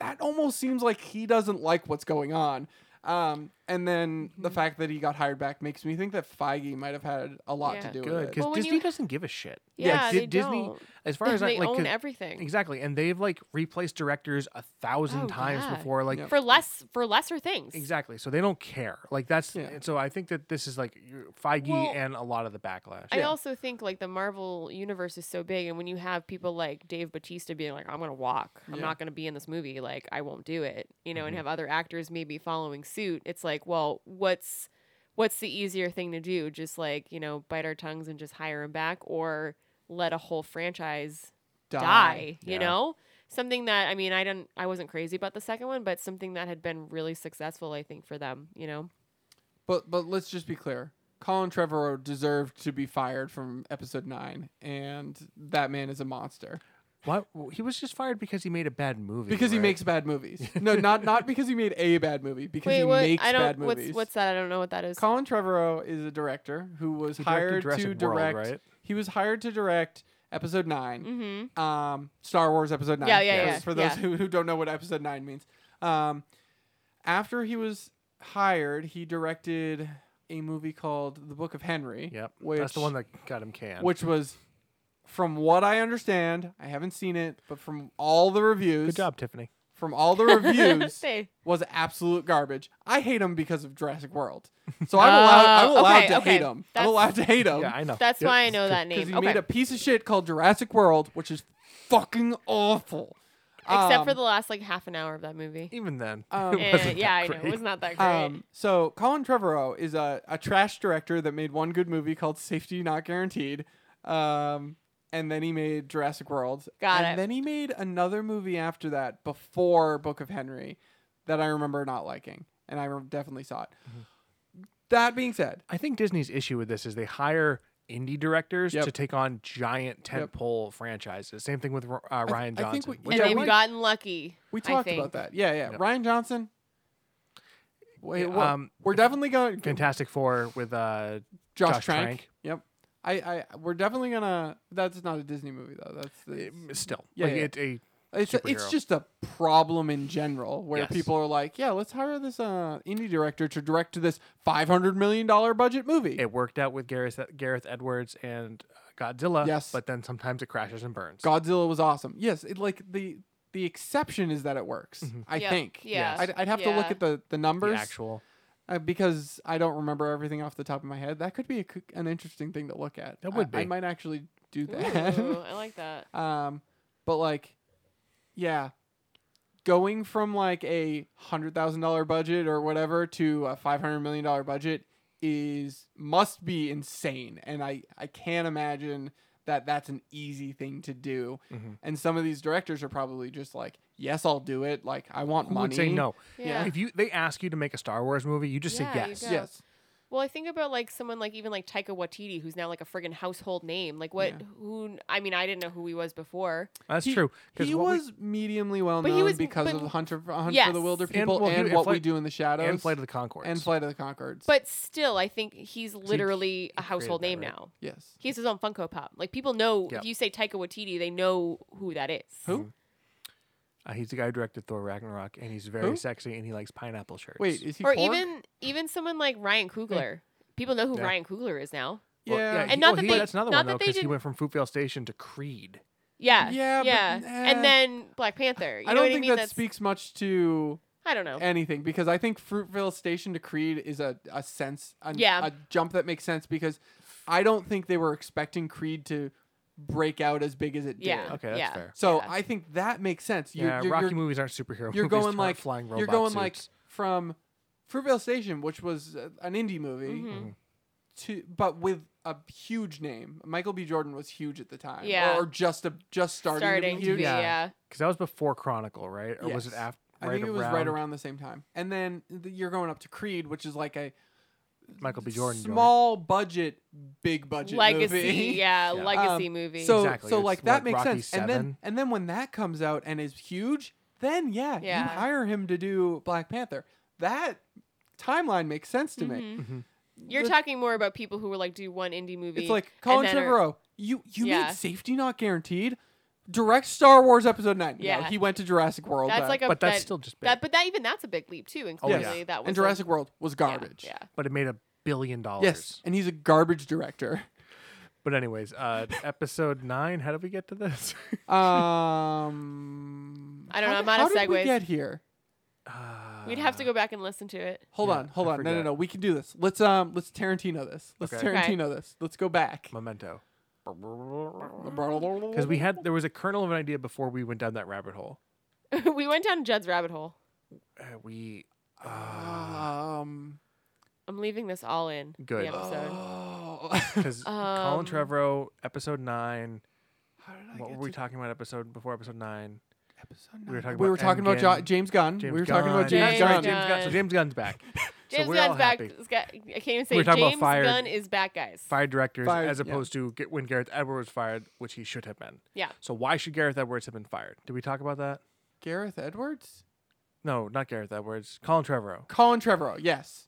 [SPEAKER 3] "That almost seems like he doesn't like what's going on." Um, and then
[SPEAKER 4] Mm-hmm.
[SPEAKER 3] the fact that he got hired back makes me think that Feige might have had a lot to
[SPEAKER 4] Yeah.
[SPEAKER 3] do with
[SPEAKER 1] Good,
[SPEAKER 3] it.
[SPEAKER 1] because
[SPEAKER 4] Well, when
[SPEAKER 1] Disney
[SPEAKER 4] you-
[SPEAKER 1] doesn't give a shit.
[SPEAKER 4] yeah,
[SPEAKER 1] Di-
[SPEAKER 4] they
[SPEAKER 1] Disney,
[SPEAKER 4] don't.
[SPEAKER 1] as far as I,
[SPEAKER 4] they
[SPEAKER 1] like,
[SPEAKER 4] own
[SPEAKER 1] 'cause-
[SPEAKER 4] everything
[SPEAKER 1] exactly, and they've like replaced directors a thousand
[SPEAKER 4] Oh,
[SPEAKER 1] times
[SPEAKER 4] yeah.
[SPEAKER 1] before. Like,
[SPEAKER 3] Yep.
[SPEAKER 4] for less for lesser things.
[SPEAKER 1] exactly, so they don't care. Like that's
[SPEAKER 3] Yeah.
[SPEAKER 1] and so. I think that this is like your- Feige
[SPEAKER 4] Well,
[SPEAKER 1] and a lot of the backlash.
[SPEAKER 4] I
[SPEAKER 3] Yeah.
[SPEAKER 4] also think like the Marvel universe is so big, and when you have people like Dave Batista being like, "I'm gonna walk. I'm
[SPEAKER 3] Yeah. Mm-hmm.
[SPEAKER 4] not gonna be in this movie. Like, I won't do it," you know, and have other actors maybe following suit. It's like, well, what's what's the easier thing to do? Just like you know, bite our tongues and just hire him back, or let a whole franchise die? you
[SPEAKER 1] Yeah.
[SPEAKER 4] know, something that I mean, I didn't, I wasn't crazy about the second one, but something that had been really successful, I think, for them. You know,
[SPEAKER 3] But but let's just be clear. Colin Trevorrow deserved to be fired from episode nine, and that man is a monster
[SPEAKER 1] What he was just fired because he made a bad movie.
[SPEAKER 3] because he
[SPEAKER 1] right?
[SPEAKER 3] makes bad movies. no, not not because he made a bad movie. Because he
[SPEAKER 4] wait, what?
[SPEAKER 3] makes
[SPEAKER 4] I don't.
[SPEAKER 3] bad
[SPEAKER 4] What's
[SPEAKER 3] movies.
[SPEAKER 4] what's that? I don't know what that is.
[SPEAKER 3] Colin Trevorrow is a director who was
[SPEAKER 1] He directed
[SPEAKER 3] hired
[SPEAKER 1] Jurassic
[SPEAKER 3] to
[SPEAKER 1] World,
[SPEAKER 3] direct.
[SPEAKER 1] right?
[SPEAKER 3] He was hired to direct episode 9
[SPEAKER 4] mm-hmm.
[SPEAKER 3] um, Star Wars Episode Nine.
[SPEAKER 4] Yeah, yeah, yeah,
[SPEAKER 3] For those
[SPEAKER 4] yeah.
[SPEAKER 3] who, who don't know what Episode Nine means, um, after he was hired, he directed a movie called The Book of Henry.
[SPEAKER 1] Yep,
[SPEAKER 3] which,
[SPEAKER 1] that's the one that got him canned.
[SPEAKER 3] which was, from what I understand, I haven't seen it, but from all the reviews,
[SPEAKER 1] good job, Tiffany.
[SPEAKER 3] from all the reviews,
[SPEAKER 4] Say.
[SPEAKER 3] was absolute garbage. I hate him because of Jurassic World, so I'm allowed. I'm
[SPEAKER 4] Oh,
[SPEAKER 3] allowed
[SPEAKER 4] okay,
[SPEAKER 3] to
[SPEAKER 4] okay.
[SPEAKER 3] hate him. I'm
[SPEAKER 4] That's-
[SPEAKER 3] allowed to hate him
[SPEAKER 1] Yeah, I know.
[SPEAKER 4] That's
[SPEAKER 1] Yep.
[SPEAKER 4] why I know that
[SPEAKER 3] because
[SPEAKER 4] name.
[SPEAKER 3] he
[SPEAKER 4] Okay.
[SPEAKER 3] made a piece of shit called Jurassic World, which is fucking awful.
[SPEAKER 4] Except
[SPEAKER 3] Um,
[SPEAKER 4] for the last like half an hour of that movie.
[SPEAKER 1] Even then,
[SPEAKER 3] Um,
[SPEAKER 1] it wasn't
[SPEAKER 4] Eh, yeah,
[SPEAKER 1] that
[SPEAKER 4] I know. It
[SPEAKER 1] great.
[SPEAKER 4] was not that great.
[SPEAKER 3] Um, so Colin Trevorrow is a, a trash director that made one good movie called Safety Not Guaranteed. Um, and then he made Jurassic World.
[SPEAKER 4] Got
[SPEAKER 3] and
[SPEAKER 4] it.
[SPEAKER 3] then he made another movie after that before Book of Henry that I remember not liking. And I re- definitely saw it.
[SPEAKER 1] Mm-hmm.
[SPEAKER 3] That being said,
[SPEAKER 1] I think Disney's issue with this is they hire indie directors
[SPEAKER 3] Yep.
[SPEAKER 1] to take on giant tentpole franchises. Same thing with uh, Ryan
[SPEAKER 3] I
[SPEAKER 1] Johnson.
[SPEAKER 3] think we-
[SPEAKER 1] which
[SPEAKER 4] and
[SPEAKER 3] I
[SPEAKER 4] they've
[SPEAKER 3] like-
[SPEAKER 4] gotten lucky.
[SPEAKER 3] we
[SPEAKER 4] I
[SPEAKER 3] talked
[SPEAKER 4] think.
[SPEAKER 3] about that. Yeah, yeah.
[SPEAKER 1] Yep.
[SPEAKER 3] Ryan Johnson. Wait,
[SPEAKER 1] Yeah,
[SPEAKER 3] what-
[SPEAKER 1] um,
[SPEAKER 3] we're definitely going.
[SPEAKER 1] Fantastic Four with uh,
[SPEAKER 3] Josh,
[SPEAKER 1] Josh
[SPEAKER 3] Trank.
[SPEAKER 1] Trank.
[SPEAKER 3] Yep. I, I we're definitely gonna. That's not a Disney movie though. That's the,
[SPEAKER 1] m- still
[SPEAKER 3] Yeah,
[SPEAKER 1] like
[SPEAKER 3] yeah.
[SPEAKER 1] it a
[SPEAKER 3] it's a, it's
[SPEAKER 1] superhero.
[SPEAKER 3] just a problem in general where
[SPEAKER 1] Yes.
[SPEAKER 3] people are like, yeah, let's hire this uh, indie director to direct to this five hundred million dollar budget movie.
[SPEAKER 1] it worked out with Gareth Gareth Edwards and uh, Godzilla.
[SPEAKER 3] Yes.
[SPEAKER 1] but then sometimes it crashes and burns.
[SPEAKER 3] Godzilla was awesome. Yes, it like the the exception is that it works. I
[SPEAKER 4] Yep.
[SPEAKER 3] think.
[SPEAKER 4] Yeah.
[SPEAKER 3] I'd, I'd have to look
[SPEAKER 4] Yeah.
[SPEAKER 3] at the the numbers
[SPEAKER 1] Mm-hmm. The actual.
[SPEAKER 3] uh, because I don't remember everything off the top of my head. That could be a, c- an interesting thing to look at.
[SPEAKER 1] That
[SPEAKER 3] I-
[SPEAKER 1] would
[SPEAKER 3] I
[SPEAKER 1] be.
[SPEAKER 3] might actually do that.
[SPEAKER 4] Ooh, I like that.
[SPEAKER 3] Um, but like, yeah, going from like a hundred thousand dollar budget or whatever to a five hundred million dollar budget is must be insane, and I I can't imagine that that's an easy thing to do.
[SPEAKER 1] Mhm.
[SPEAKER 3] And some of these directors are probably just like, yes, I'll do it. Like I want
[SPEAKER 1] Who
[SPEAKER 3] money.
[SPEAKER 1] would say no?
[SPEAKER 4] Yeah.
[SPEAKER 1] If you they ask you to make a Star Wars movie, you just
[SPEAKER 4] Yeah,
[SPEAKER 1] say
[SPEAKER 4] you
[SPEAKER 1] yes.
[SPEAKER 4] go.
[SPEAKER 3] Yes.
[SPEAKER 4] Well, I think about like someone like even like Taika Waititi, who's now like a friggin' household name. Like what?
[SPEAKER 3] Yeah.
[SPEAKER 4] Who? I mean, I didn't know who he was before.
[SPEAKER 1] That's
[SPEAKER 3] He-
[SPEAKER 1] true. 'cause
[SPEAKER 3] He
[SPEAKER 1] what we-
[SPEAKER 3] was mediumly well
[SPEAKER 4] But he
[SPEAKER 3] known
[SPEAKER 4] was-
[SPEAKER 3] because
[SPEAKER 4] but-
[SPEAKER 3] of Hunter, Hunt for
[SPEAKER 4] Yes.
[SPEAKER 3] the Wilder
[SPEAKER 4] And,
[SPEAKER 3] People and,
[SPEAKER 1] well, he- and
[SPEAKER 3] what we
[SPEAKER 1] Flight-
[SPEAKER 3] do in the shadows
[SPEAKER 1] and Flight of the Concords.
[SPEAKER 3] and Flight of the Concords.
[SPEAKER 4] But still, I think he's literally a household
[SPEAKER 1] that,
[SPEAKER 4] name
[SPEAKER 1] right?
[SPEAKER 4] now.
[SPEAKER 3] yes,
[SPEAKER 4] He has his own Funko Pop. Like people know
[SPEAKER 1] Yep.
[SPEAKER 4] if you say Taika Waititi, they know who that is.
[SPEAKER 3] who?
[SPEAKER 1] Uh, he's the guy who directed Thor Ragnarok, and he's very
[SPEAKER 3] Who?
[SPEAKER 1] sexy, and he likes pineapple shirts.
[SPEAKER 3] Wait, is he
[SPEAKER 4] Or
[SPEAKER 3] Korg?
[SPEAKER 4] even even someone like Ryan Coogler. People know who
[SPEAKER 1] Yeah.
[SPEAKER 4] Ryan Coogler is now.
[SPEAKER 3] Yeah,
[SPEAKER 1] Well,
[SPEAKER 4] And not that
[SPEAKER 1] he-
[SPEAKER 4] they-
[SPEAKER 1] that's another
[SPEAKER 4] not
[SPEAKER 1] one
[SPEAKER 4] that
[SPEAKER 1] though,
[SPEAKER 4] they
[SPEAKER 1] because he
[SPEAKER 4] didn't-
[SPEAKER 1] went from Fruitvale Station to Creed.
[SPEAKER 4] Yeah.
[SPEAKER 3] Yeah, but,
[SPEAKER 4] Yeah.
[SPEAKER 3] eh,
[SPEAKER 4] and then Black Panther. You
[SPEAKER 3] I
[SPEAKER 4] know
[SPEAKER 3] don't
[SPEAKER 4] what
[SPEAKER 3] think
[SPEAKER 4] I mean?
[SPEAKER 3] that
[SPEAKER 4] That's-
[SPEAKER 3] speaks much to
[SPEAKER 4] I don't know.
[SPEAKER 3] anything because I think Fruitvale Station to Creed is a, a sense, a,
[SPEAKER 4] Yeah.
[SPEAKER 3] a jump that makes sense because I don't think they were expecting Creed to break out as big as it
[SPEAKER 4] Yeah.
[SPEAKER 3] did.
[SPEAKER 1] Okay, that's
[SPEAKER 4] yeah.
[SPEAKER 1] fair.
[SPEAKER 3] So
[SPEAKER 4] yeah.
[SPEAKER 3] I think that makes sense. You're,
[SPEAKER 1] yeah,
[SPEAKER 3] you're,
[SPEAKER 1] Rocky
[SPEAKER 3] you're,
[SPEAKER 1] movies aren't superhero
[SPEAKER 3] you're
[SPEAKER 1] movies.
[SPEAKER 3] going
[SPEAKER 1] they're not
[SPEAKER 3] like
[SPEAKER 1] flying robot
[SPEAKER 3] you're going like
[SPEAKER 1] suits.
[SPEAKER 3] from Fruitvale Station, which was uh, an indie movie,
[SPEAKER 4] Mhm.
[SPEAKER 3] to but with a huge name. Michael B. Jordan was huge at the time,
[SPEAKER 4] Yeah.
[SPEAKER 3] or, or just a just starting,
[SPEAKER 4] Starting
[SPEAKER 3] to be huge.
[SPEAKER 1] Yeah.
[SPEAKER 4] yeah.
[SPEAKER 1] because that was before Chronicle, right? Or was it
[SPEAKER 3] Yes.
[SPEAKER 1] after?
[SPEAKER 3] I think it was right around the same time. And then th- you're going up to Creed, which is like a
[SPEAKER 1] Michael B. Jordan. joint.
[SPEAKER 3] small budget, big budget
[SPEAKER 4] legacy.
[SPEAKER 3] movie.
[SPEAKER 4] Yeah,
[SPEAKER 1] Yeah.
[SPEAKER 4] legacy
[SPEAKER 3] Um,
[SPEAKER 4] movie.
[SPEAKER 3] So
[SPEAKER 1] Exactly,
[SPEAKER 3] so
[SPEAKER 1] it's
[SPEAKER 3] like that
[SPEAKER 1] like
[SPEAKER 3] makes
[SPEAKER 1] Rocky
[SPEAKER 3] sense. And then
[SPEAKER 1] Seven.
[SPEAKER 3] and then when that comes out and is huge, then yeah,
[SPEAKER 4] Yeah.
[SPEAKER 3] you hire him to do Black Panther. That timeline makes sense to me.
[SPEAKER 4] Mhm.
[SPEAKER 1] Mhm.
[SPEAKER 4] You're
[SPEAKER 3] The-
[SPEAKER 4] talking more about people who were like do one indie movie.
[SPEAKER 3] It's like Colin
[SPEAKER 4] then are-
[SPEAKER 3] Trevorrow, you you
[SPEAKER 4] Yeah.
[SPEAKER 3] made safety not guaranteed. Direct Star Wars Episode Nine. No,
[SPEAKER 4] Yeah.
[SPEAKER 3] he went to Jurassic World.
[SPEAKER 4] that's
[SPEAKER 3] uh,
[SPEAKER 4] like a
[SPEAKER 1] But that's
[SPEAKER 4] that-
[SPEAKER 1] still just big.
[SPEAKER 4] that, but that even that's a big leap too. And
[SPEAKER 1] Oh, yeah.
[SPEAKER 4] clearly that was
[SPEAKER 3] and
[SPEAKER 4] like-
[SPEAKER 3] Jurassic World was
[SPEAKER 4] yeah,
[SPEAKER 3] garbage.
[SPEAKER 4] Yeah,
[SPEAKER 1] but it made a billion dollars.
[SPEAKER 3] Yes, and he's a garbage director.
[SPEAKER 1] But anyways, uh, episode nine. How did we get to this?
[SPEAKER 3] Um,
[SPEAKER 4] I don't know,
[SPEAKER 3] how-
[SPEAKER 4] I'm out
[SPEAKER 3] how
[SPEAKER 4] of
[SPEAKER 3] did we
[SPEAKER 4] segues.
[SPEAKER 3] get here?
[SPEAKER 1] Ah, Uh,
[SPEAKER 4] we'd have to go back and listen to it.
[SPEAKER 3] Hold
[SPEAKER 1] Yeah,
[SPEAKER 3] on, hold
[SPEAKER 1] I
[SPEAKER 3] on. No, no,
[SPEAKER 1] forget.
[SPEAKER 3] no. We can do this. Let's um, let's Tarantino this. Let's
[SPEAKER 1] Okay.
[SPEAKER 4] Okay.
[SPEAKER 3] Tarantino this. Let's go back.
[SPEAKER 1] Memento. Because
[SPEAKER 3] Because
[SPEAKER 1] we had there was a kernel of an idea before we went down that rabbit hole.
[SPEAKER 4] we went down Judd's rabbit hole.
[SPEAKER 1] Uh, we uh,
[SPEAKER 3] um,
[SPEAKER 4] I'm leaving this all in
[SPEAKER 1] Good.
[SPEAKER 4] the episode.
[SPEAKER 3] oh.
[SPEAKER 1] because Colin
[SPEAKER 4] Um,
[SPEAKER 1] Trevorrow, episode nine.
[SPEAKER 3] How did I
[SPEAKER 1] What
[SPEAKER 3] get
[SPEAKER 1] were we
[SPEAKER 3] to
[SPEAKER 1] talking about? Episode before episode nine.
[SPEAKER 3] episode
[SPEAKER 1] we were
[SPEAKER 3] nine?
[SPEAKER 1] talking
[SPEAKER 3] we
[SPEAKER 1] about
[SPEAKER 3] were talking about
[SPEAKER 1] Endgame.
[SPEAKER 3] Jo- James Gunn.
[SPEAKER 1] James
[SPEAKER 3] we were talking about
[SPEAKER 1] Gunn.
[SPEAKER 3] James
[SPEAKER 4] James
[SPEAKER 3] Gunn.
[SPEAKER 1] That's right, James Gunn. So
[SPEAKER 4] Gunn.
[SPEAKER 1] James Gunn's back.
[SPEAKER 4] James
[SPEAKER 1] we're all
[SPEAKER 4] Gunn's back.
[SPEAKER 1] happy.
[SPEAKER 4] This guy- I can't even say
[SPEAKER 1] We were talking about
[SPEAKER 4] James
[SPEAKER 1] fired-
[SPEAKER 4] Gunn is back, guys.
[SPEAKER 1] Fire directors,
[SPEAKER 3] Fired,
[SPEAKER 1] as
[SPEAKER 3] yeah.
[SPEAKER 1] opposed to get, when Gareth Edwards was fired, which he should have been.
[SPEAKER 4] Yeah.
[SPEAKER 1] So why should Gareth Edwards have been fired? Did we talk about that?
[SPEAKER 3] Gareth Edwards,
[SPEAKER 1] No, not Gareth Edwards. Colin Trevorrow.
[SPEAKER 3] Colin Trevorrow. Yes.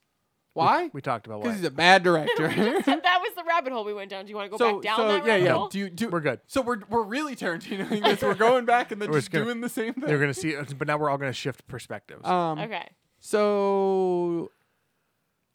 [SPEAKER 3] Why?
[SPEAKER 1] We talked about
[SPEAKER 3] Because
[SPEAKER 1] why.
[SPEAKER 3] he's a bad director.
[SPEAKER 4] So that was the rabbit hole we went down. Do you want to go
[SPEAKER 3] so
[SPEAKER 4] back down
[SPEAKER 3] so
[SPEAKER 4] that
[SPEAKER 3] yeah
[SPEAKER 4] rabbit
[SPEAKER 3] yeah.
[SPEAKER 4] hole?
[SPEAKER 3] Do you do
[SPEAKER 1] We're good.
[SPEAKER 3] So we're we're really Tarantinoing this. We're going back and then
[SPEAKER 1] We're
[SPEAKER 3] just
[SPEAKER 1] just gonna-
[SPEAKER 3] doing the same
[SPEAKER 1] They're
[SPEAKER 3] thing.
[SPEAKER 1] gonna see, but now we're all gonna shift perspectives.
[SPEAKER 3] Um,
[SPEAKER 4] okay.
[SPEAKER 3] So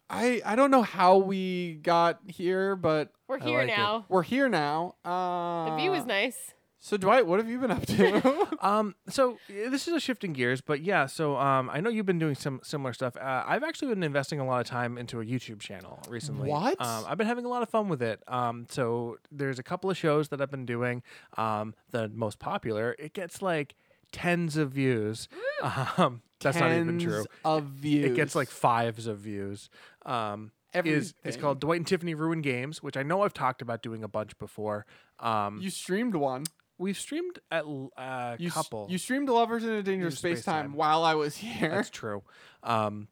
[SPEAKER 3] I I don't know how we got here, but
[SPEAKER 4] We're
[SPEAKER 1] I
[SPEAKER 4] here
[SPEAKER 1] like it.
[SPEAKER 4] now.
[SPEAKER 3] we're here now. Uh,
[SPEAKER 4] The view is nice.
[SPEAKER 3] So Dwight, what have you been up to?
[SPEAKER 1] Um, so yeah, this is a shift in gears, but yeah. So um, I know you've been doing some similar stuff. Uh, I've actually been investing a lot of time into a YouTube channel recently.
[SPEAKER 3] What?
[SPEAKER 1] Um, I've been having a lot of fun with it. Um, so there's a couple of shows that I've been doing. Um, the most popular, it gets like tens of views. Um, that's not even
[SPEAKER 3] Mm. Tens
[SPEAKER 1] true.
[SPEAKER 3] Of views,
[SPEAKER 1] It gets like fives of views. Um, is it's
[SPEAKER 3] Everything.
[SPEAKER 1] called Dwight and Tiffany Ruin Games, which I know I've talked about doing a bunch before. Um,
[SPEAKER 3] You streamed one.
[SPEAKER 1] we've streamed at l- a
[SPEAKER 3] You s-
[SPEAKER 1] couple.
[SPEAKER 3] You streamed Lovers in a Dangerous
[SPEAKER 1] Space
[SPEAKER 3] Space Time
[SPEAKER 1] Time.
[SPEAKER 3] while I was here.
[SPEAKER 1] That's true. Um,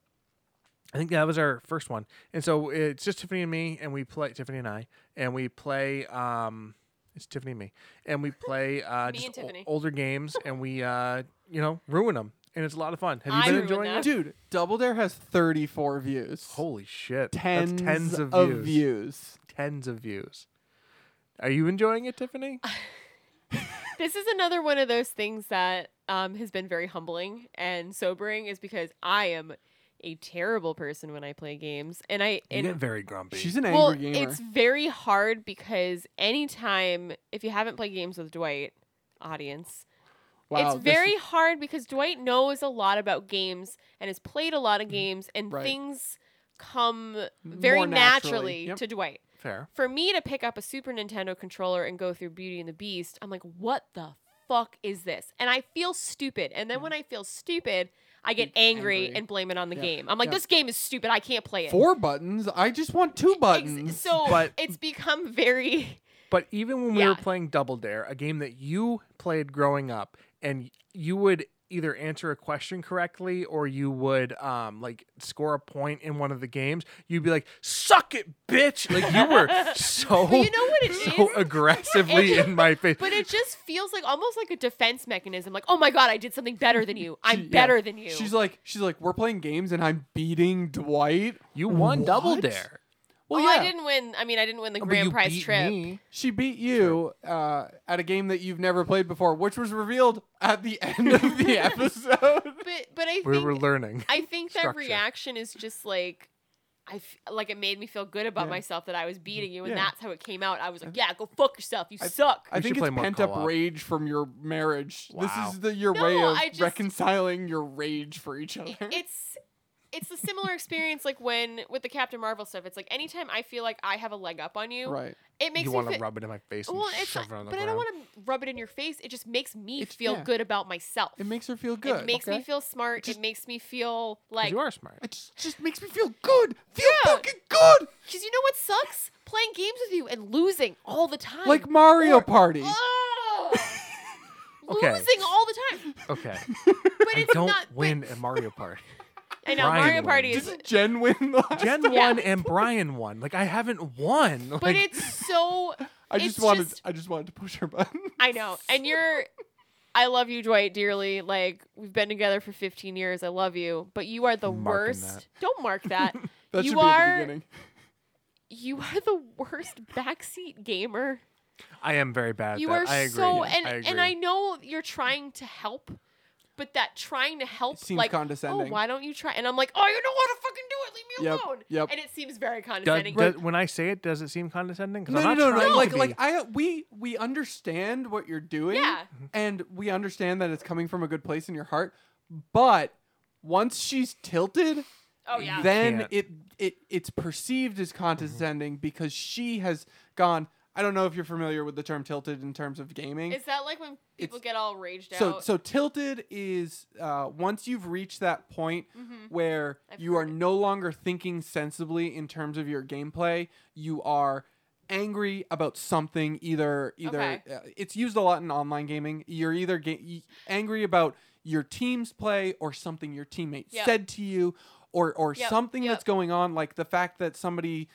[SPEAKER 1] I think that was our first one, and so it's just Tiffany and me, and we play Tiffany and I, and we play. Um, it's Tiffany and me, and we play uh,
[SPEAKER 4] Me
[SPEAKER 1] just
[SPEAKER 4] and
[SPEAKER 1] o-
[SPEAKER 4] Tiffany.
[SPEAKER 1] older games, and we uh, you know ruin them, and it's a lot of fun. Have you
[SPEAKER 4] I
[SPEAKER 1] been
[SPEAKER 4] ruined
[SPEAKER 1] enjoying
[SPEAKER 4] that.
[SPEAKER 1] it?
[SPEAKER 3] Dude, Double Dare has 34 views.
[SPEAKER 1] Holy shit! That's
[SPEAKER 3] tens,
[SPEAKER 1] tens of, views.
[SPEAKER 3] views.
[SPEAKER 1] Tens of views. Are you enjoying it, Tiffany?
[SPEAKER 4] This is another one of those things that um, has been very humbling and sobering, is because I am a terrible person when I play games, and I
[SPEAKER 1] You
[SPEAKER 4] and
[SPEAKER 1] get very grumpy.
[SPEAKER 3] She's an angry
[SPEAKER 4] well,
[SPEAKER 3] gamer.
[SPEAKER 4] it's very hard because anytime if you haven't played games with Dwight, audience,
[SPEAKER 3] Wow,
[SPEAKER 4] it's
[SPEAKER 3] this
[SPEAKER 4] very
[SPEAKER 3] is-
[SPEAKER 4] hard because Dwight knows a lot about games and has played a lot of games, and
[SPEAKER 3] Mm, Right.
[SPEAKER 4] things come very
[SPEAKER 3] More naturally.
[SPEAKER 4] naturally
[SPEAKER 3] Yep.
[SPEAKER 4] to Dwight.
[SPEAKER 1] Fair.
[SPEAKER 4] For me to pick up a Super Nintendo controller and go through Beauty and the Beast, I'm like, what the fuck is this? And I feel stupid. And then when I feel stupid, I
[SPEAKER 3] Mm. You
[SPEAKER 4] get
[SPEAKER 3] get
[SPEAKER 4] angry,
[SPEAKER 3] angry.
[SPEAKER 4] and blame it on the
[SPEAKER 3] Yeah.
[SPEAKER 4] game. I'm like,
[SPEAKER 3] Yeah.
[SPEAKER 4] this game is stupid. I can't play it.
[SPEAKER 3] four buttons. I just want two
[SPEAKER 4] Ex-
[SPEAKER 3] buttons.
[SPEAKER 4] so
[SPEAKER 1] But-
[SPEAKER 4] it's become very
[SPEAKER 1] But even when we
[SPEAKER 4] Yeah.
[SPEAKER 1] were playing Double Dare, a game that you played growing up, and you would either answer a question correctly or you would um, like score a point in one of the games, you'd be like, "Suck it, bitch!" Like you were so
[SPEAKER 4] But you know what it
[SPEAKER 1] so
[SPEAKER 4] is?
[SPEAKER 1] aggressively
[SPEAKER 4] It-
[SPEAKER 1] in my face.
[SPEAKER 4] But it just feels like almost like a defense mechanism. Like, oh my god, I did something better than you. I'm
[SPEAKER 3] She- yeah.
[SPEAKER 4] better than you.
[SPEAKER 3] She's like, she's like, we're playing games and I'm beating Dwight.
[SPEAKER 1] you won Double
[SPEAKER 3] What?
[SPEAKER 1] Dare.
[SPEAKER 3] Well,
[SPEAKER 4] oh,
[SPEAKER 3] yeah,
[SPEAKER 4] I didn't win. I mean, I didn't win the
[SPEAKER 1] Oh, But
[SPEAKER 4] grand
[SPEAKER 1] you
[SPEAKER 4] prize
[SPEAKER 1] beat
[SPEAKER 4] trip.
[SPEAKER 1] me.
[SPEAKER 3] she beat you uh, at a game that you've never played before, which was revealed at the end of the episode.
[SPEAKER 4] But but I
[SPEAKER 1] We
[SPEAKER 4] think
[SPEAKER 1] were learning.
[SPEAKER 4] I think that
[SPEAKER 1] structure.
[SPEAKER 4] reaction is just like. I f- like it made me feel good about
[SPEAKER 3] Yeah.
[SPEAKER 4] myself that I was beating you, and
[SPEAKER 3] Yeah.
[SPEAKER 4] that's how it came out. I was like, "Yeah, go fuck yourself. You suck."
[SPEAKER 3] I
[SPEAKER 1] We should
[SPEAKER 3] think
[SPEAKER 1] play
[SPEAKER 3] it's
[SPEAKER 1] more
[SPEAKER 3] pent up
[SPEAKER 1] co-op.
[SPEAKER 3] rage from your marriage.
[SPEAKER 1] Wow.
[SPEAKER 3] This is the, your
[SPEAKER 4] No,
[SPEAKER 3] way of
[SPEAKER 4] I just-
[SPEAKER 3] reconciling your rage for each other.
[SPEAKER 4] I- it's it's a similar experience like when with the Captain Marvel stuff. It's like anytime I feel like I have a leg up on you,
[SPEAKER 3] right.
[SPEAKER 4] it makes
[SPEAKER 1] You
[SPEAKER 4] me
[SPEAKER 1] want to
[SPEAKER 4] feel,
[SPEAKER 1] rub it in my face and
[SPEAKER 4] Well, it's
[SPEAKER 1] shove
[SPEAKER 4] not,
[SPEAKER 1] it on the
[SPEAKER 4] but
[SPEAKER 1] ground.
[SPEAKER 4] I don't want to rub it in your face. It just makes me
[SPEAKER 3] It's-
[SPEAKER 4] feel
[SPEAKER 3] yeah.
[SPEAKER 4] good about myself.
[SPEAKER 3] It makes her feel good.
[SPEAKER 4] It makes
[SPEAKER 3] okay?
[SPEAKER 4] me feel smart.
[SPEAKER 3] just-
[SPEAKER 4] it makes me feel
[SPEAKER 1] 'Cause
[SPEAKER 4] like
[SPEAKER 1] you are smart.
[SPEAKER 3] It just, just makes me feel good. Feel
[SPEAKER 4] Yeah.
[SPEAKER 3] fucking good.
[SPEAKER 4] because you know what sucks? Playing games with you and losing all the time.
[SPEAKER 3] Like Mario Party.
[SPEAKER 4] Oh. Ugh.
[SPEAKER 1] Okay.
[SPEAKER 4] Losing all the time,
[SPEAKER 1] Okay,
[SPEAKER 4] but
[SPEAKER 1] I
[SPEAKER 4] it's
[SPEAKER 1] don't
[SPEAKER 4] not. but-
[SPEAKER 1] win at Mario Party.
[SPEAKER 4] I know
[SPEAKER 1] Brian
[SPEAKER 4] Mario Party
[SPEAKER 1] wins.
[SPEAKER 4] is,
[SPEAKER 3] Didn't Jen win the last
[SPEAKER 1] Jen
[SPEAKER 3] time?
[SPEAKER 4] Yeah.
[SPEAKER 1] won and Brian won. Like I haven't won. Like,
[SPEAKER 4] but it's so.
[SPEAKER 3] I just
[SPEAKER 4] it's
[SPEAKER 3] wanted
[SPEAKER 4] just-
[SPEAKER 3] I just wanted to push her button.
[SPEAKER 4] I know. And you're I love you, Dwight, dearly. Like we've been together for 15 years. I love you, but you are the
[SPEAKER 1] Marking
[SPEAKER 4] worst.
[SPEAKER 1] that.
[SPEAKER 4] Don't mark that.
[SPEAKER 3] That
[SPEAKER 4] you
[SPEAKER 3] should be at the
[SPEAKER 4] are
[SPEAKER 3] beginning.
[SPEAKER 4] you are the worst backseat gamer.
[SPEAKER 1] I am very bad. At
[SPEAKER 4] you
[SPEAKER 1] that.
[SPEAKER 4] are
[SPEAKER 1] I agree.
[SPEAKER 4] so
[SPEAKER 1] Yeah,
[SPEAKER 4] and
[SPEAKER 1] I agree.
[SPEAKER 4] and I know you're trying to help, but that trying to help
[SPEAKER 3] It seems
[SPEAKER 4] like
[SPEAKER 3] condescending.
[SPEAKER 4] oh why don't you try? And I'm like oh you know how to fucking do it. Leave me
[SPEAKER 3] Yep,
[SPEAKER 4] alone.
[SPEAKER 3] yep.
[SPEAKER 4] And it seems very
[SPEAKER 1] Do-
[SPEAKER 4] condescending.
[SPEAKER 1] do- when I say it, does it seem condescending? 'Cause
[SPEAKER 3] No, no,
[SPEAKER 1] I'm not
[SPEAKER 3] no,
[SPEAKER 1] trying
[SPEAKER 3] no.
[SPEAKER 1] to
[SPEAKER 3] Like,
[SPEAKER 1] be.
[SPEAKER 3] like I, we, we understand what you're doing.
[SPEAKER 4] Yeah.
[SPEAKER 3] And we understand that it's coming from a good place in your heart. But once she's tilted,
[SPEAKER 4] oh yeah.
[SPEAKER 3] then
[SPEAKER 1] Can't.
[SPEAKER 3] it, it, it's perceived as condescending because she has gone. I don't know if you're familiar with the term tilted in terms of gaming.
[SPEAKER 4] Is that like when people
[SPEAKER 3] It's-
[SPEAKER 4] get all raged
[SPEAKER 3] so,
[SPEAKER 4] out?
[SPEAKER 3] so tilted is uh, once you've reached that point
[SPEAKER 4] Mhm.
[SPEAKER 3] where
[SPEAKER 4] I've
[SPEAKER 3] you are
[SPEAKER 4] heard it.
[SPEAKER 3] no longer thinking sensibly in terms of your gameplay. You are angry about something. Either either
[SPEAKER 4] Okay.
[SPEAKER 3] uh, it's used a lot in online gaming. You're either ga- y- angry about your team's play or something your teammate
[SPEAKER 4] Yep.
[SPEAKER 3] said to you, or or
[SPEAKER 4] Yep,
[SPEAKER 3] something
[SPEAKER 4] yep.
[SPEAKER 3] that's going on, like the fact that somebody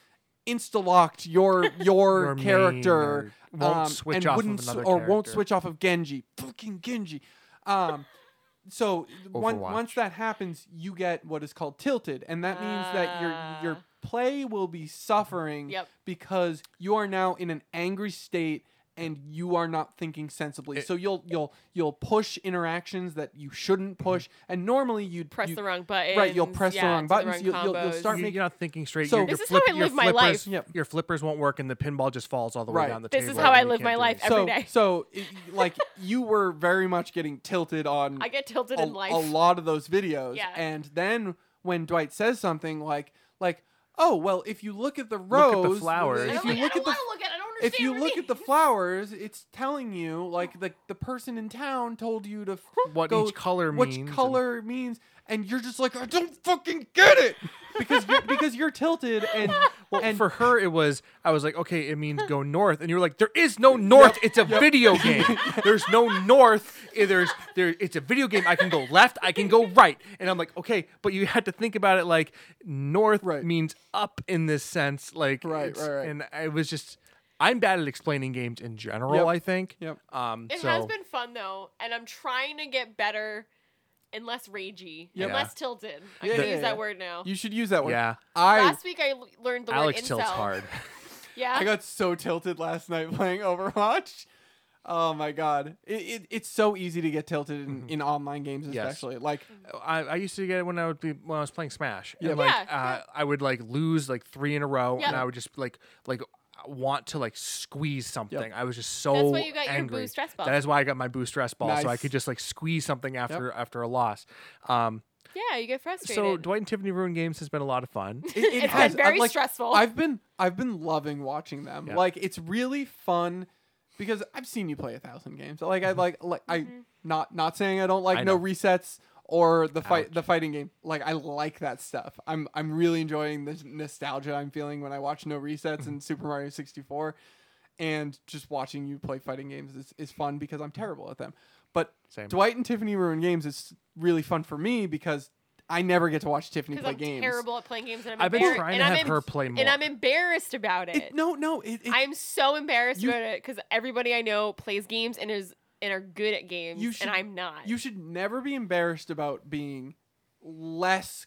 [SPEAKER 3] insta locked your your,
[SPEAKER 1] Or mean
[SPEAKER 3] character
[SPEAKER 1] or won't
[SPEAKER 3] um,
[SPEAKER 1] switch
[SPEAKER 3] and
[SPEAKER 1] off
[SPEAKER 3] wouldn't
[SPEAKER 1] of
[SPEAKER 3] s-
[SPEAKER 1] another
[SPEAKER 3] or won't
[SPEAKER 1] character.
[SPEAKER 3] switch off of Genji. Fucking Genji. Um, so one, once
[SPEAKER 1] Overwatch.
[SPEAKER 3] that happens, you get what is called tilted, and that means that your
[SPEAKER 4] Ah.
[SPEAKER 3] your play will be suffering
[SPEAKER 4] Yep.
[SPEAKER 3] because you are now in an angry state and you are not thinking sensibly.
[SPEAKER 1] It-
[SPEAKER 3] so you'll you'll you'll push interactions that you shouldn't
[SPEAKER 1] Mm-hmm.
[SPEAKER 3] push, and normally you'd
[SPEAKER 4] press
[SPEAKER 3] you,
[SPEAKER 4] the wrong button.
[SPEAKER 3] you'll press the wrong buttons, you'll- you'll- you'll start
[SPEAKER 1] You-
[SPEAKER 3] make-
[SPEAKER 1] you're not thinking straight.
[SPEAKER 3] So-
[SPEAKER 1] your, your
[SPEAKER 4] This is how I
[SPEAKER 1] your
[SPEAKER 4] live my
[SPEAKER 1] flippers-
[SPEAKER 3] life. Yep.
[SPEAKER 1] Your flippers won't work, and the pinball just falls all the way
[SPEAKER 3] Right.
[SPEAKER 1] down the
[SPEAKER 4] This is
[SPEAKER 1] table.
[SPEAKER 4] how I
[SPEAKER 1] and you
[SPEAKER 4] live
[SPEAKER 1] can't
[SPEAKER 4] my
[SPEAKER 1] do
[SPEAKER 4] life.
[SPEAKER 1] anything.
[SPEAKER 4] every
[SPEAKER 3] so
[SPEAKER 4] day.
[SPEAKER 3] so it, like you were very much getting tilted on
[SPEAKER 4] I get tilted
[SPEAKER 3] a,
[SPEAKER 4] in life.
[SPEAKER 3] a lot of those videos.
[SPEAKER 4] Yeah.
[SPEAKER 3] And then when Dwight says something like like, "Oh, well, if you look at the
[SPEAKER 1] Look
[SPEAKER 3] rose,
[SPEAKER 1] at the flowers."
[SPEAKER 4] I
[SPEAKER 1] if
[SPEAKER 4] don't,
[SPEAKER 3] if
[SPEAKER 4] like,
[SPEAKER 3] you look
[SPEAKER 4] I
[SPEAKER 3] at
[SPEAKER 4] don't
[SPEAKER 3] the
[SPEAKER 4] wanna look at. it. I don't understand.
[SPEAKER 3] if you
[SPEAKER 4] what it
[SPEAKER 3] look at the
[SPEAKER 4] means.
[SPEAKER 3] flowers, it's telling you like the the person in town told you to
[SPEAKER 1] What
[SPEAKER 3] go,
[SPEAKER 1] each color
[SPEAKER 3] which
[SPEAKER 1] means? and-
[SPEAKER 3] color means, and you're just like, "I don't fucking get it." Because you're, because you're tilted and
[SPEAKER 1] Well,
[SPEAKER 3] and
[SPEAKER 1] for her, it was. I was like, okay, it means go north, and you were like, there is no north. It's a video game. There's no north. Eh, There's there. It's a video game. I can go left. I can go right. And I'm like, okay, but you had to think about it like north
[SPEAKER 3] Right.
[SPEAKER 1] means up in this sense. Like
[SPEAKER 3] Right,
[SPEAKER 1] it's-
[SPEAKER 3] right, right.
[SPEAKER 1] And I was just, I'm bad at explaining games in general.
[SPEAKER 3] Yep.
[SPEAKER 1] I think.
[SPEAKER 3] Yep.
[SPEAKER 1] Um.
[SPEAKER 4] It
[SPEAKER 1] so
[SPEAKER 4] has been fun though, and I'm trying to get better and less ragey
[SPEAKER 3] Yeah.
[SPEAKER 4] and less tilted. I'm
[SPEAKER 3] Yeah,
[SPEAKER 4] gonna
[SPEAKER 3] yeah,
[SPEAKER 4] use
[SPEAKER 3] yeah.
[SPEAKER 4] that word now.
[SPEAKER 3] you should use that one.
[SPEAKER 1] yeah.
[SPEAKER 3] I
[SPEAKER 4] Last week I l- learned the
[SPEAKER 1] Alex
[SPEAKER 4] word incel.
[SPEAKER 1] tilts hard.
[SPEAKER 4] Yeah.
[SPEAKER 3] I got so tilted last night playing Overwatch. Oh my god, it, it, it's so easy to get tilted in, in online games,
[SPEAKER 1] Yes.
[SPEAKER 3] especially like
[SPEAKER 1] I, I used to get it when I would be when I was playing Smash.
[SPEAKER 3] Yeah.
[SPEAKER 1] And like
[SPEAKER 4] Yeah,
[SPEAKER 1] uh, I would like lose like three in a row,
[SPEAKER 4] Yep.
[SPEAKER 1] and I would just like like want to like squeeze something. I was just so
[SPEAKER 4] That's why you got your
[SPEAKER 1] angry.
[SPEAKER 4] boo stress ball.
[SPEAKER 1] That is why I got my boost stress ball, so I
[SPEAKER 3] Nice.
[SPEAKER 1] could just like squeeze something after after a loss. Um,
[SPEAKER 4] yeah, you get frustrated.
[SPEAKER 1] so Dwight and Tiffany ruin games has been a lot of fun.
[SPEAKER 3] It, it
[SPEAKER 4] It's been
[SPEAKER 3] has. I've,
[SPEAKER 4] very
[SPEAKER 3] like,
[SPEAKER 4] stressful.
[SPEAKER 3] I've been I've been loving watching them.
[SPEAKER 1] Yeah.
[SPEAKER 3] Like it's really fun because I've seen you play a thousand games. Like I like like I
[SPEAKER 4] Mm-hmm.
[SPEAKER 3] not not saying I don't like
[SPEAKER 1] Mm-hmm. I
[SPEAKER 3] no
[SPEAKER 1] know.
[SPEAKER 3] resets or the fight the fighting game. Like I like that stuff. I'm I'm really enjoying the nostalgia I'm feeling when I watch no resets
[SPEAKER 1] Mm-hmm.
[SPEAKER 3] and Super Mario 64 and just watching you play fighting games is, is fun because I'm terrible at them. But
[SPEAKER 1] Same.
[SPEAKER 3] Dwight and Tiffany ruin games is really fun for me because I never get to watch Tiffany
[SPEAKER 4] because
[SPEAKER 3] play
[SPEAKER 4] I'm
[SPEAKER 3] games.
[SPEAKER 4] terrible at playing games. And I'm
[SPEAKER 1] I've been
[SPEAKER 4] embar-
[SPEAKER 1] trying
[SPEAKER 4] and
[SPEAKER 1] to
[SPEAKER 4] I'm
[SPEAKER 1] have
[SPEAKER 4] em-
[SPEAKER 1] her play more.
[SPEAKER 4] and I'm embarrassed about it.
[SPEAKER 3] It, no, no, it, it,
[SPEAKER 4] I'm so embarrassed
[SPEAKER 3] You-
[SPEAKER 4] about it because everybody I know plays games and is and are good at games,
[SPEAKER 3] You should-
[SPEAKER 4] and I'm not.
[SPEAKER 3] you should never be embarrassed about being less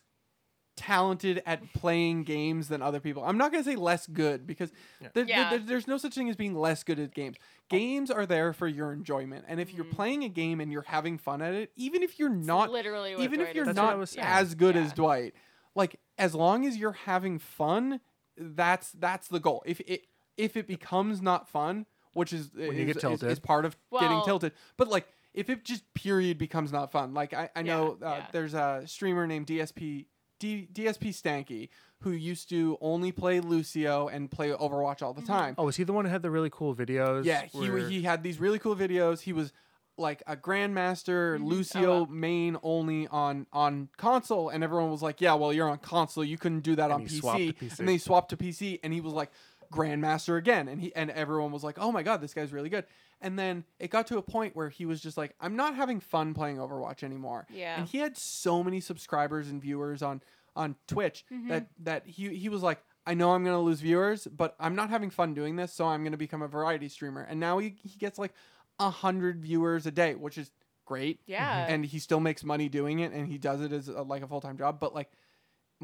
[SPEAKER 3] talented at playing games than other people. I'm not going to say less good because there- there-
[SPEAKER 4] Yeah.
[SPEAKER 3] there- there's no such thing as being less good at games. Games are there for your enjoyment. And if you're
[SPEAKER 4] Mm-hmm.
[SPEAKER 3] playing a game and you're having fun at it, even if you're not
[SPEAKER 4] literally what
[SPEAKER 3] even
[SPEAKER 4] Dwight
[SPEAKER 3] if you're
[SPEAKER 4] is
[SPEAKER 1] That's
[SPEAKER 4] doing.
[SPEAKER 1] what I
[SPEAKER 3] not
[SPEAKER 1] was saying.
[SPEAKER 3] as good as
[SPEAKER 4] Yeah.
[SPEAKER 3] Dwight, like as long as you're having fun, that's that's the goal. If it if it becomes not fun, which is
[SPEAKER 1] When
[SPEAKER 3] is,
[SPEAKER 1] you get
[SPEAKER 3] is-
[SPEAKER 1] tilted.
[SPEAKER 3] is part of getting
[SPEAKER 4] Well-
[SPEAKER 3] tilted. But like if it just period becomes not fun, like I, I know
[SPEAKER 4] Yeah,
[SPEAKER 3] uh,
[SPEAKER 4] yeah.
[SPEAKER 3] there's a streamer named DSP D, DSP Stanky who used to only play Lucio and play Overwatch all the
[SPEAKER 4] Mm-hmm.
[SPEAKER 3] time.
[SPEAKER 1] oh, is he the one who had the really cool videos?
[SPEAKER 3] Yeah, he
[SPEAKER 1] where-
[SPEAKER 3] he had these really cool videos. He was like a grandmaster Lucio
[SPEAKER 4] Oh, wow.
[SPEAKER 3] main only on on console, and everyone was like, "Yeah, well, you're on console, you couldn't do that on
[SPEAKER 1] he swapped to
[SPEAKER 3] PC.
[SPEAKER 1] PC.
[SPEAKER 3] And then he swapped to PC, and he was like grandmaster again, and he and everyone was like, "Oh my god, this guy's really good." And then it got to a point where he was just like, "I'm not having fun playing Overwatch anymore."
[SPEAKER 4] Yeah.
[SPEAKER 3] and he had so many subscribers and viewers on on Twitch that that he he was like, I know I'm gonna lose viewers, but I'm not having fun doing this, so I'm gonna become a variety streamer. And now he, he gets like a hundred viewers a day, which is great.
[SPEAKER 4] yeah,
[SPEAKER 3] And he still makes money doing it, and he does it as a, like a full time job. But like,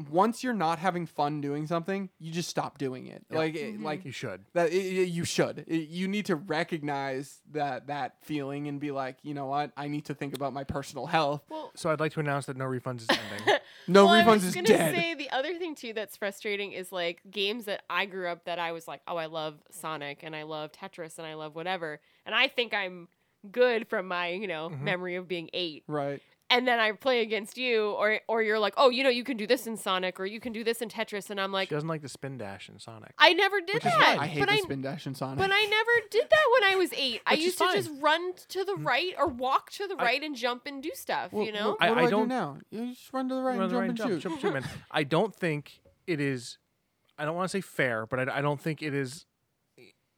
[SPEAKER 3] once you're not having fun doing something, you just stop doing it. Like it, like
[SPEAKER 1] You should.
[SPEAKER 3] that i i you should. I- you need to recognize that that feeling and be like, you know what, I need to think about my personal health.
[SPEAKER 4] well,
[SPEAKER 1] So I'd like to announce that no refunds is ending.
[SPEAKER 3] No
[SPEAKER 4] well, I
[SPEAKER 3] refunds
[SPEAKER 4] was
[SPEAKER 3] is
[SPEAKER 4] gonna
[SPEAKER 3] dead.
[SPEAKER 4] say the other thing too that's frustrating is like games that I grew up that I was like, oh, I love Sonic and I love Tetris and I love whatever, and I think I'm good from my you know
[SPEAKER 1] Mm-hmm.
[SPEAKER 4] memory of being eight,
[SPEAKER 3] right.
[SPEAKER 4] and then I play against you, or or you're like, oh, you know, you can do this in Sonic or you can do this in Tetris, and I'm like,
[SPEAKER 1] she doesn't like the spin dash in Sonic.
[SPEAKER 4] I never did
[SPEAKER 1] Which is
[SPEAKER 4] that.
[SPEAKER 1] fine.
[SPEAKER 3] I hate
[SPEAKER 4] but
[SPEAKER 3] the
[SPEAKER 4] I
[SPEAKER 3] spin dash in Sonic.
[SPEAKER 4] but I never did that when I was eight. I
[SPEAKER 1] Which is
[SPEAKER 4] used to
[SPEAKER 1] fine. Mm.
[SPEAKER 4] just run to the right or walk to the right and jump and do stuff.
[SPEAKER 3] Well,
[SPEAKER 4] you know,
[SPEAKER 3] wh- what
[SPEAKER 1] I-
[SPEAKER 3] do
[SPEAKER 1] I
[SPEAKER 3] I, do
[SPEAKER 1] don't-
[SPEAKER 3] now? You just run to the right
[SPEAKER 1] Run,
[SPEAKER 3] and jump
[SPEAKER 1] run,
[SPEAKER 3] and
[SPEAKER 1] jump,
[SPEAKER 3] shoot.
[SPEAKER 1] jump, shoot, man. I don't think it is. I don't want to say fair, but I, I don't think it is.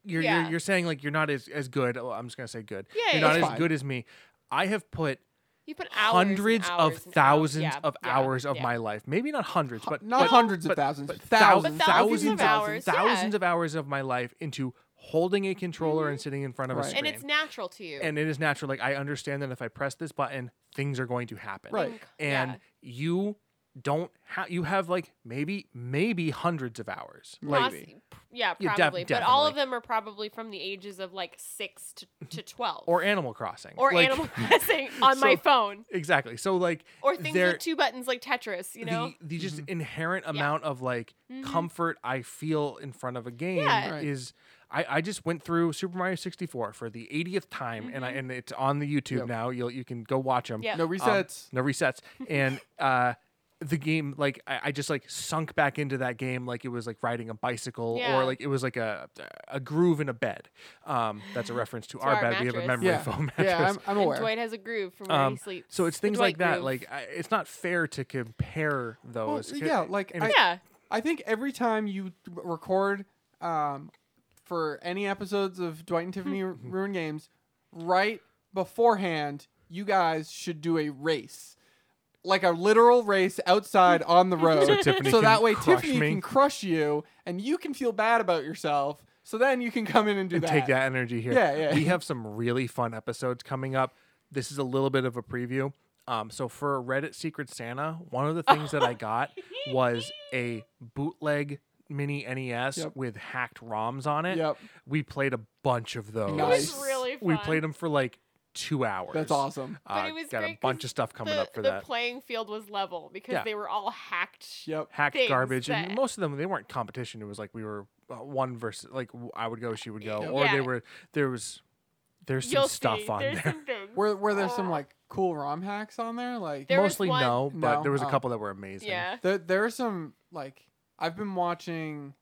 [SPEAKER 1] You're,
[SPEAKER 4] Yeah.
[SPEAKER 1] you're you're saying like you're not as as good. Oh, I'm just gonna say good.
[SPEAKER 4] Yeah,
[SPEAKER 1] you're
[SPEAKER 4] yeah,
[SPEAKER 1] not
[SPEAKER 3] yeah.
[SPEAKER 1] as
[SPEAKER 3] Fine.
[SPEAKER 1] good as me. I have put
[SPEAKER 4] you put hours, and
[SPEAKER 1] hundreds
[SPEAKER 4] hours
[SPEAKER 1] of
[SPEAKER 4] and hours-
[SPEAKER 1] thousands
[SPEAKER 4] yeah,
[SPEAKER 1] of
[SPEAKER 4] yeah,
[SPEAKER 1] hours of
[SPEAKER 4] yeah.
[SPEAKER 1] my life. Maybe not hundreds, but
[SPEAKER 3] Not
[SPEAKER 1] but-
[SPEAKER 3] hundreds of
[SPEAKER 1] but-
[SPEAKER 3] thousands,
[SPEAKER 1] but
[SPEAKER 3] thousands,
[SPEAKER 4] But thousands of hours, yeah.
[SPEAKER 1] thousands of hours of my life into holding a controller and sitting in front of a
[SPEAKER 3] Right.
[SPEAKER 1] screen.
[SPEAKER 4] Mm-hmm. and it's natural to you.
[SPEAKER 1] and it is natural. Like I understand that if I press this button, things are going to happen.
[SPEAKER 3] Right.
[SPEAKER 4] Think,
[SPEAKER 1] And
[SPEAKER 4] yeah.
[SPEAKER 1] you don't have you have like maybe maybe hundreds of hours. Like
[SPEAKER 4] Poss- p- yeah,
[SPEAKER 1] Yeah, def-
[SPEAKER 4] probably. but all of
[SPEAKER 1] definitely.
[SPEAKER 4] them are probably from the ages of like six to, to twelve,
[SPEAKER 1] or Animal Crossing.
[SPEAKER 4] or
[SPEAKER 1] Like,
[SPEAKER 4] Animal Crossing on my
[SPEAKER 1] So-
[SPEAKER 4] phone,
[SPEAKER 1] Exactly. So like
[SPEAKER 4] or things
[SPEAKER 1] there-
[SPEAKER 4] with two buttons like Tetris. You know, Mm-hmm.
[SPEAKER 1] the, the just
[SPEAKER 3] Mm-hmm.
[SPEAKER 1] inherent amount of like comfort I feel in front of a game
[SPEAKER 4] Yeah.
[SPEAKER 3] Right.
[SPEAKER 1] is I, I just went through Super Mario 64 for the 80th time and I and it's on the YouTube
[SPEAKER 3] Yep.
[SPEAKER 1] now you'll you can go watch them
[SPEAKER 4] Mm-hmm. Yeah.
[SPEAKER 3] No
[SPEAKER 1] Um,
[SPEAKER 3] resets.
[SPEAKER 1] no resets and uh the game like I, I just like sunk back into that game like it was like riding a bicycle
[SPEAKER 4] Yeah.
[SPEAKER 1] or like it was like a a groove in a bed um that's a reference to, our,
[SPEAKER 4] our
[SPEAKER 1] bed we have a
[SPEAKER 4] mattress.
[SPEAKER 1] memory
[SPEAKER 3] yeah,
[SPEAKER 1] foam mattress
[SPEAKER 3] yeah, I'm, I'm
[SPEAKER 4] and
[SPEAKER 3] aware.
[SPEAKER 4] Dwight has a groove from where
[SPEAKER 1] Um,
[SPEAKER 4] he sleeps.
[SPEAKER 1] so it's
[SPEAKER 4] The
[SPEAKER 1] things like
[SPEAKER 4] Dwight
[SPEAKER 1] that
[SPEAKER 4] groove.
[SPEAKER 1] like I, it's not fair to compare those 'cause-
[SPEAKER 3] yeah, like,
[SPEAKER 1] and
[SPEAKER 3] I-
[SPEAKER 1] it's-
[SPEAKER 4] yeah,
[SPEAKER 3] I think every time you r- record um, for any episodes of Dwight and Tiffany
[SPEAKER 1] Hmm.
[SPEAKER 3] Ru- Ruin Games, right beforehand, you guys should do a race. Like a literal race outside on the road.
[SPEAKER 1] So Tiffany
[SPEAKER 3] So
[SPEAKER 1] can
[SPEAKER 3] that way
[SPEAKER 1] crush
[SPEAKER 3] Tiffany
[SPEAKER 1] me?
[SPEAKER 3] can crush you and you can feel bad about yourself. So then you can come in and do
[SPEAKER 1] and
[SPEAKER 3] that.
[SPEAKER 1] take that energy here.
[SPEAKER 3] Yeah, yeah.
[SPEAKER 1] We have some really fun episodes coming up. This is a little bit of a preview. Um, so for Reddit Secret Santa, one of the things that I got was a bootleg mini NES
[SPEAKER 3] Yep.
[SPEAKER 1] with hacked ROMs on it.
[SPEAKER 3] Yep.
[SPEAKER 1] We played a bunch of those.
[SPEAKER 4] it was
[SPEAKER 3] Nice.
[SPEAKER 4] really fun.
[SPEAKER 1] We played them for like two hours.
[SPEAKER 3] That's awesome.
[SPEAKER 1] Uh,
[SPEAKER 4] But it was
[SPEAKER 1] got
[SPEAKER 4] great
[SPEAKER 1] a bunch
[SPEAKER 4] 'cause
[SPEAKER 1] of stuff coming
[SPEAKER 4] the,
[SPEAKER 1] up for
[SPEAKER 4] the
[SPEAKER 1] that.
[SPEAKER 4] playing field was level because
[SPEAKER 1] Yeah.
[SPEAKER 4] they were all hacked.
[SPEAKER 3] Yep.
[SPEAKER 1] hacked
[SPEAKER 4] things
[SPEAKER 1] garbage, and
[SPEAKER 4] that-
[SPEAKER 1] most of them they weren't competition. It was like we were uh, one versus like w- I would go, she would go,
[SPEAKER 4] Yeah.
[SPEAKER 1] or they
[SPEAKER 4] Yeah.
[SPEAKER 1] were there was there's some
[SPEAKER 4] You'll
[SPEAKER 1] stuff
[SPEAKER 4] see.
[SPEAKER 1] on
[SPEAKER 4] There's
[SPEAKER 1] there.
[SPEAKER 4] some things.
[SPEAKER 3] Were were there some like cool ROM hacks on there? Like
[SPEAKER 4] There was
[SPEAKER 1] Mostly
[SPEAKER 4] one-
[SPEAKER 1] no, but
[SPEAKER 3] No?
[SPEAKER 1] there was a
[SPEAKER 3] Oh.
[SPEAKER 1] couple that were amazing.
[SPEAKER 4] yeah.
[SPEAKER 3] There, there are some like I've been watching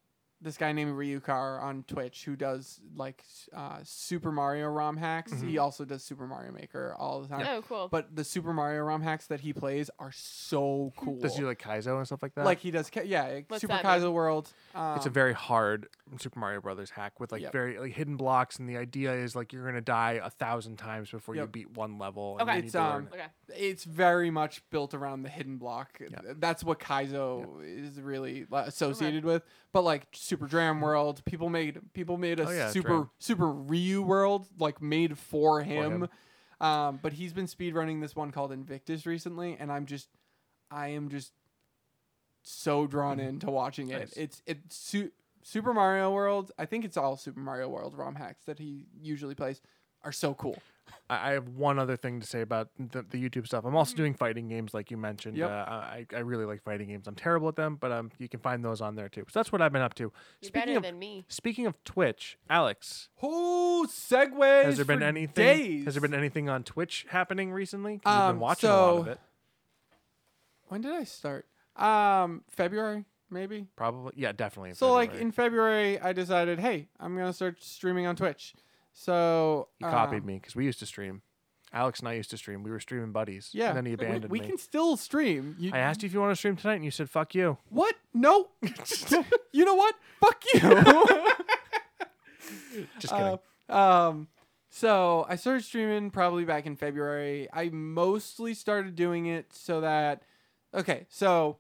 [SPEAKER 3] this guy named Ryukar on Twitch who does like s- uh, Super Mario ROM hacks.
[SPEAKER 1] Mm-hmm.
[SPEAKER 3] He also does Super Mario Maker all the time.
[SPEAKER 4] Oh, cool.
[SPEAKER 3] But the Super Mario ROM hacks that he plays are so cool.
[SPEAKER 1] Does he like Kaizo and stuff like that?
[SPEAKER 3] like he does, ca- yeah, like,
[SPEAKER 4] What's
[SPEAKER 3] Super
[SPEAKER 4] that mean?
[SPEAKER 3] Kaizo World. Um,
[SPEAKER 1] it's a very hard Super Mario Brothers hack with like
[SPEAKER 3] Yep.
[SPEAKER 1] very like hidden blocks, and the idea is like you're gonna die a thousand times before you
[SPEAKER 3] Yep.
[SPEAKER 1] beat one level. And
[SPEAKER 4] Okay.
[SPEAKER 1] you need
[SPEAKER 3] It's,
[SPEAKER 1] to learn
[SPEAKER 3] um,
[SPEAKER 1] it.
[SPEAKER 4] okay.
[SPEAKER 3] it's very much built around the hidden block.
[SPEAKER 1] Yep.
[SPEAKER 3] That's what Kaizo is really like, associated with. But like Super Dram World, people made people made a
[SPEAKER 1] Oh, yeah,
[SPEAKER 3] Super
[SPEAKER 1] Dram.
[SPEAKER 3] Super Ryu World like made for him.
[SPEAKER 1] him.
[SPEAKER 3] Um, but he's been speedrunning this one called Invictus recently, and I'm just, I am just so drawn into watching it.
[SPEAKER 1] Mm-hmm. Nice.
[SPEAKER 3] It's it's su- Super Mario World. I think it's all Super Mario World ROM hacks that he usually plays are so cool.
[SPEAKER 1] I I have one other thing to say about the, the YouTube stuff. I'm also doing fighting games, like you mentioned.
[SPEAKER 3] Mm-hmm. Yep.
[SPEAKER 1] Uh, I, I really like fighting games. I'm terrible at them, but um, you can find those on there too. So that's what I've been up to.
[SPEAKER 4] You're
[SPEAKER 1] speaking
[SPEAKER 4] better
[SPEAKER 1] of
[SPEAKER 4] than me.
[SPEAKER 1] speaking of Twitch, Alex,
[SPEAKER 3] Oh, segways.
[SPEAKER 1] has there been
[SPEAKER 3] for
[SPEAKER 1] anything?
[SPEAKER 3] Days.
[SPEAKER 1] Has there been anything on Twitch happening recently? 'Cause you've
[SPEAKER 3] Um,
[SPEAKER 1] been watching a lot of
[SPEAKER 3] so-
[SPEAKER 1] it,
[SPEAKER 3] When did I start? Um, February maybe.
[SPEAKER 1] probably. Yeah, definitely. in
[SPEAKER 3] So like
[SPEAKER 1] February.
[SPEAKER 3] in February, I decided, hey, I'm gonna start streaming on Twitch. So
[SPEAKER 1] he copied
[SPEAKER 3] um,
[SPEAKER 1] me because we used to stream. Alex and I used to stream. We were streaming buddies.
[SPEAKER 3] Yeah,
[SPEAKER 1] and then he
[SPEAKER 3] we-
[SPEAKER 1] abandoned
[SPEAKER 3] we,
[SPEAKER 1] me.
[SPEAKER 3] can still stream. You,
[SPEAKER 1] I asked you if you want to stream tonight, and you said, "Fuck you."
[SPEAKER 3] what? No. you know what? Fuck you.
[SPEAKER 1] Just kidding.
[SPEAKER 3] Uh, um, so I started streaming probably back in February. I mostly started doing it so that, okay, so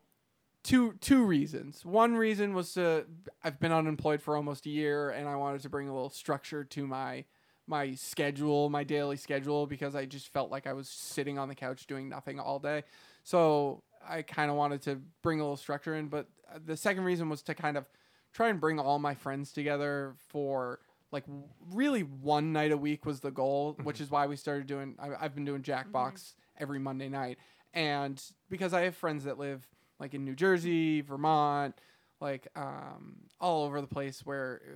[SPEAKER 3] two two reasons. One reason was to I've been unemployed for almost a year, and I wanted to bring a little structure to my my schedule, my daily schedule, because I just felt like I was sitting on the couch doing nothing all day. So I kind of wanted to bring a little structure in. But uh, the second reason was to kind of try and bring all my friends together for like w- really one night a week was the goal, which is why we started doing. I, I've been doing Jackbox every Monday night, and because I have friends that live like in New Jersey, Vermont, like um, all over the place where uh,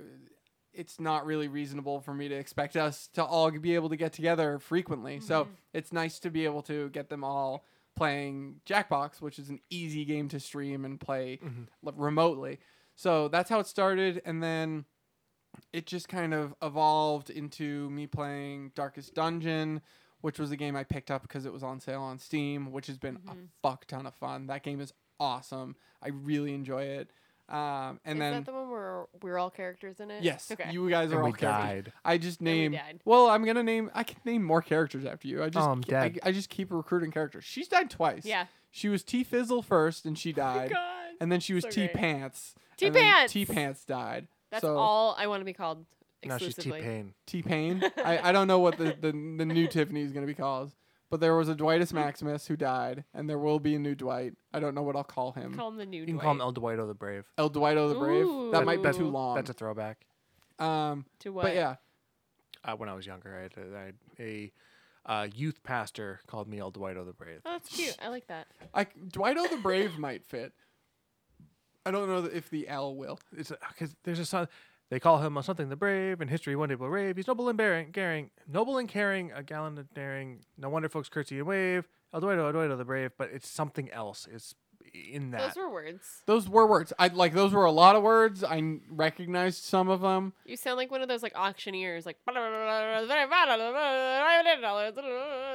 [SPEAKER 3] it's not really reasonable for me to expect us to all be able to get together frequently.
[SPEAKER 4] Mm-hmm.
[SPEAKER 3] So it's nice to be able to get them all playing Jackbox, which is an easy game to stream and play
[SPEAKER 4] Mm-hmm.
[SPEAKER 3] like, remotely. So that's how it started, and then it just kind of evolved into me playing Darkest Dungeon, which was a game I picked up because it was on sale on Steam, which has been
[SPEAKER 4] Mm-hmm.
[SPEAKER 3] a fuck ton of fun. That game is awesome. I really enjoy it. Um, and
[SPEAKER 4] Is
[SPEAKER 3] then
[SPEAKER 4] that the one where we're all characters in it?
[SPEAKER 3] yes,
[SPEAKER 4] Okay.
[SPEAKER 3] you guys
[SPEAKER 1] And
[SPEAKER 3] are
[SPEAKER 1] we
[SPEAKER 3] all
[SPEAKER 1] died.
[SPEAKER 3] characters. I just
[SPEAKER 4] we
[SPEAKER 3] named.
[SPEAKER 4] died.
[SPEAKER 3] Well, I'm gonna name. I can name more characters after you. I just.
[SPEAKER 1] Oh, I'm
[SPEAKER 3] I,
[SPEAKER 1] dead.
[SPEAKER 3] I just keep recruiting characters. She's died twice.
[SPEAKER 4] Yeah. Oh
[SPEAKER 3] She was T Fizzle first, and she died.
[SPEAKER 4] God.
[SPEAKER 3] and then she was
[SPEAKER 4] So
[SPEAKER 3] T
[SPEAKER 4] great.
[SPEAKER 3] Pants.
[SPEAKER 4] T-Pants!
[SPEAKER 3] T Pants died.
[SPEAKER 4] That's
[SPEAKER 3] so,
[SPEAKER 4] all I want to be called
[SPEAKER 1] Now she's T
[SPEAKER 4] exclusively.
[SPEAKER 1] Pain.
[SPEAKER 3] T Pain. I, I don't know what the, the, the new Tiffany is going to be called, but there was a
[SPEAKER 4] Mm.
[SPEAKER 3] Dwightus Maximus who died, and there will be a new Dwight. I don't know what I'll call him.
[SPEAKER 4] Call him the new
[SPEAKER 1] You can call him
[SPEAKER 4] Dwight.
[SPEAKER 1] El Duato the Brave.
[SPEAKER 3] El Dwighto the Brave.
[SPEAKER 4] Ooh.
[SPEAKER 3] That might be
[SPEAKER 1] That's-
[SPEAKER 3] too long.
[SPEAKER 1] That's a throwback.
[SPEAKER 3] um,
[SPEAKER 4] to what?
[SPEAKER 3] but yeah,
[SPEAKER 1] uh, when I was younger, I had a, I had a uh, youth pastor called me El Duato the Brave.
[SPEAKER 4] Oh, that's cute. I like that.
[SPEAKER 3] I Dwighto the Brave might fit. I don't know if the L will.
[SPEAKER 1] It's because there's a son. They call him something the Brave, and history one day will rave. He's noble and bearing, caring, noble and caring, a gallant and daring. No wonder folks curtsy and wave. El Duato, El Duato the Brave, but it's something else. It's in that.
[SPEAKER 4] Those were words.
[SPEAKER 3] Those were words. I like those were a lot of words. I n- recognized some of them.
[SPEAKER 4] You sound like one of those like auctioneers, like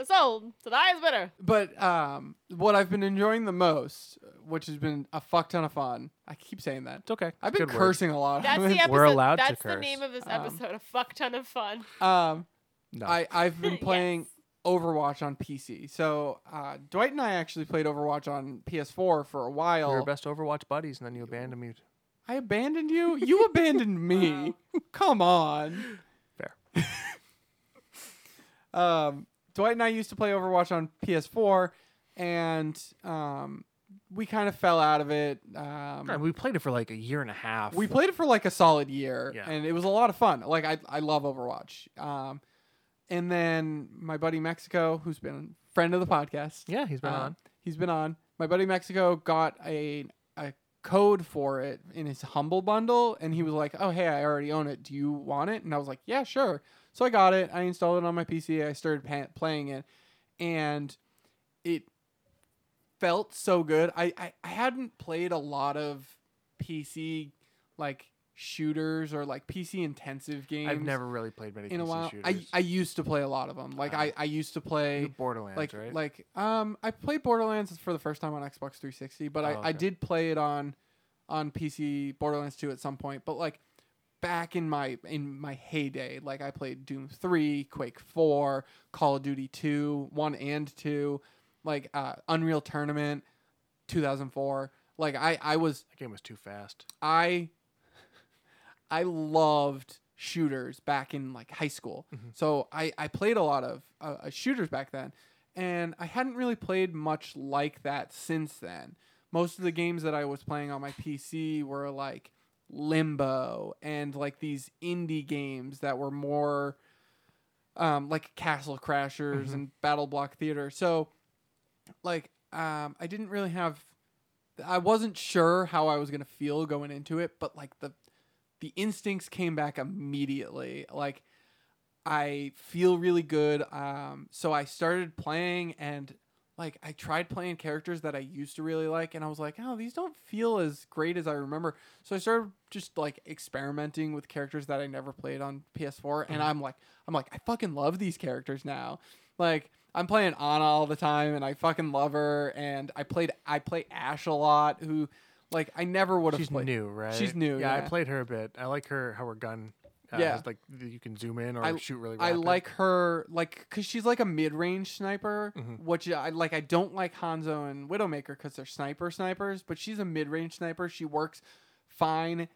[SPEAKER 4] sold to the highest bidder.
[SPEAKER 3] But um, what I've been enjoying the most, which has been a fuck ton of fun. I keep saying that.
[SPEAKER 1] it's okay.
[SPEAKER 3] I've been
[SPEAKER 1] Good word.
[SPEAKER 3] cursing a lot.
[SPEAKER 4] That's the episode.
[SPEAKER 1] We're allowed to
[SPEAKER 4] That's the
[SPEAKER 1] curse.
[SPEAKER 4] name of this
[SPEAKER 3] Um,
[SPEAKER 4] episode. a fuck ton of fun.
[SPEAKER 3] um,
[SPEAKER 1] No.
[SPEAKER 3] I I've been
[SPEAKER 4] Yes.
[SPEAKER 3] playing Overwatch on PC. So uh, Dwight and I actually played Overwatch on PS4 for a
[SPEAKER 1] we were
[SPEAKER 3] while.
[SPEAKER 1] best Overwatch buddies, and then you abandoned me.
[SPEAKER 3] I abandoned you. You abandoned me. Come on.
[SPEAKER 1] Fair.
[SPEAKER 3] um, Dwight and I used to play Overwatch on PS4, and um, we kind of fell out of it. Um,
[SPEAKER 1] Yeah, we played it for like a year and a half.
[SPEAKER 3] we played it for like a solid year
[SPEAKER 1] Yeah.
[SPEAKER 3] and it was a lot of fun like i, I love overwatch um, and then my buddy mexico who's been a friend of the podcast
[SPEAKER 1] Uh-huh. Yeah, he's been
[SPEAKER 3] uh,
[SPEAKER 1] on.
[SPEAKER 3] he's been on my buddy mexico got a, a code for it in his humble bundle and he was like oh hey i already own it do you want it and i was like yeah sure so i got it i installed it on my pc i started pa- playing it and it felt so good I, I i hadn't played a lot of pc like shooters or like pc intensive games
[SPEAKER 1] I've never really played many
[SPEAKER 3] in a
[SPEAKER 1] PC
[SPEAKER 3] while I,
[SPEAKER 1] shooters. Uh-huh.
[SPEAKER 3] I used to play a lot of them like I, I used to play
[SPEAKER 1] You Borderlands,
[SPEAKER 3] like
[SPEAKER 1] right?
[SPEAKER 3] like um I played Borderlands for the first time on Xbox 360, but I,
[SPEAKER 1] Oh,
[SPEAKER 3] I
[SPEAKER 1] okay.
[SPEAKER 3] did play it on on PC Borderlands 2 at some point, but like back in my in my heyday, like I played Doom 3, Quake 4, Call of Duty 2, 1 and 2, like uh Unreal Tournament 2004. Like I I was
[SPEAKER 1] that game was too fast.
[SPEAKER 3] I I loved shooters back in like high school. So I I played a lot of uh, uh, shooters back then and I hadn't really played much like that since then. Most of the games that I was playing on my PC were like Limbo and like these indie games that were more um, like Castle Crashers
[SPEAKER 1] Mhm.
[SPEAKER 3] and Battle Block Theater. So like um, I didn't really have I wasn't sure how I was gonna feel going into it, but like the the instincts came back immediately. Like I feel really good. Um, so I started playing and like I tried playing characters that I used to really like, and I was like, oh, these don't feel as great as I remember. So I started just like experimenting with characters that I never played on PS4, and
[SPEAKER 1] Mhm.
[SPEAKER 3] I'm like, I'm like, I fucking love these characters now. Like I'm playing Anna all the time, and I fucking love her. And I played, I play Ash a lot, who like I never would have
[SPEAKER 1] She's
[SPEAKER 3] played.
[SPEAKER 1] new, right?
[SPEAKER 3] She's new,
[SPEAKER 1] Yeah, I
[SPEAKER 3] yeah.
[SPEAKER 1] played her a bit. I like her how her gun. Uh,
[SPEAKER 3] Yeah.
[SPEAKER 1] has, like you can zoom in or
[SPEAKER 3] I-
[SPEAKER 1] shoot really.
[SPEAKER 3] I
[SPEAKER 1] Rapid.
[SPEAKER 3] like her like because she's like a mid-range sniper,
[SPEAKER 1] Mhm.
[SPEAKER 3] which I like. I don't like Hanzo and Widowmaker because they're sniper snipers, but she's a mid-range sniper. She works fine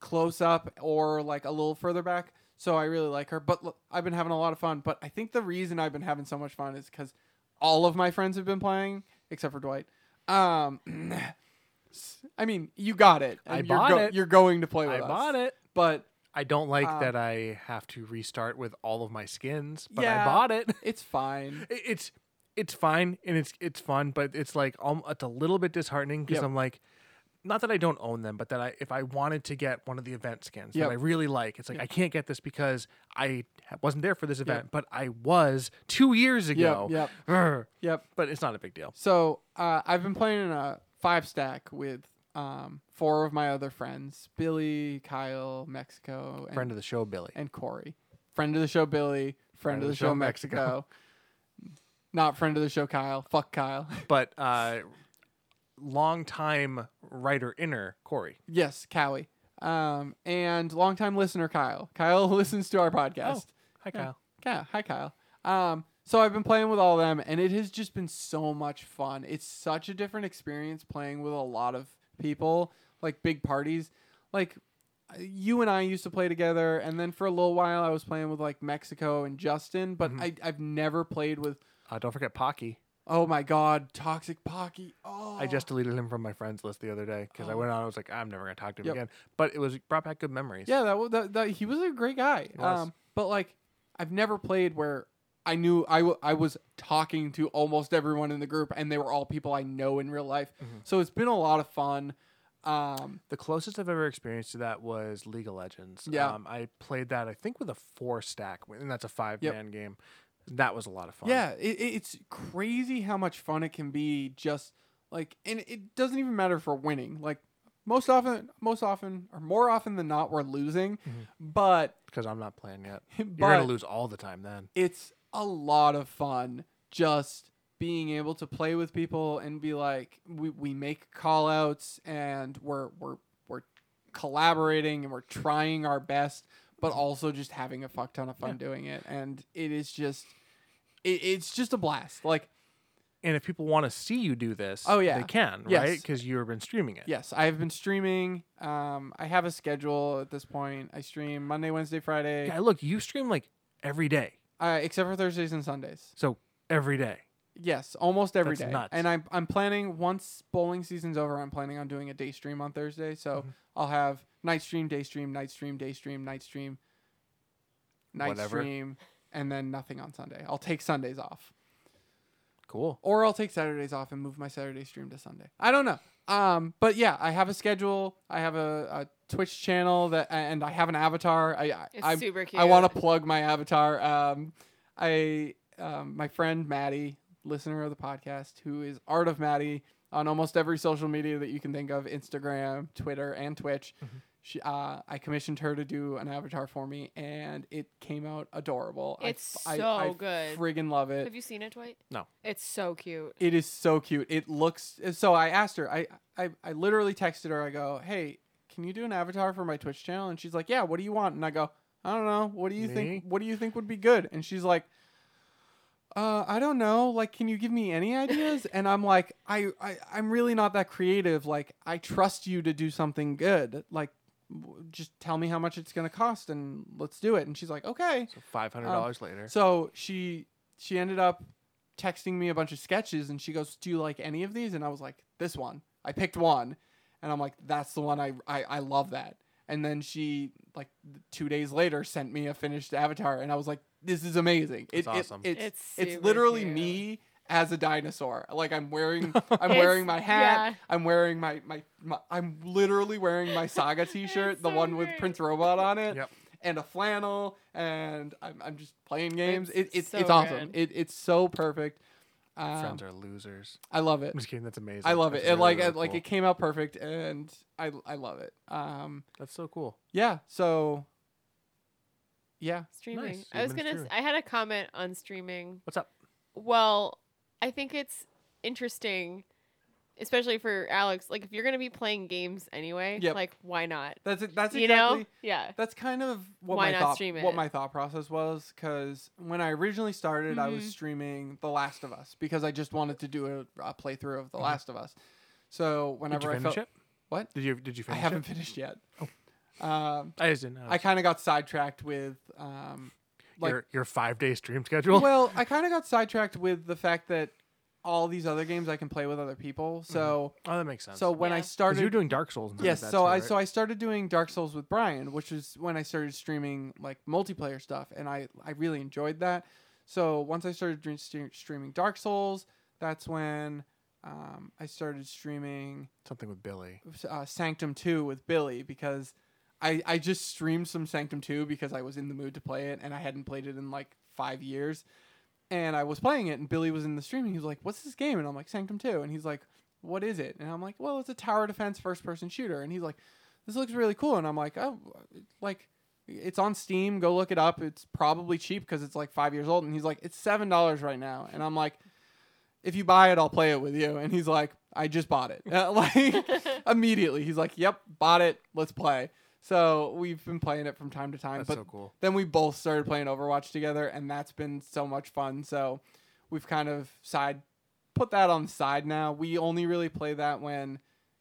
[SPEAKER 3] close up or like a little further back. So I really like her. But look, I've been having a lot of fun. But I think the reason I've been having so much fun is because all of my friends have been playing except for Dwight. Um, s- I mean, you got it.
[SPEAKER 1] I
[SPEAKER 3] and you're
[SPEAKER 1] bought it.
[SPEAKER 3] You're going to play with
[SPEAKER 1] I
[SPEAKER 3] us.
[SPEAKER 1] bought it.
[SPEAKER 3] But
[SPEAKER 1] I don't like
[SPEAKER 3] Um,
[SPEAKER 1] that I have to restart with all of my skins, but
[SPEAKER 3] Yeah.
[SPEAKER 1] I bought it.
[SPEAKER 3] it's fine.
[SPEAKER 1] It- It's it's fine and it's it's fun, but it's like um, it's a little bit disheartening because
[SPEAKER 3] Yep.
[SPEAKER 1] I'm like, not that I don't own them, but that I if I wanted to get one of the event skins
[SPEAKER 3] Yep.
[SPEAKER 1] that I really like, it's like I can't get this because I ha- wasn't there for this event, but I was two years
[SPEAKER 3] Yep.
[SPEAKER 1] ago.
[SPEAKER 3] Yep.
[SPEAKER 1] Grr.
[SPEAKER 3] Yep.
[SPEAKER 1] But it's not a big deal.
[SPEAKER 3] So uh, I've been playing in a five stack with um, four of my other friends: Billy, Kyle, Mexico, and,
[SPEAKER 1] Friend of the show, Billy.
[SPEAKER 3] and Corey. Friend of the show, Billy. Friend, of the, show, Mexico. Not friend of the show, Kyle. Fuck Kyle.
[SPEAKER 1] But uh, longtime writer inner Corey.
[SPEAKER 3] yes, Cowie. Um, and longtime listener, Kyle. Kyle listens to our podcast.
[SPEAKER 1] Hi,
[SPEAKER 3] Yeah.
[SPEAKER 1] Kyle.
[SPEAKER 3] Yeah, hi Kyle. Um, so I've been playing with all of them, and it has just been so much fun. It's such a different experience playing with a lot of people, like big parties. Like you and I used to play together, and then for a little while I was playing with like Mexico and Justin, but
[SPEAKER 1] Mhm.
[SPEAKER 3] I, I've never played with.
[SPEAKER 1] Uh, don't forget Pocky.
[SPEAKER 3] Oh my God, Toxic Pocky. Oh,
[SPEAKER 1] I just deleted him from my friends list the other day because I
[SPEAKER 3] Oh.
[SPEAKER 1] went on. I was like, I'm never gonna talk to him
[SPEAKER 3] Yep.
[SPEAKER 1] again. But it was brought back good memories.
[SPEAKER 3] Yeah, that, wa- that, that he was a great guy.
[SPEAKER 1] was.
[SPEAKER 3] Um, but like, I've never played where I knew I, w- I was talking to almost everyone in the group, and they were all people I know in real life.
[SPEAKER 1] Mhm.
[SPEAKER 3] So it's been a lot of fun. Um,
[SPEAKER 1] The closest I've ever experienced to that was League of Legends.
[SPEAKER 3] Yeah.
[SPEAKER 1] Um, I played that I think with a four stack, and that's a five
[SPEAKER 3] Yep.
[SPEAKER 1] man game. That was a lot of fun.
[SPEAKER 3] yeah, it, it- it's crazy how much fun it can be. Just like, and it doesn't even matter if we're winning. Like most often, most often, or more often than not, we're losing.
[SPEAKER 1] Mhm.
[SPEAKER 3] But
[SPEAKER 1] Because I'm not playing yet.
[SPEAKER 3] but
[SPEAKER 1] You're gonna lose all the time then.
[SPEAKER 3] it's a lot of fun just being able to play with people and be like we, we make call outs and we're we're we're collaborating and we're trying our best but also just having a fuck ton of fun doing it and it is just it, it's just a blast like
[SPEAKER 1] And if people want to see you do this,
[SPEAKER 3] Oh, yeah.
[SPEAKER 1] they can,
[SPEAKER 3] Yes.
[SPEAKER 1] right? Because you've been streaming it.
[SPEAKER 3] yes i have been streaming um i have a schedule at this point i stream monday wednesday friday
[SPEAKER 1] Yeah. Look, you stream like every day.
[SPEAKER 3] uh, except for thursdays and sundays
[SPEAKER 1] So every day.
[SPEAKER 3] Yes, almost every day.
[SPEAKER 1] That's nuts.
[SPEAKER 3] And I'm I'm planning once bowling season's over, I'm planning on doing a day stream on Thursday. So
[SPEAKER 1] Mhm.
[SPEAKER 3] I'll have night stream, day stream, night stream, day stream, night stream, night
[SPEAKER 1] Whatever.
[SPEAKER 3] stream, and then nothing on Sunday. I'll take Sundays off.
[SPEAKER 1] Cool.
[SPEAKER 3] or I'll take Saturdays off and move my Saturday stream to Sunday. I don't know. Um, but yeah, I have a schedule. I have a, a Twitch channel that, and I have an avatar. I I,
[SPEAKER 4] It's
[SPEAKER 3] I,
[SPEAKER 4] super cute.
[SPEAKER 3] I want to plug my avatar. Um, I um, my friend Maddie, listener of the podcast, who is Art of Maddie on almost every social media that you can think of, Instagram, Twitter, and Twitch. She, uh, I commissioned her to do an avatar for me, and it came out adorable. I
[SPEAKER 4] It's
[SPEAKER 3] f- I-
[SPEAKER 4] so
[SPEAKER 3] I
[SPEAKER 4] good.
[SPEAKER 3] Friggin' love it.
[SPEAKER 4] Have you seen it, Dwight?
[SPEAKER 1] No.
[SPEAKER 4] It's so cute.
[SPEAKER 3] It is so cute. It looks so. I asked her. I, I I literally texted her. I go, hey, can you do an avatar for my Twitch channel? And she's like, yeah. What do you want? And I go, I don't know. What do you
[SPEAKER 1] Me?
[SPEAKER 3] think? What do you think would be good? And she's like, uh, I don't know. Like, can you give me any ideas? and I'm like, I, I I'm really not that creative. Like, I trust you to do something good. Like, w- just tell me how much it's gonna cost and let's do it. And she's like, okay.
[SPEAKER 1] So five hundred dollars later.
[SPEAKER 3] Um, So she she ended up texting me a bunch of sketches and she goes, Do you like any of these? And I was like, This one. I picked one. And I'm like, that's the one I, I, I love that. And then she like two days later sent me a finished avatar and I was like, This is amazing.
[SPEAKER 1] That's
[SPEAKER 3] it,
[SPEAKER 1] awesome.
[SPEAKER 3] It, it's
[SPEAKER 4] It's
[SPEAKER 3] it's
[SPEAKER 4] super
[SPEAKER 3] literally
[SPEAKER 4] cute.
[SPEAKER 3] me as a dinosaur. Like I'm wearing I'm
[SPEAKER 4] It's-
[SPEAKER 3] wearing my hat.
[SPEAKER 4] yeah.
[SPEAKER 3] I'm wearing my, my my I'm literally wearing my saga t shirt,
[SPEAKER 4] It's
[SPEAKER 3] the
[SPEAKER 4] so
[SPEAKER 3] one with
[SPEAKER 4] great.
[SPEAKER 3] Prince Robot on it
[SPEAKER 1] Yep.
[SPEAKER 3] and a flannel and I'm, I'm just playing games. It,
[SPEAKER 4] It's
[SPEAKER 3] it's
[SPEAKER 4] so
[SPEAKER 3] it's awesome.
[SPEAKER 4] good.
[SPEAKER 3] It, it's so perfect. Um,
[SPEAKER 1] Friends are losers.
[SPEAKER 3] I love it.
[SPEAKER 1] I'm just kidding. That's amazing.
[SPEAKER 3] I love it.
[SPEAKER 1] That's
[SPEAKER 3] And
[SPEAKER 1] really,
[SPEAKER 3] like
[SPEAKER 1] really
[SPEAKER 3] and, like
[SPEAKER 1] cool.
[SPEAKER 3] it came out perfect and I I love it. Um
[SPEAKER 1] That's so cool.
[SPEAKER 3] yeah, so yeah.
[SPEAKER 4] Streaming.
[SPEAKER 1] Nice.
[SPEAKER 4] I was
[SPEAKER 1] You've been
[SPEAKER 4] gonna. s-
[SPEAKER 1] streaming.
[SPEAKER 4] I had a comment on streaming.
[SPEAKER 1] What's up?
[SPEAKER 4] Well, I think it's interesting, especially for Alex. Like, if you're gonna be playing games anyway,
[SPEAKER 3] Yep.
[SPEAKER 4] like, why not?
[SPEAKER 3] That's it. That's
[SPEAKER 4] you
[SPEAKER 3] exactly
[SPEAKER 4] know? Yeah.
[SPEAKER 3] that's kind of what
[SPEAKER 4] Why
[SPEAKER 3] my
[SPEAKER 4] not
[SPEAKER 3] thought
[SPEAKER 4] stream
[SPEAKER 3] what
[SPEAKER 4] it?
[SPEAKER 3] my thought process was because when I originally started, I was
[SPEAKER 4] Mhm.
[SPEAKER 3] streaming The Last of Us because I just wanted to do a, a playthrough of The
[SPEAKER 1] Mhm.
[SPEAKER 3] Last of Us. So
[SPEAKER 1] Did
[SPEAKER 3] whenever
[SPEAKER 1] you
[SPEAKER 3] I
[SPEAKER 1] finish it?
[SPEAKER 3] felt What?
[SPEAKER 1] Did you did you
[SPEAKER 3] I
[SPEAKER 1] finish?
[SPEAKER 3] haven't
[SPEAKER 1] It? Oh.
[SPEAKER 3] finished yet. Um,
[SPEAKER 1] I just didn't. Know.
[SPEAKER 3] I kind of got sidetracked with, um, like,
[SPEAKER 1] your your five day stream schedule.
[SPEAKER 3] well, I kind of got sidetracked with the fact that all these other games I can play with other people. So,
[SPEAKER 1] oh, that makes sense.
[SPEAKER 3] so when I
[SPEAKER 4] Yeah.
[SPEAKER 1] 'Cause
[SPEAKER 3] started,
[SPEAKER 1] you're doing Dark Souls. and stuff
[SPEAKER 3] yes,
[SPEAKER 1] like that
[SPEAKER 3] so
[SPEAKER 1] too,
[SPEAKER 3] I
[SPEAKER 1] right?
[SPEAKER 3] so I started doing Dark Souls with Brian, which is when I started streaming like multiplayer stuff, and I I really enjoyed that. So once I started dream- stream- streaming Dark Souls, that's when um, I started streaming
[SPEAKER 1] something with Billy.
[SPEAKER 3] uh, Sanctum 2 with Billy because I, I just streamed some Sanctum 2 because I was in the mood to play it and I hadn't played it in like five years. And I was playing it and Billy was in the stream and he was like, What's this game? And I'm like, Sanctum 2. And he's like, What is it? And I'm like, Well, it's a tower defense first person shooter. And he's like, This looks really cool. And I'm like, Oh, like. It's on Steam. Go look it up. It's probably cheap because it's like five years old. And he's like, it's seven dollars right now. And I'm like, if you buy it, I'll play it with you. And he's like, I just bought it. Uh, like, immediately. He's like, "Yep, bought it. Let's play." So we've been playing it from time to time,
[SPEAKER 1] That's
[SPEAKER 3] but
[SPEAKER 1] so cool.
[SPEAKER 3] then we both started playing Overwatch together, and that's been so much fun. So we've kind of side put that on the side now. We only really play that when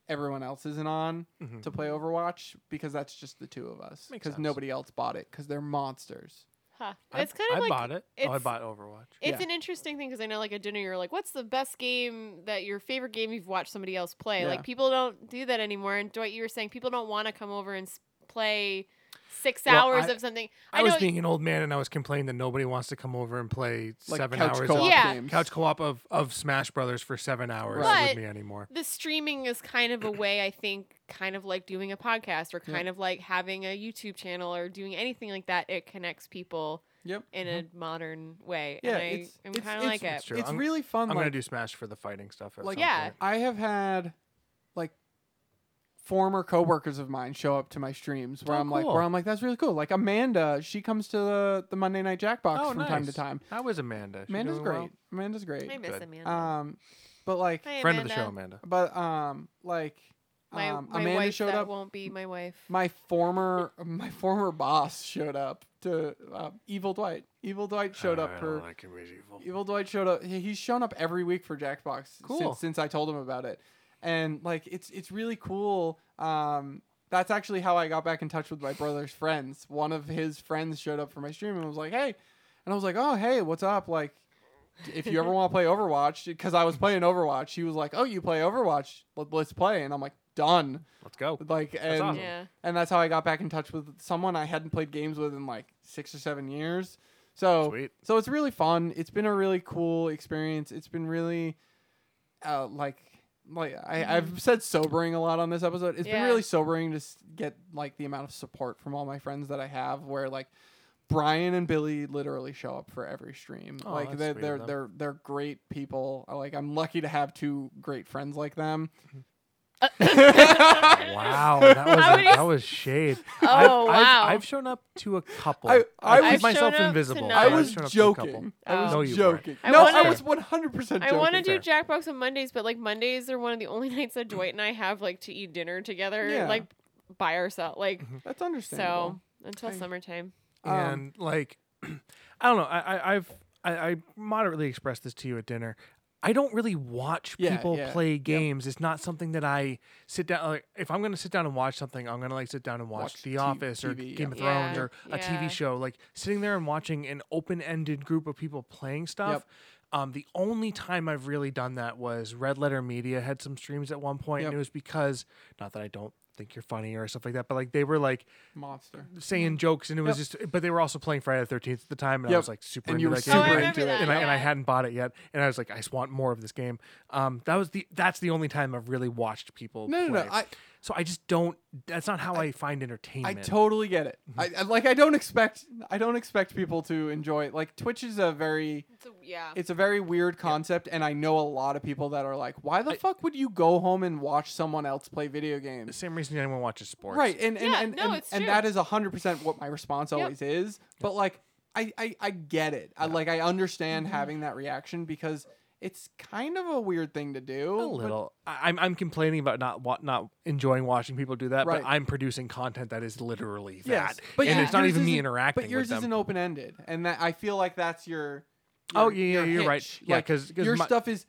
[SPEAKER 3] everyone else isn't on
[SPEAKER 1] Mhm.
[SPEAKER 3] to play Overwatch because that's just the two of us.
[SPEAKER 1] Makes
[SPEAKER 3] Because
[SPEAKER 1] sense.
[SPEAKER 3] nobody else bought it because they're monsters.
[SPEAKER 4] Huh.
[SPEAKER 1] I-
[SPEAKER 4] It's kind of
[SPEAKER 1] I
[SPEAKER 4] like
[SPEAKER 1] bought it. Oh, I
[SPEAKER 4] it's-
[SPEAKER 1] bought Overwatch.
[SPEAKER 4] It's
[SPEAKER 3] Yeah.
[SPEAKER 4] an interesting thing because I know, like, at dinner, you're like, what's the best game that your favorite game you've watched somebody else play?
[SPEAKER 3] Yeah.
[SPEAKER 4] Like, people don't do that anymore. And Dwight, you were saying people don't want to come over and s- play six
[SPEAKER 1] Well,
[SPEAKER 4] hours
[SPEAKER 1] I-
[SPEAKER 4] of something.
[SPEAKER 1] I,
[SPEAKER 4] I, know.
[SPEAKER 1] was being an old man and I was complaining that nobody wants to come over and play
[SPEAKER 3] Like
[SPEAKER 1] seven
[SPEAKER 3] couch
[SPEAKER 1] hours
[SPEAKER 3] co-op
[SPEAKER 1] of
[SPEAKER 4] Yeah.
[SPEAKER 3] games.
[SPEAKER 1] couch co-op of, of Smash Brothers for seven hours
[SPEAKER 4] Right.
[SPEAKER 1] with me anymore.
[SPEAKER 4] the streaming is kind of a way, I think, kind of like doing a podcast or
[SPEAKER 3] Yeah.
[SPEAKER 4] kind of like having a YouTube channel or doing anything like that. It connects people
[SPEAKER 3] Yep.
[SPEAKER 4] in a modern way.
[SPEAKER 3] Mm-hmm. Yeah,
[SPEAKER 4] and I,
[SPEAKER 3] it's-
[SPEAKER 4] I'm
[SPEAKER 3] it's-
[SPEAKER 4] kind of like
[SPEAKER 1] That's
[SPEAKER 4] it.
[SPEAKER 1] true.
[SPEAKER 3] It's
[SPEAKER 1] I'm-
[SPEAKER 3] really fun.
[SPEAKER 1] I'm
[SPEAKER 3] like,
[SPEAKER 1] gonna do Smash for the fighting stuff. At
[SPEAKER 3] Like-
[SPEAKER 1] some
[SPEAKER 4] Yeah.
[SPEAKER 1] point.
[SPEAKER 3] I have had like former coworkers of mine show up to my streams where
[SPEAKER 1] Oh,
[SPEAKER 3] I'm like
[SPEAKER 1] cool.
[SPEAKER 3] where I'm like that's really cool. Like Amanda, she comes to the, the Monday night Jackbox
[SPEAKER 1] Oh,
[SPEAKER 3] from time to
[SPEAKER 1] nice.
[SPEAKER 3] time.
[SPEAKER 1] How is Amanda? She
[SPEAKER 3] Amanda's
[SPEAKER 1] doing
[SPEAKER 3] great.
[SPEAKER 1] well?
[SPEAKER 3] Amanda's great.
[SPEAKER 4] I miss
[SPEAKER 1] Good.
[SPEAKER 4] Amanda.
[SPEAKER 3] Um but like
[SPEAKER 4] Hi,
[SPEAKER 1] Friend of
[SPEAKER 4] Amanda.
[SPEAKER 1] the show, Amanda.
[SPEAKER 3] but um like
[SPEAKER 4] My,
[SPEAKER 3] um,
[SPEAKER 4] my
[SPEAKER 3] Amanda
[SPEAKER 4] wife
[SPEAKER 3] showed
[SPEAKER 4] that
[SPEAKER 3] up.
[SPEAKER 4] won't be my wife.
[SPEAKER 3] My former my former boss showed up to uh, Evil Dwight. Evil Dwight showed up for Evil Dwight showed up. he- He's shown up every week for Jackbox
[SPEAKER 1] Cool.
[SPEAKER 3] since, since I told him about it, and like it's it's really cool. Um, that's actually how I got back in touch with my brother's friends. One of his friends showed up for my stream and was like, "Hey," and I was like, "Oh, hey, what's up?" Like, if you ever want to play Overwatch, because I was playing Overwatch, he was like, "Oh, you play Overwatch? Let, let's play." And I'm like, "Done."
[SPEAKER 1] Let's go.
[SPEAKER 3] Like, and
[SPEAKER 1] awesome.
[SPEAKER 4] Yeah.
[SPEAKER 3] and that's how I got back in touch with someone I hadn't played games with in like six or seven years. So
[SPEAKER 1] Sweet.
[SPEAKER 3] so it's really fun. It's been a really cool experience. It's been really uh, like like I, I've said sobering a lot on this episode. It's been
[SPEAKER 4] Mm-hmm. Yeah.
[SPEAKER 3] really sobering to s- get like the amount of support from all my friends that I have. Where like Brian and Billy literally show up for every stream.
[SPEAKER 1] Aw,
[SPEAKER 3] like
[SPEAKER 1] that's
[SPEAKER 3] they're
[SPEAKER 1] sweet of
[SPEAKER 3] they're,
[SPEAKER 1] them.
[SPEAKER 3] they're they're great people. I, Like I'm lucky to have two great friends like them.
[SPEAKER 1] Mm-hmm. Wow, that was
[SPEAKER 4] How many-
[SPEAKER 1] that was shade.
[SPEAKER 4] Oh,
[SPEAKER 1] I've,
[SPEAKER 4] wow.
[SPEAKER 1] I've, I've shown up to a couple.
[SPEAKER 3] I- I
[SPEAKER 1] I've
[SPEAKER 3] was-
[SPEAKER 1] made myself
[SPEAKER 4] I've shown up to
[SPEAKER 1] invisible.
[SPEAKER 4] none.
[SPEAKER 1] but
[SPEAKER 3] I
[SPEAKER 4] I've
[SPEAKER 3] was
[SPEAKER 1] shown up to a couple.
[SPEAKER 3] joking.
[SPEAKER 4] Oh.
[SPEAKER 3] I was
[SPEAKER 1] No, you weren't.
[SPEAKER 3] joking.
[SPEAKER 4] I
[SPEAKER 3] no, I
[SPEAKER 4] wanna-
[SPEAKER 3] was 100% joking.
[SPEAKER 4] I want to do
[SPEAKER 1] Fair.
[SPEAKER 4] Jackbox on Mondays, but like Mondays are one of the only nights that Dwight and I have like to eat dinner together,
[SPEAKER 3] Yeah.
[SPEAKER 4] like by ourselves. Like
[SPEAKER 3] That's
[SPEAKER 4] so
[SPEAKER 3] understandable.
[SPEAKER 4] until
[SPEAKER 3] I-
[SPEAKER 4] summertime.
[SPEAKER 3] Um,
[SPEAKER 1] and like I don't know. I, I I've I, I moderately expressed this to you at dinner. I don't really watch
[SPEAKER 3] Yeah,
[SPEAKER 1] people
[SPEAKER 3] yeah.
[SPEAKER 1] play games. It's not something that I sit down. Like, if I'm gonna sit down and watch something, I'm gonna like sit down and watch,
[SPEAKER 3] Watch
[SPEAKER 1] The
[SPEAKER 3] T-
[SPEAKER 1] Office or
[SPEAKER 3] TV,
[SPEAKER 1] Game of
[SPEAKER 4] yeah.
[SPEAKER 1] Thrones
[SPEAKER 4] Yeah.
[SPEAKER 1] or a
[SPEAKER 4] Yeah.
[SPEAKER 1] TV show. Like sitting there and watching an open-ended group of people playing stuff. Um, the only time I've really done that was Red Letter Media had some streams at one point,
[SPEAKER 3] Yep.
[SPEAKER 1] and it was because not that I don't think you're funny or stuff like that, but like they were like
[SPEAKER 3] Monster.
[SPEAKER 1] saying jokes, and it was just. But they were also playing Friday the Thirteenth at the time, and I
[SPEAKER 3] Mm-hmm. Yep.
[SPEAKER 1] was like super
[SPEAKER 3] And
[SPEAKER 1] into
[SPEAKER 3] you were
[SPEAKER 1] that
[SPEAKER 3] super
[SPEAKER 4] Oh, I
[SPEAKER 1] game,
[SPEAKER 4] remember
[SPEAKER 3] into it.
[SPEAKER 4] that,
[SPEAKER 1] and I and I
[SPEAKER 4] yeah.
[SPEAKER 1] hadn't bought it yet, and I was like, I just want more of this game. Um, that was the that's the only time I've really watched people.
[SPEAKER 3] No, no,
[SPEAKER 1] play.
[SPEAKER 3] no. I,
[SPEAKER 1] so I just don't. That's not how I, find entertainment.
[SPEAKER 3] I totally get it.
[SPEAKER 1] Mm-hmm.
[SPEAKER 3] I, I like I don't expect I don't expect people to enjoy it. Like Twitch is a very
[SPEAKER 4] So, yeah.
[SPEAKER 3] it's a very weird concept and I know a lot of people that are like, "Why the fuck would you go home and watch someone else play video
[SPEAKER 1] the
[SPEAKER 3] games?"
[SPEAKER 1] same reason anyone watches sports,
[SPEAKER 3] Right. And and
[SPEAKER 4] Yeah,
[SPEAKER 3] and,
[SPEAKER 4] no,
[SPEAKER 3] and,
[SPEAKER 4] it's
[SPEAKER 3] and
[SPEAKER 4] true.
[SPEAKER 3] that is 100% what my response
[SPEAKER 4] Yep.
[SPEAKER 3] always is. But like I I, I get it. I like I understand
[SPEAKER 4] Mm-hmm.
[SPEAKER 3] having that reaction because it's kind of a weird thing to do.
[SPEAKER 1] A
[SPEAKER 3] but-
[SPEAKER 1] little. I, I'm I'm complaining about not wa- not enjoying watching people do that,
[SPEAKER 3] Right.
[SPEAKER 1] but I'm producing content that is literally that,
[SPEAKER 3] Yes, but
[SPEAKER 1] and
[SPEAKER 3] yeah.
[SPEAKER 1] it's not
[SPEAKER 3] yours
[SPEAKER 1] even me
[SPEAKER 3] isn't-
[SPEAKER 1] interacting
[SPEAKER 3] But yours
[SPEAKER 1] with them.
[SPEAKER 3] isn't open ended, and that I feel like that's your.
[SPEAKER 1] Oh,
[SPEAKER 3] your-
[SPEAKER 1] yeah, yeah,
[SPEAKER 3] your
[SPEAKER 1] you're right.
[SPEAKER 3] hitch.
[SPEAKER 1] Yeah,
[SPEAKER 3] Like,
[SPEAKER 1] 'cause- 'cause
[SPEAKER 3] your
[SPEAKER 1] my-
[SPEAKER 3] stuff is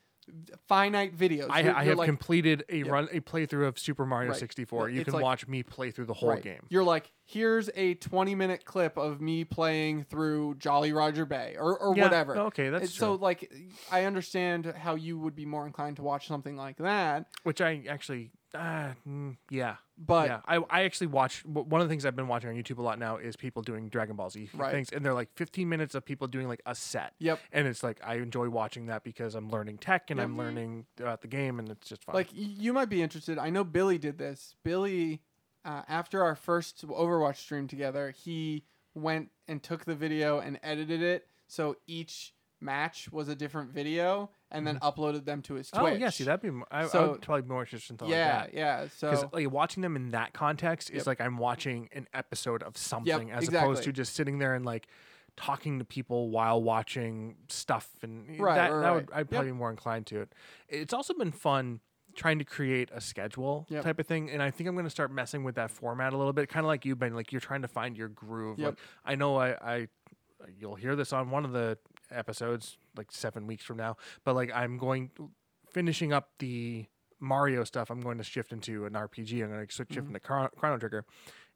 [SPEAKER 3] finite videos.
[SPEAKER 1] I,
[SPEAKER 3] You're-
[SPEAKER 1] I
[SPEAKER 3] you're
[SPEAKER 1] have
[SPEAKER 3] like,
[SPEAKER 1] completed a run a playthrough of Super Mario
[SPEAKER 3] Right.
[SPEAKER 1] 64. You
[SPEAKER 3] It's
[SPEAKER 1] can
[SPEAKER 3] like-
[SPEAKER 1] watch me play through the whole
[SPEAKER 3] right.
[SPEAKER 1] game.
[SPEAKER 3] You're like, here's a 20 minute clip of me playing through Jolly Roger Bay or, or
[SPEAKER 1] Yeah,
[SPEAKER 3] whatever.
[SPEAKER 1] Okay, that's
[SPEAKER 3] And so
[SPEAKER 1] true.
[SPEAKER 3] like I understand how you would be more inclined to watch something like that,
[SPEAKER 1] Which I actually, uh, mm, yeah,
[SPEAKER 3] but
[SPEAKER 1] yeah. I, I actually watch w- one of the things I've been watching on YouTube a lot now is people doing Dragon Ball Z
[SPEAKER 3] Right.
[SPEAKER 1] things, and they're like 15 minutes of people doing like a set.
[SPEAKER 3] Yep.
[SPEAKER 1] And it's like I enjoy watching that because I'm learning tech and
[SPEAKER 3] Yep.
[SPEAKER 1] I'm learning about the game, and it's just fun.
[SPEAKER 3] Mm-hmm. Like y- you might be interested. I know Billy did this. Billy, uh, after our first Overwatch stream together, he went and took the video and edited it. So each match was a different video, and then uploaded them to his Twitch.
[SPEAKER 1] oh yeah, see that'd be m- I, I
[SPEAKER 3] So-
[SPEAKER 1] would probably be more interested in something like
[SPEAKER 3] yeah,
[SPEAKER 1] that.
[SPEAKER 3] yeah.
[SPEAKER 1] because
[SPEAKER 3] So
[SPEAKER 1] like watching them in that context
[SPEAKER 3] Yep.
[SPEAKER 1] is like I'm watching an episode of something as
[SPEAKER 3] exactly.
[SPEAKER 1] opposed to just sitting there and like talking to people while watching stuff and
[SPEAKER 3] Right,
[SPEAKER 1] that,
[SPEAKER 3] right,
[SPEAKER 1] that
[SPEAKER 3] right.
[SPEAKER 1] would I'd probably be more inclined to it. It's also been fun trying to create a schedule
[SPEAKER 3] Yep.
[SPEAKER 1] type of thing and I think I'm going to start messing with that format a little bit kind of like you Ben like you're trying to find your groove.
[SPEAKER 3] Yep.
[SPEAKER 1] Like I know I, I you'll hear this on one of the episodes like 7 weeks from now but like I'm going finishing up the Mario stuff, I'm going to shift into an RPG. I'm going to
[SPEAKER 3] Mm-hmm.
[SPEAKER 1] switch shift into Chron- Chrono Trigger,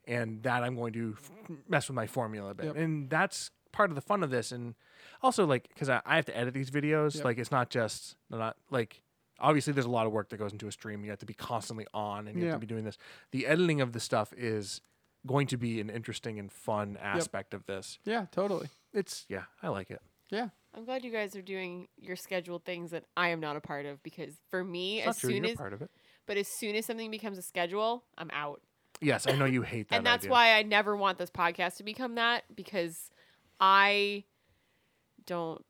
[SPEAKER 1] and that I'm going to f- mess with my formula a bit.
[SPEAKER 3] Yep.
[SPEAKER 1] And that's part of the fun of this. And also, like, because I, I have to edit these videos,
[SPEAKER 3] Yep.
[SPEAKER 1] like it's not just they're not like obviously there's a lot of work that goes into a stream. You have to be constantly on, and you
[SPEAKER 3] Yeah.
[SPEAKER 1] have to be doing this. The editing of the stuff is going to be an interesting and fun aspect of this.
[SPEAKER 3] yeah, totally.
[SPEAKER 1] It's yeah, I like it.
[SPEAKER 3] Yeah,
[SPEAKER 4] I'm glad you guys are doing your scheduled things that I am not a part of because for me,
[SPEAKER 1] It's not
[SPEAKER 4] as
[SPEAKER 1] true.
[SPEAKER 4] soon
[SPEAKER 1] You're
[SPEAKER 4] as
[SPEAKER 1] part of it.
[SPEAKER 4] but as soon as something becomes a schedule, I'm out.
[SPEAKER 1] Yes, I know you hate that.
[SPEAKER 4] and that's
[SPEAKER 1] idea.
[SPEAKER 4] why I never want this podcast to become that because I don't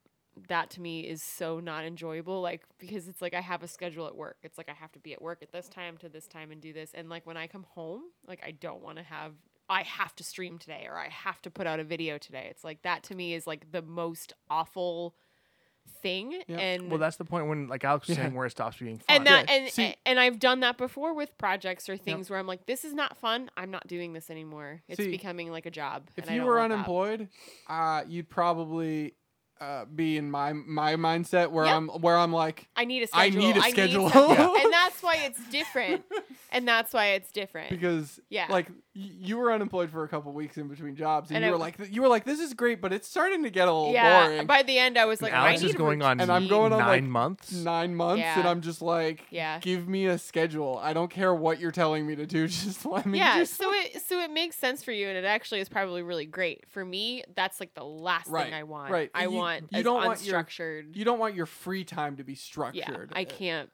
[SPEAKER 4] that to me is so not enjoyable like because it's like I have a schedule at work. It's like I have to be at work at this time to this time and do this and like when I come home, like I don't want to have I have to stream today or I have to put out a video today. It's like that to me is like the most awful thing
[SPEAKER 3] Yeah.
[SPEAKER 4] and
[SPEAKER 1] Well, that's the point when, like Alex was
[SPEAKER 3] Yeah.
[SPEAKER 1] saying, where it stops being fun.
[SPEAKER 4] and that
[SPEAKER 3] Yeah,
[SPEAKER 4] and
[SPEAKER 3] see-
[SPEAKER 4] and I've done that before with projects or things where I'm like, this is not fun. I'm not doing this anymore. It's
[SPEAKER 3] See,
[SPEAKER 4] becoming like a job.
[SPEAKER 3] if
[SPEAKER 4] and I
[SPEAKER 3] you
[SPEAKER 4] don't
[SPEAKER 3] were
[SPEAKER 4] want that.
[SPEAKER 3] unemployed, uh, you'd probably uh, be in my my mindset where
[SPEAKER 4] Yep.
[SPEAKER 3] I'm where I'm like
[SPEAKER 4] I need a
[SPEAKER 3] I
[SPEAKER 4] schedule.
[SPEAKER 3] need a schedule
[SPEAKER 4] something. and that's why it's different. And that's why it's different.
[SPEAKER 3] because
[SPEAKER 4] Yeah.
[SPEAKER 3] like y- you were unemployed for a couple weeks in between jobs and,
[SPEAKER 4] And
[SPEAKER 3] you
[SPEAKER 4] I-
[SPEAKER 3] were like you were like this is great but it's starting to get a little
[SPEAKER 4] yeah.
[SPEAKER 3] boring
[SPEAKER 4] By the end, I was
[SPEAKER 1] And
[SPEAKER 4] like,
[SPEAKER 1] Alex
[SPEAKER 4] I need
[SPEAKER 1] is going on
[SPEAKER 4] routine.
[SPEAKER 3] And I'm going on,
[SPEAKER 1] nine
[SPEAKER 3] like,
[SPEAKER 1] months.
[SPEAKER 3] nine months and
[SPEAKER 4] Yeah.
[SPEAKER 3] I'm just like
[SPEAKER 4] Yeah.
[SPEAKER 3] give me a schedule I don't care what you're telling me to do just let me
[SPEAKER 4] yeah,
[SPEAKER 3] do
[SPEAKER 4] so it so it makes sense for you, and it actually is probably really great for me. That's like the last
[SPEAKER 3] Right,
[SPEAKER 4] thing I want.
[SPEAKER 3] right.
[SPEAKER 4] I
[SPEAKER 3] You-
[SPEAKER 4] want
[SPEAKER 3] you
[SPEAKER 4] as
[SPEAKER 3] don't want your-
[SPEAKER 4] unstructured.
[SPEAKER 3] you don't want your free time to be
[SPEAKER 4] yeah,
[SPEAKER 3] structured uh,
[SPEAKER 4] I can't.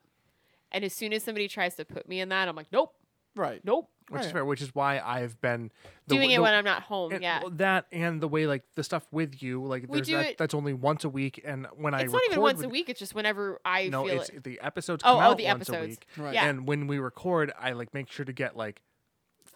[SPEAKER 4] And as soon as somebody tries to put me in that, I'm like, nope,
[SPEAKER 3] right
[SPEAKER 4] nope.
[SPEAKER 1] which is
[SPEAKER 3] Right.
[SPEAKER 1] fair, which is why I've been the
[SPEAKER 4] Doing
[SPEAKER 1] w-
[SPEAKER 4] it
[SPEAKER 1] the-
[SPEAKER 4] when I'm not home.
[SPEAKER 1] and-
[SPEAKER 4] yeah,
[SPEAKER 1] well, that and the way like the stuff with you, like
[SPEAKER 4] We
[SPEAKER 1] there's
[SPEAKER 4] do
[SPEAKER 1] that,
[SPEAKER 4] it-
[SPEAKER 1] that's only once a week, and when I
[SPEAKER 4] it's not
[SPEAKER 1] record
[SPEAKER 4] even once
[SPEAKER 1] with,
[SPEAKER 4] a week. It's just whenever I
[SPEAKER 1] No,
[SPEAKER 4] feel
[SPEAKER 1] it's
[SPEAKER 4] it.
[SPEAKER 1] the episodes
[SPEAKER 4] Oh,
[SPEAKER 1] come
[SPEAKER 4] oh,
[SPEAKER 1] out
[SPEAKER 4] the
[SPEAKER 1] once a
[SPEAKER 4] episodes.
[SPEAKER 1] week,
[SPEAKER 3] right
[SPEAKER 4] Yeah.
[SPEAKER 1] and when we record, I like make sure to get like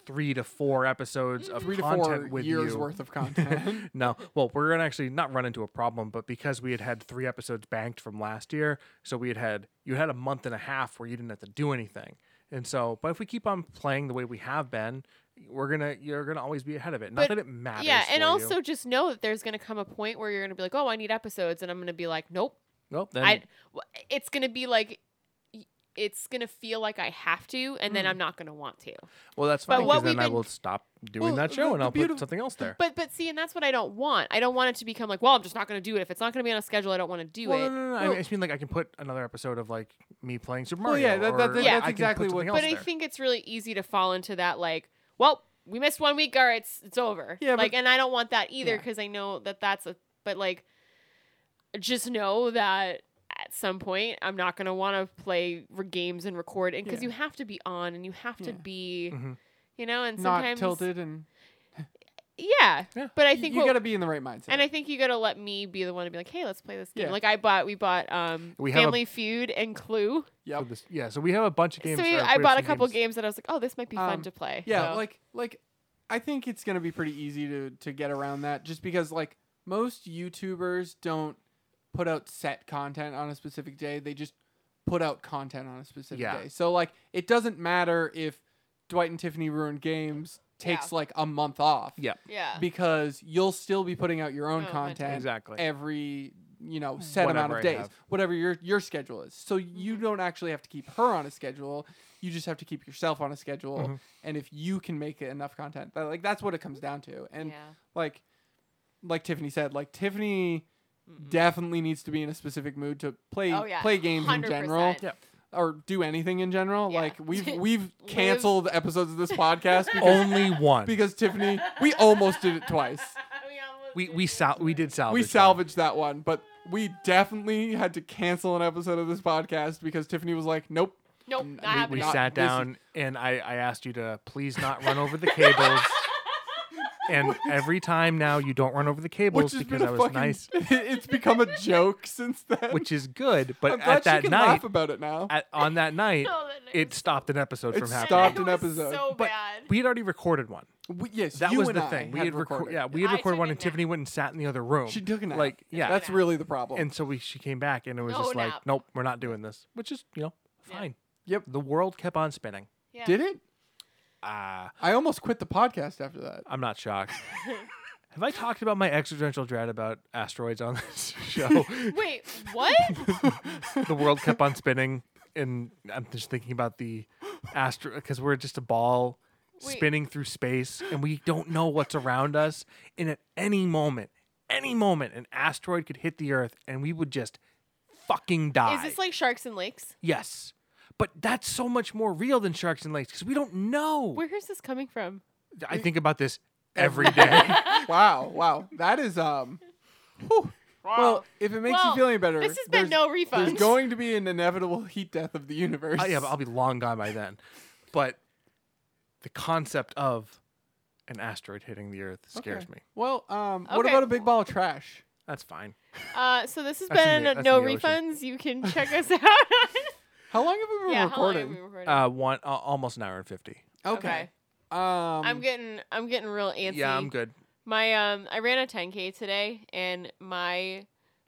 [SPEAKER 1] three to four episodes
[SPEAKER 4] Mm-hmm.
[SPEAKER 1] of
[SPEAKER 3] three to
[SPEAKER 1] content
[SPEAKER 3] four
[SPEAKER 1] with
[SPEAKER 3] years
[SPEAKER 1] you.
[SPEAKER 3] worth of content
[SPEAKER 1] No, well, we're gonna actually not run into a problem, but because we had had three episodes banked from last year, so we had had you had a month and a half where you didn't have to do anything, and so. But if we keep on playing the way we have been, we're gonna you're gonna always be ahead of it. Not
[SPEAKER 4] But-
[SPEAKER 1] that it matters.
[SPEAKER 4] Yeah, and
[SPEAKER 1] for you.
[SPEAKER 4] also just know that there's gonna come a point where you're gonna be like, oh, I need episodes, and I'm gonna be like, nope.
[SPEAKER 1] Well, then
[SPEAKER 4] I, w- it's gonna be like, y- it's gonna feel like I have to, and then
[SPEAKER 1] Hmm.
[SPEAKER 3] Mm.
[SPEAKER 4] I'm not gonna want to.
[SPEAKER 1] well that's
[SPEAKER 4] but
[SPEAKER 1] fine
[SPEAKER 4] what
[SPEAKER 1] because then
[SPEAKER 4] we've
[SPEAKER 1] I
[SPEAKER 4] been-
[SPEAKER 1] will stop doing
[SPEAKER 3] Well,
[SPEAKER 1] that show
[SPEAKER 3] the-
[SPEAKER 1] and
[SPEAKER 3] the
[SPEAKER 1] I'll
[SPEAKER 3] beautiful-
[SPEAKER 1] put something else there.
[SPEAKER 4] But but see, and that's what I don't want. I don't want it to become like, well, I'm just not gonna do it if it's not gonna be on a schedule. I don't want to do
[SPEAKER 1] well, no,
[SPEAKER 4] it.
[SPEAKER 1] no, no, no. I, mean, I just mean like I can put another episode of like me playing Super
[SPEAKER 3] Well,
[SPEAKER 1] Mario.
[SPEAKER 3] yeah, that- that-
[SPEAKER 1] or,
[SPEAKER 3] that-
[SPEAKER 1] like,
[SPEAKER 4] Yeah.
[SPEAKER 1] I
[SPEAKER 3] that's
[SPEAKER 1] can put
[SPEAKER 3] exactly
[SPEAKER 1] something
[SPEAKER 3] what-
[SPEAKER 1] else
[SPEAKER 4] But I
[SPEAKER 1] there.
[SPEAKER 4] think it's really easy to fall into that like, well, we missed one week, or it's it's over.
[SPEAKER 3] Yeah, but-
[SPEAKER 4] like, and I don't want that either
[SPEAKER 3] Yeah.
[SPEAKER 4] because I know that that's a. But like, just know that at some point I'm not gonna want to play re- games and record, and because
[SPEAKER 3] Yeah.
[SPEAKER 4] you have to be on and you have to
[SPEAKER 3] Yeah. Mm-hmm.
[SPEAKER 4] be,
[SPEAKER 1] Mhm.
[SPEAKER 4] you know, and
[SPEAKER 3] not
[SPEAKER 4] sometimes
[SPEAKER 3] tilted and
[SPEAKER 4] Yeah,
[SPEAKER 1] Yeah.
[SPEAKER 4] but I
[SPEAKER 3] y-
[SPEAKER 4] think
[SPEAKER 3] you
[SPEAKER 4] what,
[SPEAKER 3] got to be in the right mindset
[SPEAKER 4] And I think you gotta let me be the one to be like, hey, let's play this game.
[SPEAKER 3] Yeah.
[SPEAKER 4] Like I bought, we bought um,
[SPEAKER 1] We have a-
[SPEAKER 4] Family Feud and Clue.
[SPEAKER 1] So
[SPEAKER 3] yep.
[SPEAKER 1] this- yeah, so we have a bunch of games.
[SPEAKER 4] so we,
[SPEAKER 1] or we
[SPEAKER 4] I
[SPEAKER 1] have
[SPEAKER 4] bought a
[SPEAKER 1] some
[SPEAKER 4] couple
[SPEAKER 1] games.
[SPEAKER 4] games. that I was like, oh, this might be
[SPEAKER 3] Um,
[SPEAKER 4] fun to play.
[SPEAKER 3] Yeah,
[SPEAKER 4] So-
[SPEAKER 3] like like I think it's gonna be pretty easy to to get around that just because like most YouTubers don't put out set content on a specific day. They just put out content on a specific
[SPEAKER 1] Yeah.
[SPEAKER 3] day. So like it doesn't matter if Dwight and Tiffany ruined games takes like a month off.
[SPEAKER 1] Yeah.
[SPEAKER 4] yeah,
[SPEAKER 3] Because you'll still be putting out your own
[SPEAKER 4] Oh,
[SPEAKER 3] content
[SPEAKER 1] Exactly.
[SPEAKER 3] every you know set amount
[SPEAKER 1] Whatever
[SPEAKER 3] of
[SPEAKER 1] I
[SPEAKER 3] days,
[SPEAKER 1] have.
[SPEAKER 3] whatever your your schedule is. So you
[SPEAKER 4] Mm-hmm.
[SPEAKER 3] don't actually have to keep her on a schedule. You just have to keep yourself on a schedule,
[SPEAKER 1] Mhm.
[SPEAKER 3] and if you can make it enough content, that, like that's what it comes down to. And
[SPEAKER 4] yeah.
[SPEAKER 3] like, like Tiffany said, like Tiffany
[SPEAKER 4] Mhm.
[SPEAKER 3] definitely needs to be in a specific mood to play
[SPEAKER 4] Oh, yeah.
[SPEAKER 3] play games in general
[SPEAKER 4] 100%.
[SPEAKER 1] Yeah.
[SPEAKER 3] or do anything in general.
[SPEAKER 4] Yeah.
[SPEAKER 3] Like we've we've canceled episodes of this podcast because,
[SPEAKER 1] Only one.
[SPEAKER 3] because Tiffany, we almost did it twice.
[SPEAKER 4] We almost
[SPEAKER 1] we
[SPEAKER 4] did
[SPEAKER 1] we
[SPEAKER 4] it.
[SPEAKER 1] sal- we did salvage.
[SPEAKER 3] we
[SPEAKER 1] one.
[SPEAKER 3] salvaged that one, but we definitely had to cancel an episode of this podcast because Tiffany was like, "Nope."
[SPEAKER 4] Nope,
[SPEAKER 3] We-
[SPEAKER 4] not
[SPEAKER 1] We,
[SPEAKER 4] happening.
[SPEAKER 1] we
[SPEAKER 3] Not-
[SPEAKER 1] sat
[SPEAKER 3] this is-
[SPEAKER 1] down and I, I asked you to please not run over the cables. and every time now you don't run over the
[SPEAKER 3] Which
[SPEAKER 1] cables
[SPEAKER 3] has
[SPEAKER 1] because
[SPEAKER 3] been
[SPEAKER 1] I
[SPEAKER 3] a
[SPEAKER 1] was
[SPEAKER 3] fucking.
[SPEAKER 1] nice,
[SPEAKER 3] it's become a joke since then.
[SPEAKER 1] which is good. But
[SPEAKER 3] I'm glad
[SPEAKER 1] at
[SPEAKER 3] she
[SPEAKER 1] that
[SPEAKER 3] can
[SPEAKER 1] night,
[SPEAKER 3] laugh about it now.
[SPEAKER 1] at, on that night,
[SPEAKER 4] Oh, that night
[SPEAKER 1] it
[SPEAKER 4] was-
[SPEAKER 1] stopped an episode
[SPEAKER 3] It
[SPEAKER 1] from
[SPEAKER 4] And
[SPEAKER 1] happening.
[SPEAKER 3] stopped
[SPEAKER 4] it
[SPEAKER 3] an
[SPEAKER 4] was
[SPEAKER 3] episode.
[SPEAKER 4] So
[SPEAKER 1] But
[SPEAKER 4] bad.
[SPEAKER 1] we had already recorded one.
[SPEAKER 3] We- yes,
[SPEAKER 1] That
[SPEAKER 3] you
[SPEAKER 1] was
[SPEAKER 3] and
[SPEAKER 1] the
[SPEAKER 3] I
[SPEAKER 1] thing. We
[SPEAKER 3] had
[SPEAKER 1] had reco-
[SPEAKER 3] recorded.
[SPEAKER 1] yeah, we had
[SPEAKER 4] I
[SPEAKER 1] recorded
[SPEAKER 4] took
[SPEAKER 1] one,
[SPEAKER 4] a
[SPEAKER 1] and Tiffany
[SPEAKER 4] nap.
[SPEAKER 1] went and sat in the other room.
[SPEAKER 3] She took a nap.
[SPEAKER 1] Like yeah,
[SPEAKER 3] That's
[SPEAKER 4] nap.
[SPEAKER 3] really the problem.
[SPEAKER 1] and so we she came back and it was
[SPEAKER 4] No
[SPEAKER 1] just like,
[SPEAKER 4] nap.
[SPEAKER 1] nope, we're not doing this. Which is you know
[SPEAKER 4] Yeah.
[SPEAKER 1] fine.
[SPEAKER 3] Yep.
[SPEAKER 1] The world kept on spinning.
[SPEAKER 4] yeah.
[SPEAKER 3] Did it?
[SPEAKER 1] Ah.
[SPEAKER 3] I almost quit the podcast after that.
[SPEAKER 1] I'm not shocked. Have I talked about my existential dread about asteroids on this show?
[SPEAKER 4] Wait, what?
[SPEAKER 1] the world kept on spinning, and I'm just thinking about the asteroid because we're just a ball
[SPEAKER 4] Wait.
[SPEAKER 1] spinning through space, and we don't know what's around us. And at any moment, any moment, an asteroid could hit the Earth, and we would just fucking die.
[SPEAKER 4] Is this like Sharks and Lakes?
[SPEAKER 1] yes, but that's so much more real than sharks and lakes because we don't know.
[SPEAKER 4] Where is this coming from?
[SPEAKER 1] I think about this every day.
[SPEAKER 3] wow, wow, that is um. whew. Well, if it makes
[SPEAKER 4] Well,
[SPEAKER 3] you feel any better,
[SPEAKER 4] this has been
[SPEAKER 3] there's-
[SPEAKER 4] no
[SPEAKER 3] There's
[SPEAKER 4] refunds.
[SPEAKER 3] going to be an inevitable heat death of the universe.
[SPEAKER 1] Oh, yeah, but I'll be long gone by then. But the concept of an asteroid hitting the Earth scares
[SPEAKER 3] Okay.
[SPEAKER 1] me.
[SPEAKER 3] Well, um, what
[SPEAKER 4] Okay.
[SPEAKER 3] about a big ball of trash?
[SPEAKER 1] That's fine.
[SPEAKER 4] Uh, so this has
[SPEAKER 1] That's in
[SPEAKER 4] been
[SPEAKER 1] the-
[SPEAKER 4] a
[SPEAKER 1] that's
[SPEAKER 4] no
[SPEAKER 1] in the ocean.
[SPEAKER 4] refunds. You can check us out. on-
[SPEAKER 3] How long have we been
[SPEAKER 4] yeah, how long have
[SPEAKER 3] recording?
[SPEAKER 4] we recorded?
[SPEAKER 1] Uh, one uh, almost an hour and fifty.
[SPEAKER 3] okay. Um,
[SPEAKER 4] I'm getting I'm getting real antsy.
[SPEAKER 1] Yeah, I'm good.
[SPEAKER 4] My um I ran a 10k today and my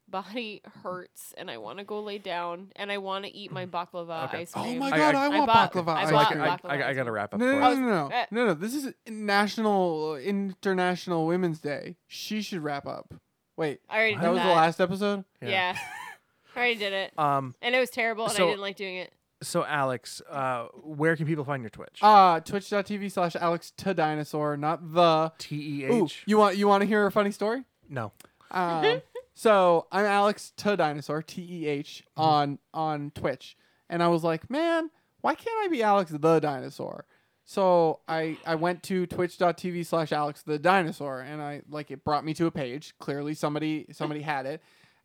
[SPEAKER 4] body hurts and I want to go lay down and I want to eat my baklava
[SPEAKER 1] Okay.
[SPEAKER 4] ice
[SPEAKER 3] Oh
[SPEAKER 4] cream.
[SPEAKER 3] my
[SPEAKER 1] I-
[SPEAKER 3] god, I,
[SPEAKER 1] I-
[SPEAKER 4] I
[SPEAKER 3] want
[SPEAKER 4] bought-
[SPEAKER 3] baklava
[SPEAKER 4] I
[SPEAKER 3] ice
[SPEAKER 1] So I,
[SPEAKER 4] bought
[SPEAKER 1] ca-
[SPEAKER 3] cream.
[SPEAKER 1] I,
[SPEAKER 4] baklava
[SPEAKER 1] I, I
[SPEAKER 4] ice
[SPEAKER 1] gotta wrap up.
[SPEAKER 3] no,
[SPEAKER 1] for
[SPEAKER 3] no,
[SPEAKER 1] us.
[SPEAKER 3] no, no, no,
[SPEAKER 4] uh,
[SPEAKER 3] no, no. This is National International Women's Day. She should wrap up. Wait,
[SPEAKER 4] I already
[SPEAKER 3] that
[SPEAKER 4] did
[SPEAKER 3] was
[SPEAKER 4] that.
[SPEAKER 3] the last episode.
[SPEAKER 4] Oh, Yeah.
[SPEAKER 1] Yeah.
[SPEAKER 4] I already did it.
[SPEAKER 1] Um.
[SPEAKER 4] And it was terrible, and
[SPEAKER 1] So-
[SPEAKER 4] I didn't like doing it.
[SPEAKER 1] So Alex, uh, where can people find your Twitch?
[SPEAKER 3] Uh twitch.tv slash Alex to dinosaur, not the.
[SPEAKER 1] T E
[SPEAKER 3] Ooh,
[SPEAKER 1] H.
[SPEAKER 3] you want you want to hear a funny story?
[SPEAKER 1] No.
[SPEAKER 3] Um, so I'm Alex to dinosaur T E H on on Twitch, and I was like, man, why can't I be Alex the dinosaur? So I I went to twitch.tv slash Alex the dinosaur, and I like it brought me to a page. Clearly somebody somebody had it,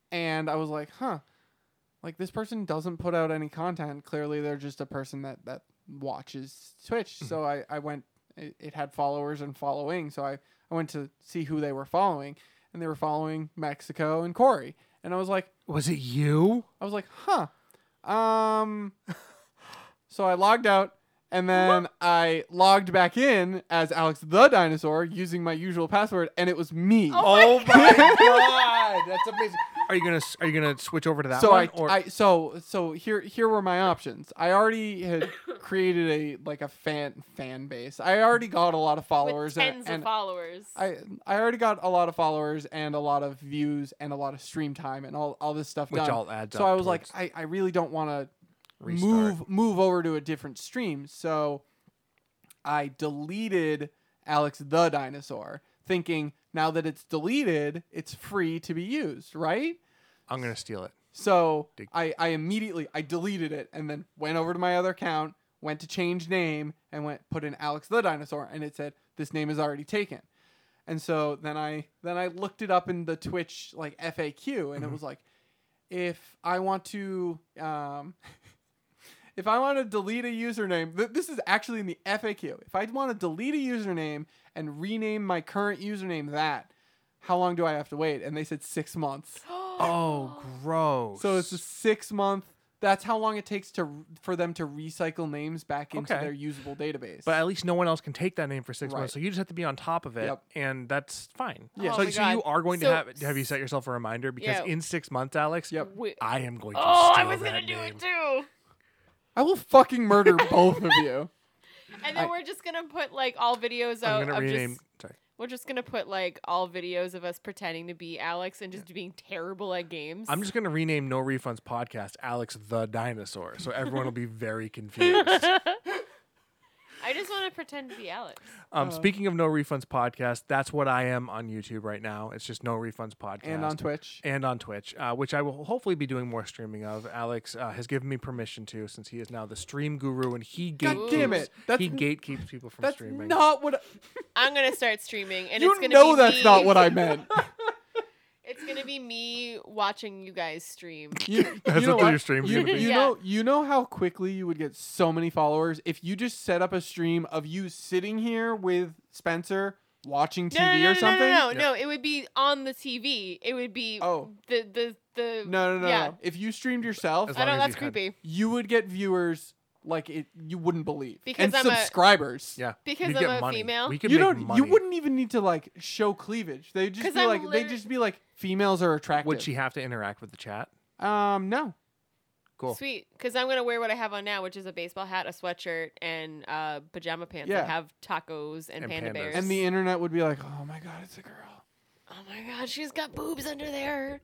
[SPEAKER 3] and I was like, huh, like this person doesn't put out any content. Clearly they're just a person that that watches Twitch. So I I went. It, it had followers and following, so I I went to see who they were following, and they were following Mexico and Corey. And I was like,
[SPEAKER 1] Was it you?
[SPEAKER 3] I was like, huh. Um. so I logged out, and then I logged back in as Alex the dinosaur using my usual password, and it was me.
[SPEAKER 1] Oh my
[SPEAKER 3] god, that's amazing.
[SPEAKER 1] Are you gonna s- Are you gonna switch over to that
[SPEAKER 3] so
[SPEAKER 1] one?
[SPEAKER 3] I, I so so here here were my options. I already had created a like a fan fan base. I already got a lot of followers
[SPEAKER 4] With tens
[SPEAKER 3] and, and
[SPEAKER 4] of followers.
[SPEAKER 3] I I already got a lot of followers and a lot of views and a lot of stream time and all, all this stuff
[SPEAKER 1] which
[SPEAKER 3] done.
[SPEAKER 1] all adds
[SPEAKER 3] so
[SPEAKER 1] up.
[SPEAKER 3] I was like,
[SPEAKER 1] towards
[SPEAKER 3] I, I really don't want to
[SPEAKER 1] restart.
[SPEAKER 3] move move over to a different stream. So I deleted Alex the dinosaur, thinking now that it's deleted, it's free to be used, right?
[SPEAKER 1] I'm gonna steal it.
[SPEAKER 3] So
[SPEAKER 1] Dig-
[SPEAKER 3] I, I immediately I deleted it and then went over to my other account, went to change name, and went put in Alex the dinosaur, and it said this name is already taken. And so then I then I looked it up in the Twitch like FAQ, and it
[SPEAKER 1] Mhm.
[SPEAKER 3] was like, if I want to um, if I want to delete a username, th- this is actually in the FAQ. If I want to delete a username and rename my current username that, how long do I have to wait? And they said six months.
[SPEAKER 1] Oh, gross.
[SPEAKER 3] So it's a six month. That's how long it takes to for them to recycle names back into
[SPEAKER 1] Okay.
[SPEAKER 3] their usable database.
[SPEAKER 1] But at least no one else can take that name for six
[SPEAKER 3] Right.
[SPEAKER 1] months. So you just have to be on top of it,
[SPEAKER 3] Yep.
[SPEAKER 1] and that's fine.
[SPEAKER 3] Yeah. Oh
[SPEAKER 1] so,
[SPEAKER 4] my
[SPEAKER 1] so you
[SPEAKER 4] God.
[SPEAKER 1] are going to
[SPEAKER 4] So-
[SPEAKER 1] have have you set yourself a reminder because
[SPEAKER 4] Yeah.
[SPEAKER 1] in six months, Alex,
[SPEAKER 3] Yep.
[SPEAKER 4] Wi-
[SPEAKER 1] I am going to.
[SPEAKER 4] oh, I
[SPEAKER 1] steal
[SPEAKER 4] was going
[SPEAKER 1] that
[SPEAKER 4] to do
[SPEAKER 1] name.
[SPEAKER 4] it too.
[SPEAKER 3] I will fucking murder both of you.
[SPEAKER 4] And then
[SPEAKER 3] I-
[SPEAKER 4] we're just going to put like all videos
[SPEAKER 1] I'm
[SPEAKER 4] out
[SPEAKER 1] gonna
[SPEAKER 4] of
[SPEAKER 1] rename.
[SPEAKER 4] just
[SPEAKER 1] Sorry.
[SPEAKER 4] We're just gonna put like all videos of us pretending to be Alex and just being terrible at games.
[SPEAKER 1] I'm just gonna rename No Refunds podcast Alex the Dinosaur, so everyone will be very confused.
[SPEAKER 4] I just want to pretend to be Alex.
[SPEAKER 1] Um,
[SPEAKER 3] Oh.
[SPEAKER 1] speaking of No Refunds podcast, that's what I am on YouTube right now. It's just No Refunds podcast
[SPEAKER 3] And on Twitch.
[SPEAKER 1] and on Twitch, uh, which I will hopefully be doing more streaming of. Alex uh, has given me permission to, since he is now the stream guru, and he
[SPEAKER 3] God
[SPEAKER 1] gatekeeps,
[SPEAKER 3] damn it. That's-
[SPEAKER 1] he gatekeeps people from
[SPEAKER 3] That's
[SPEAKER 1] streaming.
[SPEAKER 3] not what I,
[SPEAKER 4] I'm gonna start streaming, and it's
[SPEAKER 3] you
[SPEAKER 4] gonna
[SPEAKER 3] know.
[SPEAKER 4] be
[SPEAKER 3] That's
[SPEAKER 4] me-
[SPEAKER 3] not what I meant.
[SPEAKER 4] It's gonna be me watching you guys stream.
[SPEAKER 3] You,
[SPEAKER 1] That's
[SPEAKER 3] you know
[SPEAKER 1] what your
[SPEAKER 3] what?
[SPEAKER 1] stream's
[SPEAKER 3] You,
[SPEAKER 1] gonna be.
[SPEAKER 3] you
[SPEAKER 4] Yeah.
[SPEAKER 3] know, you know how quickly you would get so many followers if you just set up a stream of you sitting here with Spencer watching TV
[SPEAKER 4] No, no, no,
[SPEAKER 3] or
[SPEAKER 4] no,
[SPEAKER 3] something.
[SPEAKER 4] no, no,
[SPEAKER 1] Yeah.
[SPEAKER 4] no. It would be on the TV. It would be
[SPEAKER 3] Oh.
[SPEAKER 4] the the the.
[SPEAKER 3] no, no, no,
[SPEAKER 4] Yeah.
[SPEAKER 3] no. If you streamed yourself,
[SPEAKER 1] As
[SPEAKER 4] I
[SPEAKER 1] long as
[SPEAKER 4] don't.
[SPEAKER 1] you
[SPEAKER 4] That's
[SPEAKER 1] had-
[SPEAKER 4] creepy.
[SPEAKER 3] you would get viewers like it you wouldn't believe
[SPEAKER 4] Because
[SPEAKER 3] and
[SPEAKER 4] I'm a-
[SPEAKER 3] subscribers.
[SPEAKER 1] Yeah,
[SPEAKER 4] Because
[SPEAKER 1] You'd
[SPEAKER 4] I'm
[SPEAKER 1] get
[SPEAKER 4] a
[SPEAKER 1] money.
[SPEAKER 4] female?
[SPEAKER 1] We could
[SPEAKER 3] you
[SPEAKER 1] make
[SPEAKER 3] don't.
[SPEAKER 1] money.
[SPEAKER 3] You wouldn't even need to like show cleavage. They just
[SPEAKER 4] 'Cause
[SPEAKER 3] be
[SPEAKER 4] I'm
[SPEAKER 3] like they
[SPEAKER 4] liter-
[SPEAKER 3] just be like females are attractive.
[SPEAKER 1] Would she have to interact with the chat?
[SPEAKER 3] Um, no.
[SPEAKER 1] Cool.
[SPEAKER 4] Sweet, because I'm gonna wear what I have on now, which is a baseball hat, a sweatshirt, and uh, pajama pants
[SPEAKER 3] Yeah.
[SPEAKER 4] that have tacos and,
[SPEAKER 1] And
[SPEAKER 4] panda
[SPEAKER 1] pandas.
[SPEAKER 4] bears.
[SPEAKER 3] And the internet would be like, oh my god, it's a girl.
[SPEAKER 4] oh my god, she's got boobs under there.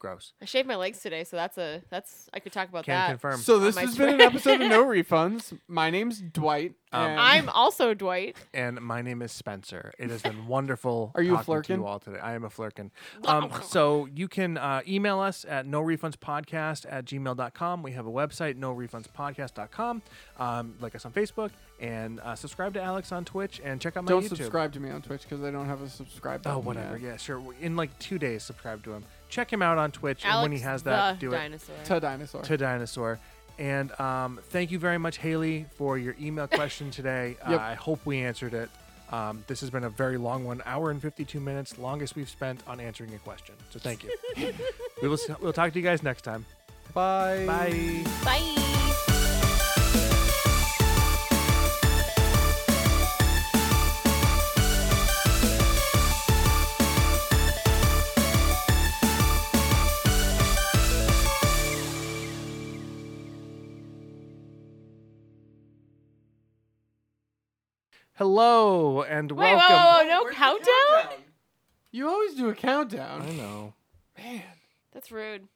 [SPEAKER 1] Gross.
[SPEAKER 4] I shaved my legs today, so that's a that's I could talk about
[SPEAKER 1] Can
[SPEAKER 4] that.
[SPEAKER 1] confirm.
[SPEAKER 3] So this
[SPEAKER 4] Oh my
[SPEAKER 3] has been an
[SPEAKER 4] Twitter.
[SPEAKER 3] episode of No Refunds. My name's Dwight.
[SPEAKER 1] Um,
[SPEAKER 3] and
[SPEAKER 4] I'm also Dwight.
[SPEAKER 1] and my name is Spencer. It has been wonderful
[SPEAKER 3] Are you a
[SPEAKER 1] talking to
[SPEAKER 3] flirkin'?
[SPEAKER 1] you all today. I am a flirkin. Um, so you can uh, email us at no refunds podcast at gmail.com. We have a website, no refunds podcast.com. Um, like us on Facebook and uh, subscribe to Alex on Twitch and check out my
[SPEAKER 3] don't
[SPEAKER 1] YouTube.
[SPEAKER 3] subscribe to me on Twitch because I don't have a subscribe.
[SPEAKER 1] Oh,
[SPEAKER 3] button
[SPEAKER 1] whatever.
[SPEAKER 3] yet.
[SPEAKER 1] Yeah, sure. In like two days, subscribe to him. Check him out on Twitch. and when he has that,
[SPEAKER 4] the
[SPEAKER 1] do it
[SPEAKER 4] dinosaur.
[SPEAKER 3] To dinosaur.
[SPEAKER 1] to Dinosaur. And um, thank you very much, Haley, for your email question today.
[SPEAKER 3] Yep.
[SPEAKER 1] Uh, I hope we answered it. Um, this has been a very long one, hour and 52 minutes, longest we've spent on answering a question. So thank you. we will, s- we'll talk to you guys next time.
[SPEAKER 3] Bye.
[SPEAKER 1] Bye. Hello
[SPEAKER 4] Bye.
[SPEAKER 1] and
[SPEAKER 4] Wait,
[SPEAKER 1] welcome.
[SPEAKER 4] whoa, whoa, whoa, no countdown.
[SPEAKER 3] You always do a countdown.
[SPEAKER 1] know.
[SPEAKER 3] Man.
[SPEAKER 4] That's rude.